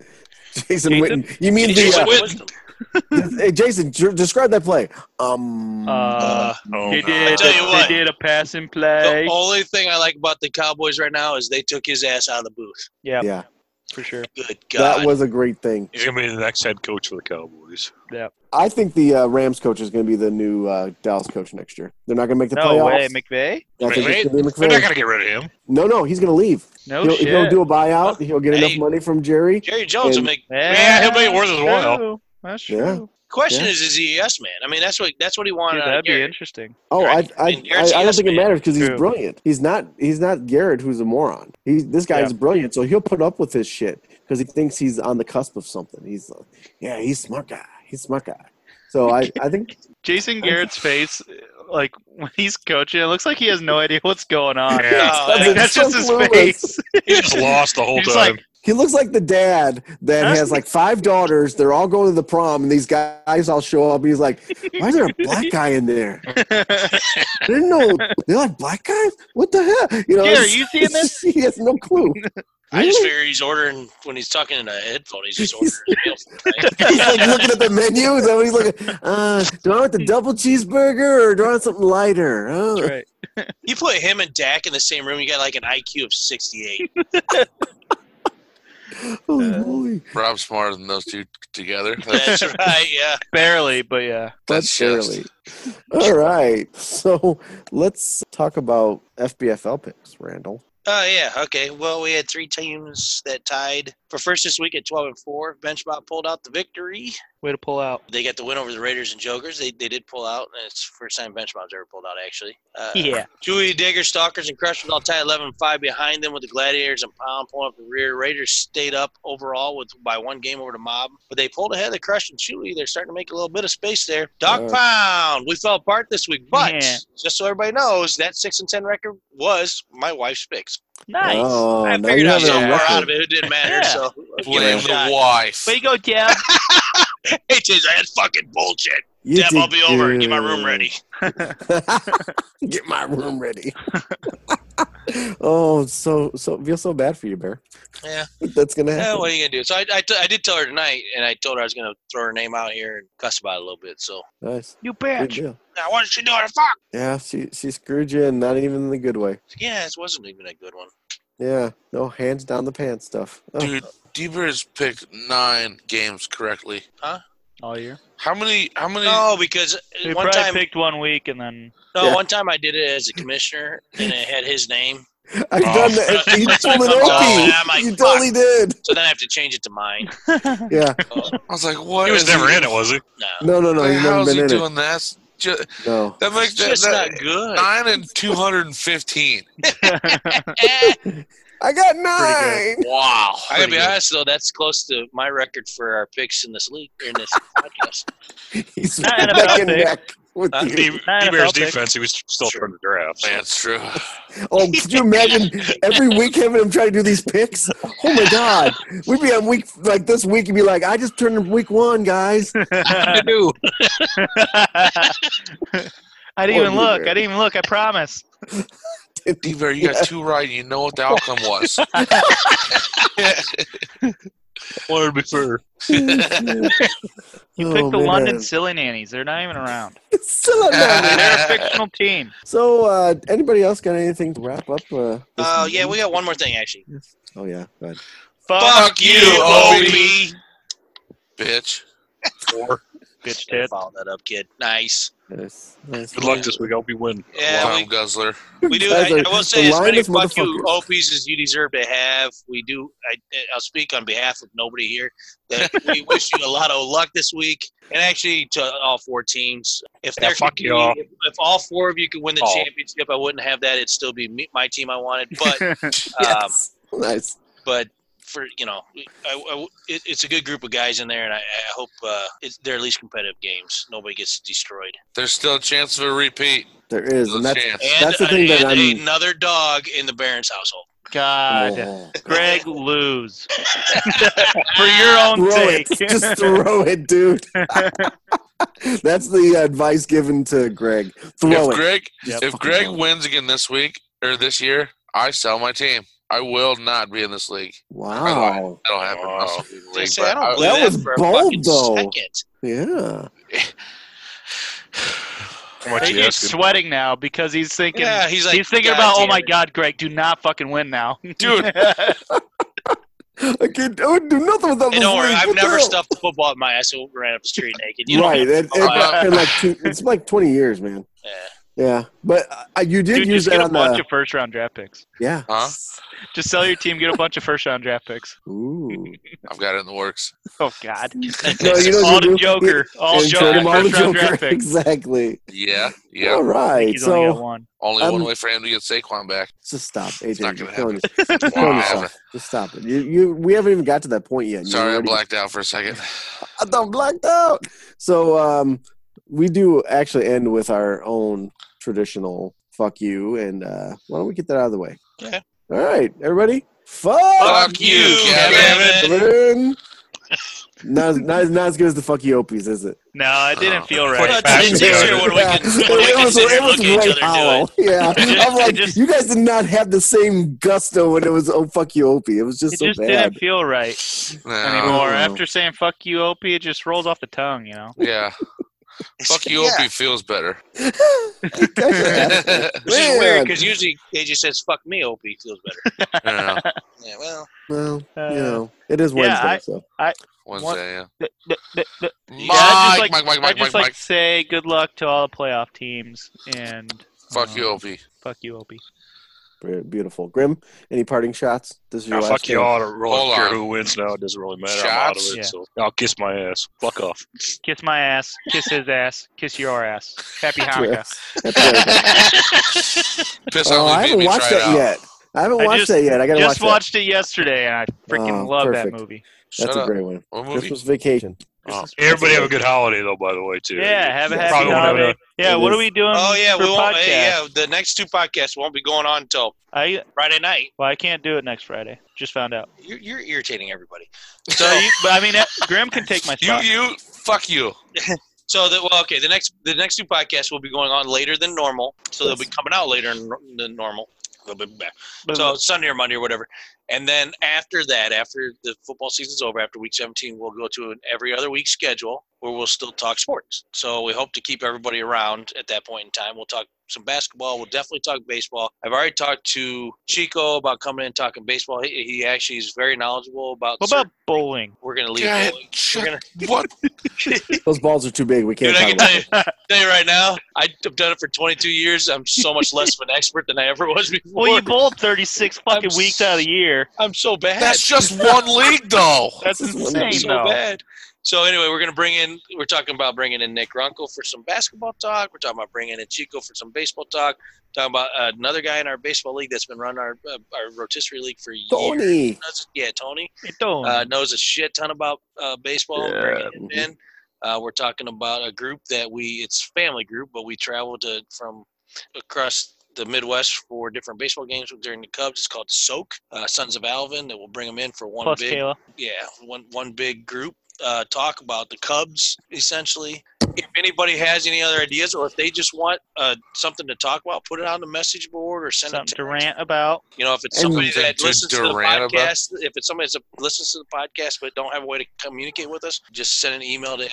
Jason Jason? Witten. You mean Jason the Witten. uh, hey, Jason? j- Describe that play. Um, Uh, Oh, they no. did. tell you they what. did a passing play. The only thing I like about the Cowboys right now is they took his ass out of the booth. yeah, yeah, for sure. Good that God. was a great thing. He's going to be the next head coach for the Cowboys. I think the uh, Rams coach is going to be the new uh, Dallas coach next year. They're not going to make the No way, playoffs. McVay. I think it's gonna be They're not McVay. going to get rid of him. No, no, he's going to leave. No he'll, Oh, shit. he'll do a buyout. He'll get enough Hey. money from Jerry. Jerry Jones will And- make. Yeah, he'll make it worth his true. while. That's Yeah. true. Question Yeah. is, is he a yes man? I mean, that's what that's what he wanted. Dude, out of that'd be Gary. interesting. Oh, I, Right. I, I mean, I, Garrett's I don't think it yes, man. matters because he's True. brilliant. He's not he's not Garrett, who's a moron. He's this guy's brilliant, so he'll put up with his shit because he thinks he's on the cusp of something. He's uh, yeah, he's smart guy. He's smart guy. So I, I think Jason Garrett's face, like when he's coaching, it looks like he has no idea what's going on. Yeah. Oh, That's yeah. That's so just his clueless. face. He just lost the whole He's time. like- he looks like the dad that That's- has like five daughters. They're all going to the prom, and these guys all show up. And he's like, why is there a black guy in there? I didn't know they like black guys. What the hell? You know, Gary, it's- you seeing this? He has no clue. I just Really? figure he's ordering when he's talking in a headphone. He's just ordering. he's like looking at the menu. Is that what he's looking? Uh, do I want the double cheeseburger or do I want something lighter? Oh. That's right. you put him and Dak in the same room, you got like an IQ of 68. Holy moly! Rob's smarter than those two together. That's right. Yeah. Barely, but yeah. That's barely. All right, so let's talk about FBFL picks, Randall. Oh yeah. Okay. Well, we had three teams that tied for first this week at 12 and four. Benchbot pulled out the victory. Way to pull out. They got the win over the Raiders and Jokers. They, they did pull out, and it's the first time bench mobs ever pulled out, actually. Uh, Yeah. Dewey, Digger, Stalkers, and Crushers all tied 11 5 behind them with the Gladiators and Pound pulling up the rear. Raiders stayed up overall with by one game over the Mob, but they pulled ahead of the Crush and Chewy. They're starting to make a little bit of space there. Dog Uh. Pound, we fell apart this week, but Yeah. just so everybody knows, that 6 and 10 record was my wife's picks. Nice. Oh, I now figured you I out was have so a far record. out of it, it didn't matter. Yeah. So Blame give it the a shot. wife. Way to go, Jeff. Hey, Chase, I had fucking bullshit. You Deb, I'll did be over. Get my room good. ready. Get my room ready. oh, so so feel so bad for you, Bear. Yeah. that's gonna Yeah, happen. what are you gonna do? So I, I, t- I did tell her tonight, and I told her I was gonna throw her name out here and cuss about it a little bit. So nice. You Good bitch. deal. now what did she do? The fuck? Yeah, she she screwed you, and not even in the good way. Yeah, this wasn't even a good one. Yeah, no hands down the pants stuff. Oh, Dude, Devers picked nine games correctly. All year. How many? How many? No, because We one probably time, picked one week and then no, Yeah. one time I did it as a commissioner, and it had his name. I've done that. You pulled an Oh, man, Opie. I'm like, You totally did. So then I have to change it to mine. Yeah. I was like, what? He was is never he, in it, was he? No, No, no, no. You've never How's been he in it. doing that? Just, No. that makes it's just that, not good. nine and two hundred and fifteen. Eh. I got nine. Wow. I gotta be honest though, that's close to my record for our picks in this league in this podcast. He's Not neck NFL and pick. neck with Huh? you. Nah, D Bear's NFL pick. defense, he was still trying to draft. so. That's true. Oh, could you imagine every week having him try to do these picks? Oh my God, we'd be on week like this week and be like, "I just turned in week one, guys." I do. didn't Poor even look. I Beaver. didn't even look. I promise. Deaver, you got two right. and You know what the outcome was. Wanted to be fair. You Oh, picked the man. London Silly Nannies. They're not even around. Still a nine. They're a fictional team. So, uh, anybody else got anything to wrap up? Uh, this Uh, evening? yeah, we got one more thing actually. Oh yeah, go ahead. Fuck you, Obi. Obi. Bitch. Bitch tit. Follow that up, kid. Nice. Nice, nice. Good luck this week. I hope you win. Yeah, Tom we, Guzzler. we do. Guys I, are I will say, as many mindless fuck you motherfuckers. Oh, OPs as you deserve to have, we do. I, I'll speak on behalf of nobody here. That we wish you a lot of luck this week, and actually to all four teams. If Yeah, there could fuck be- y'all. If, if all four of you could win the Oh. All. championship, I wouldn't have that. It'd still be me, my team I wanted. But, um, Yes. nice. but for you know, I, I- it, it's a good group of guys in there, and I, I hope uh, it's, they're at least competitive games. Nobody gets destroyed. There's still a chance of a repeat. There is, There's and a that's chance. And, That's the thing that and I'm- another dog in the Barons household. God. Oh. Greg lose. For your own throw sake. it. Just throw it, dude. That's the advice given to Greg. Throw if it. Greg Just if fucking Greg throw it. wins again this week or this year, I sell my team. I will not be in this league. Wow. That'll happen. I'll Wow. still be in the They league, say, Oh, I but don't I- believe That that, was for a bold, fucking though. second. Yeah. How much you AJ's asking? sweating now because he's thinking. Yeah, he's like, he's thinking "God about, oh damn my it." God, Greg, do not fucking win now. Dude, I can't. I would do nothing without And this don't worry, league. I've What the never hell? stuffed a football in my ass and ran up the street naked. You know? Uh, right. It, it, Wow. in like two, it's like twenty years, man. Yeah. Yeah, but uh, you did Dude, just use that get a on bunch the of first round draft picks. yeah. Huh? Just sell your team, get a bunch of first round draft picks. Ooh. I've got it in the works. Oh God! No, you know what all the you do? Joker, all And trade Joker, him all the first round Joker. draft picks. Exactly. Yeah, All yeah. I think right. He's only got So one. Only Um, one way for him to get Saquon back. just stop, AJ. not You're gonna killing happen. yourself. You're killing Wow. yourself. Just stop it. You, you, we haven't even got to that point yet. and you're Sorry, I already- blacked out for a second. I thought blacked out. So um, we do actually end with our own traditional fuck you, and uh, why don't we get that out of the way? Okay. All right, everybody. Fuck, Fuck you, Kevin. Kevin. not, as- not, as- not as good as the fuck you opies, is it? No, I didn't Oh. feel Well, right. it's- it's easier when we can, when we It can was- sit here it and was look at each right other hollow. do Yeah, just- I'm like, it just- you guys did not have the same gusto when it was oh fuck you opie. It was just It so just bad. didn't feel right No. anymore. Oh. After saying "fuck you, Opie," it just rolls off the tongue. You know. Yeah. it. Fuck you, Yeah. Opie feels better. Man. Which is weird because usually AJ says "fuck me," Opie feels better. Yeah, yeah, well, Well, you Uh, know, it is yeah, Wednesday, I- so Wednesday, yeah. Th- th- th- th- Mike, Yeah, I just like- uh, Mike, Mike, I Mike, just Mike, like Mike. say good luck to all the playoff teams and Fuck uh, you, Opie. Fuck you, Opie. Very beautiful. Grim, any parting shots? This is your Ah, last fuck you chance. all. I don't really Hold care on. who wins now. It doesn't really matter. I'm out of Shots? it. Yeah. So I'll kiss my ass. Fuck off. Kiss my ass. Kiss his ass. Kiss your ass. Happy Hanukkah. That's it. Um, Piss oh, on I me, haven't baby. watched Try it that out. yet. I haven't I watched just- that yet. I gotta Just watch watched it yesterday, and I freaking Oh, love perfect. that movie. that. Shut That's a up. great one. What movie? Christmas Vacation. Oh. Everybody have a good holiday, though, by the way, too. Yeah, have a Yeah, happy probably won't have holiday. it. Yeah, It what is. are we doing? oh yeah, for we won't. podcast? Hey, yeah, the next two podcasts won't be going on until I Friday night. well, I can't do it next Friday. Just found out. You're, you're irritating everybody. So, you, but I mean, uh, Grim can take my You, spot. you, fuck you. So that well, okay. The next the next two podcasts will be going on later than normal, so they'll be coming out later than- than normal. They'll be back. So Sunday or Monday or whatever. And then after that, after the football season's over, after week 17, we'll go to an every other week schedule where we'll still talk sports. So we hope to keep everybody around at that point in time. We'll talk some basketball. We'll definitely talk baseball. I've already talked to Chico about coming in and talking baseball. He, he actually is very knowledgeable about. What certain- about bowling? we're gonna leave. God, bowling. shut- We're gonna, what? Those balls are too big. We can't dude, I talk can about tell you, tell you right now. I- I've done it for 22 years. I'm so much less of an expert than I ever was before. Well, you bowled 36 fucking I'm weeks out of the year. I'm so bad. That's just one league, though. That's This is insane, so though. bad. So anyway, we're gonna bring in. We're talking about bringing in Nick Ronco for some basketball talk. We're talking about bringing in Chico for some baseball talk. Talking about uh, another guy in our baseball league that's been running our uh, our rotisserie league for years. Tony. That's- Yeah, Tony It don't. uh, knows a shit ton about uh, baseball. Yeah. Bringing him Mm-hmm. in. Uh, we're talking about a group that we. It's family group, but we travel to from across the Midwest for different baseball games during the Cubs. It's called Soak uh, Sons of Alvin. That will bring them in for one Plus big Kayla. yeah, one one big group uh, talk about the Cubs essentially. If anybody has any other ideas, or if they just want uh, something to talk about, put it on the message board or send Something it to to rant about. You know, if it's And- somebody that To listens to the Durant about- podcast, if it's somebody that listens to the podcast but don't have a way to communicate with us, just send an email to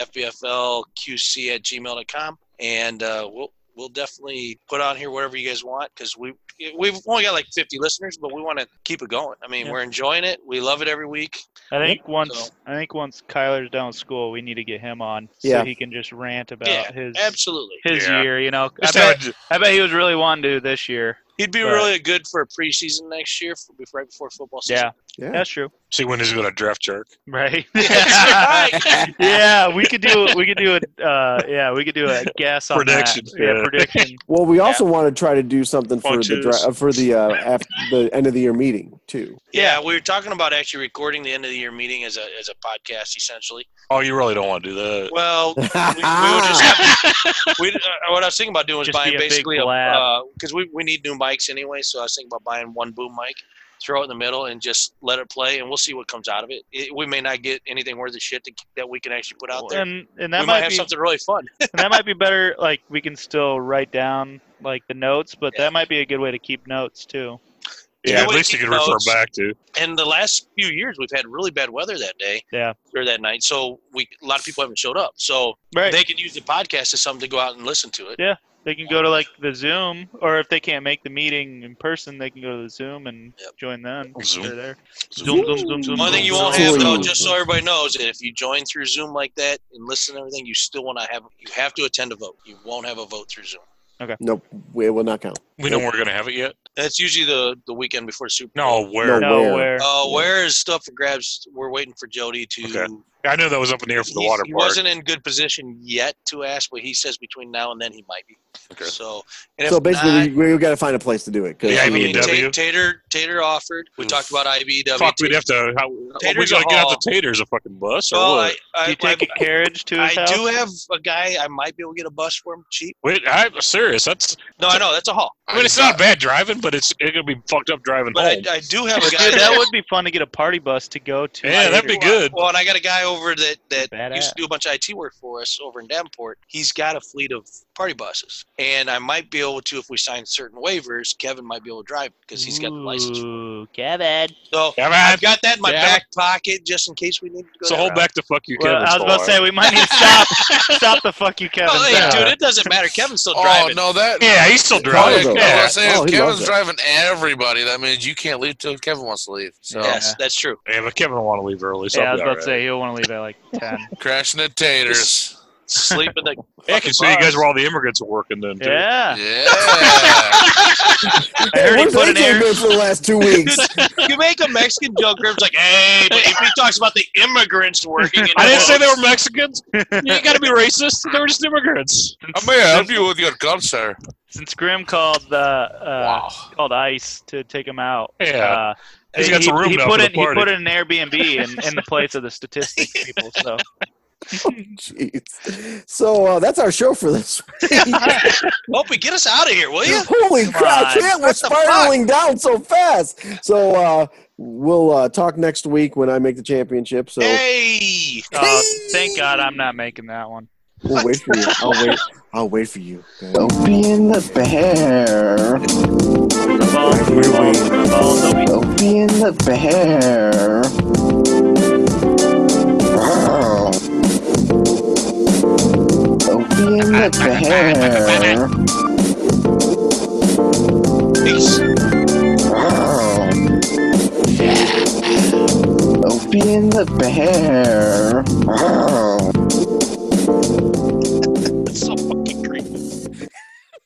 fbflqc at gmail.com and uh, we'll. We'll definitely put on here whatever you guys want because we we've only got like 50 listeners, but we want to keep it going. I mean, Yeah. we're enjoying it. We love it every week. I think once So- I think once Kyler's down with school, we need to get him on so Yeah. he can just rant about Yeah, his Absolutely. his Yeah. year. You know, I Just have bet, a- I bet he was really wanting to this year. He'd be But- really good for preseason next year, for, bef- right before football season. Yeah, that's true. See when he's going to draft jerk. Right. Right. yeah, we could do we could do a uh, yeah we could do a guess on Prediction, That. Yeah, yeah. prediction. Well, we also want to try to do something for the Punches. dra- uh, for the uh, after the end of the year meeting too. yeah, we were talking about actually recording the end of the year meeting as a as a podcast, essentially. Oh, you really don't want to do that. Well, we, we would just we, uh, what I was thinking about doing was Just be buying a big basically a blab. because we we need new mics anyway, so I was thinking about buying one boom mic. Throw it in the middle and just let it play, and we'll see what comes out of it. it we may not get anything worth the shit to, that we can actually put out there. and and we that might, might, have be something really fun. and that might be better. Like we can still write down like the notes, but Yeah. that might be a good way to keep notes too. Yeah, Yeah, at we least you keep could refer those. back to. And the last few years, we've had really bad weather that day, Yeah. or that night. So we a lot of people haven't showed up. So Right. they could use the podcast as something to go out and listen to it. Yeah. They can go to like the Zoom, or if they can't make the meeting in person, they can go to the Zoom and Yep. join them. Zoom. They're there. Zoom, Zoom, Zoom, Zoom. One thing you won't Zoom. have though, Zoom. just so everybody knows, that if you join through Zoom like that and listen to everything, you still want to have you have to attend a vote. You won't have a vote through Zoom. Nope, we- it will not count. We know we're going to have it yet. That's usually the the weekend before Super. No, where? No. No, Where? where? Uh, where is stuff for grabs? We're waiting for Jody to. Okay. I know that was up in the air for the He's- water he park. wasn't in good position yet to ask, but he says between now and then he might be. Okay. So, and so if basically, not, we, we got to find a place to do it. 'cause Yeah, I I mean, mean, Ta- W. Tater, Tater offered. We talked about IBW. Fuck, we'd have to. How, we Taters got to a get hall. out the taters a fucking bus or well, I, what? Do I, you take a carriage to I, his house? I do have a guy. I might be able to get a bus for him cheap. Wait, I'm serious. That's. No, I know that's a haul. I mean, it's not bad driving, but it's it's gonna be fucked up driving home. But I, I do have a guy. Dude, that would be fun to get a party bus to go to. yeah, that'd be good. Well, and I got a guy over that that Badass. used to do a bunch of IT work for us over in Davenport. He's got a fleet of party buses, and I might be able to if we sign certain waivers. Kevin might be able to drive because he's got the license. Ooh, Kevin. So Yeah, I've man. got that in my Yeah. back pocket just in case we need to go. So that hold route. back the fuck you, Well, Kevin. I was about to say we might need to stop stop the fuck you, Kevin. Oh, hey, thing. dude, it doesn't matter. Kevin's still Oh driving. no, that. yeah, he's still Oh, yeah, driving. All of them. I Yeah, was saying, Oh, if he loves it. Kevin's driving everybody. That means you can't leave till Kevin wants to leave. So Yes, that's true. yeah, but Kevin will want to leave early. So yeah, I I'll was be about all to right. say he'll want to leave at like ten. crashing the taters. Sleep in the. Yeah, I can see you guys were all the immigrants were working then. Too. yeah, Yeah. I heard he Where's put an Angel air. been for the last two weeks? You make a Mexican joke, Grimm's like, hey, but if he talks about the immigrants working. In I didn't say they were Mexicans. you got to be racist. They were just immigrants. I may help you with your gun, sir. Since Grim called the uh, Wow. called Ice to take him out, Yeah, uh, He's he, got some room he now put for the in he party. put in an Airbnb in, in the place of the statistics people. So Jeez. So uh, that's our show for this. Opie, get us out of here, will you? Holy Come crap, on. Chat, we're What the fuck? spiraling down so fast. So uh, we'll uh, talk next week when I make the championship. So Hey! uh, thank God I'm not making that one. We'll wait for you. I'll wait. I'll wait for you. man. Don't be in the bear. Balls, balls, balls, don't be- Don't be in the bear. Growl. Don't be in the bear. Growl. Don't be in the bear. Growl. It's so funny.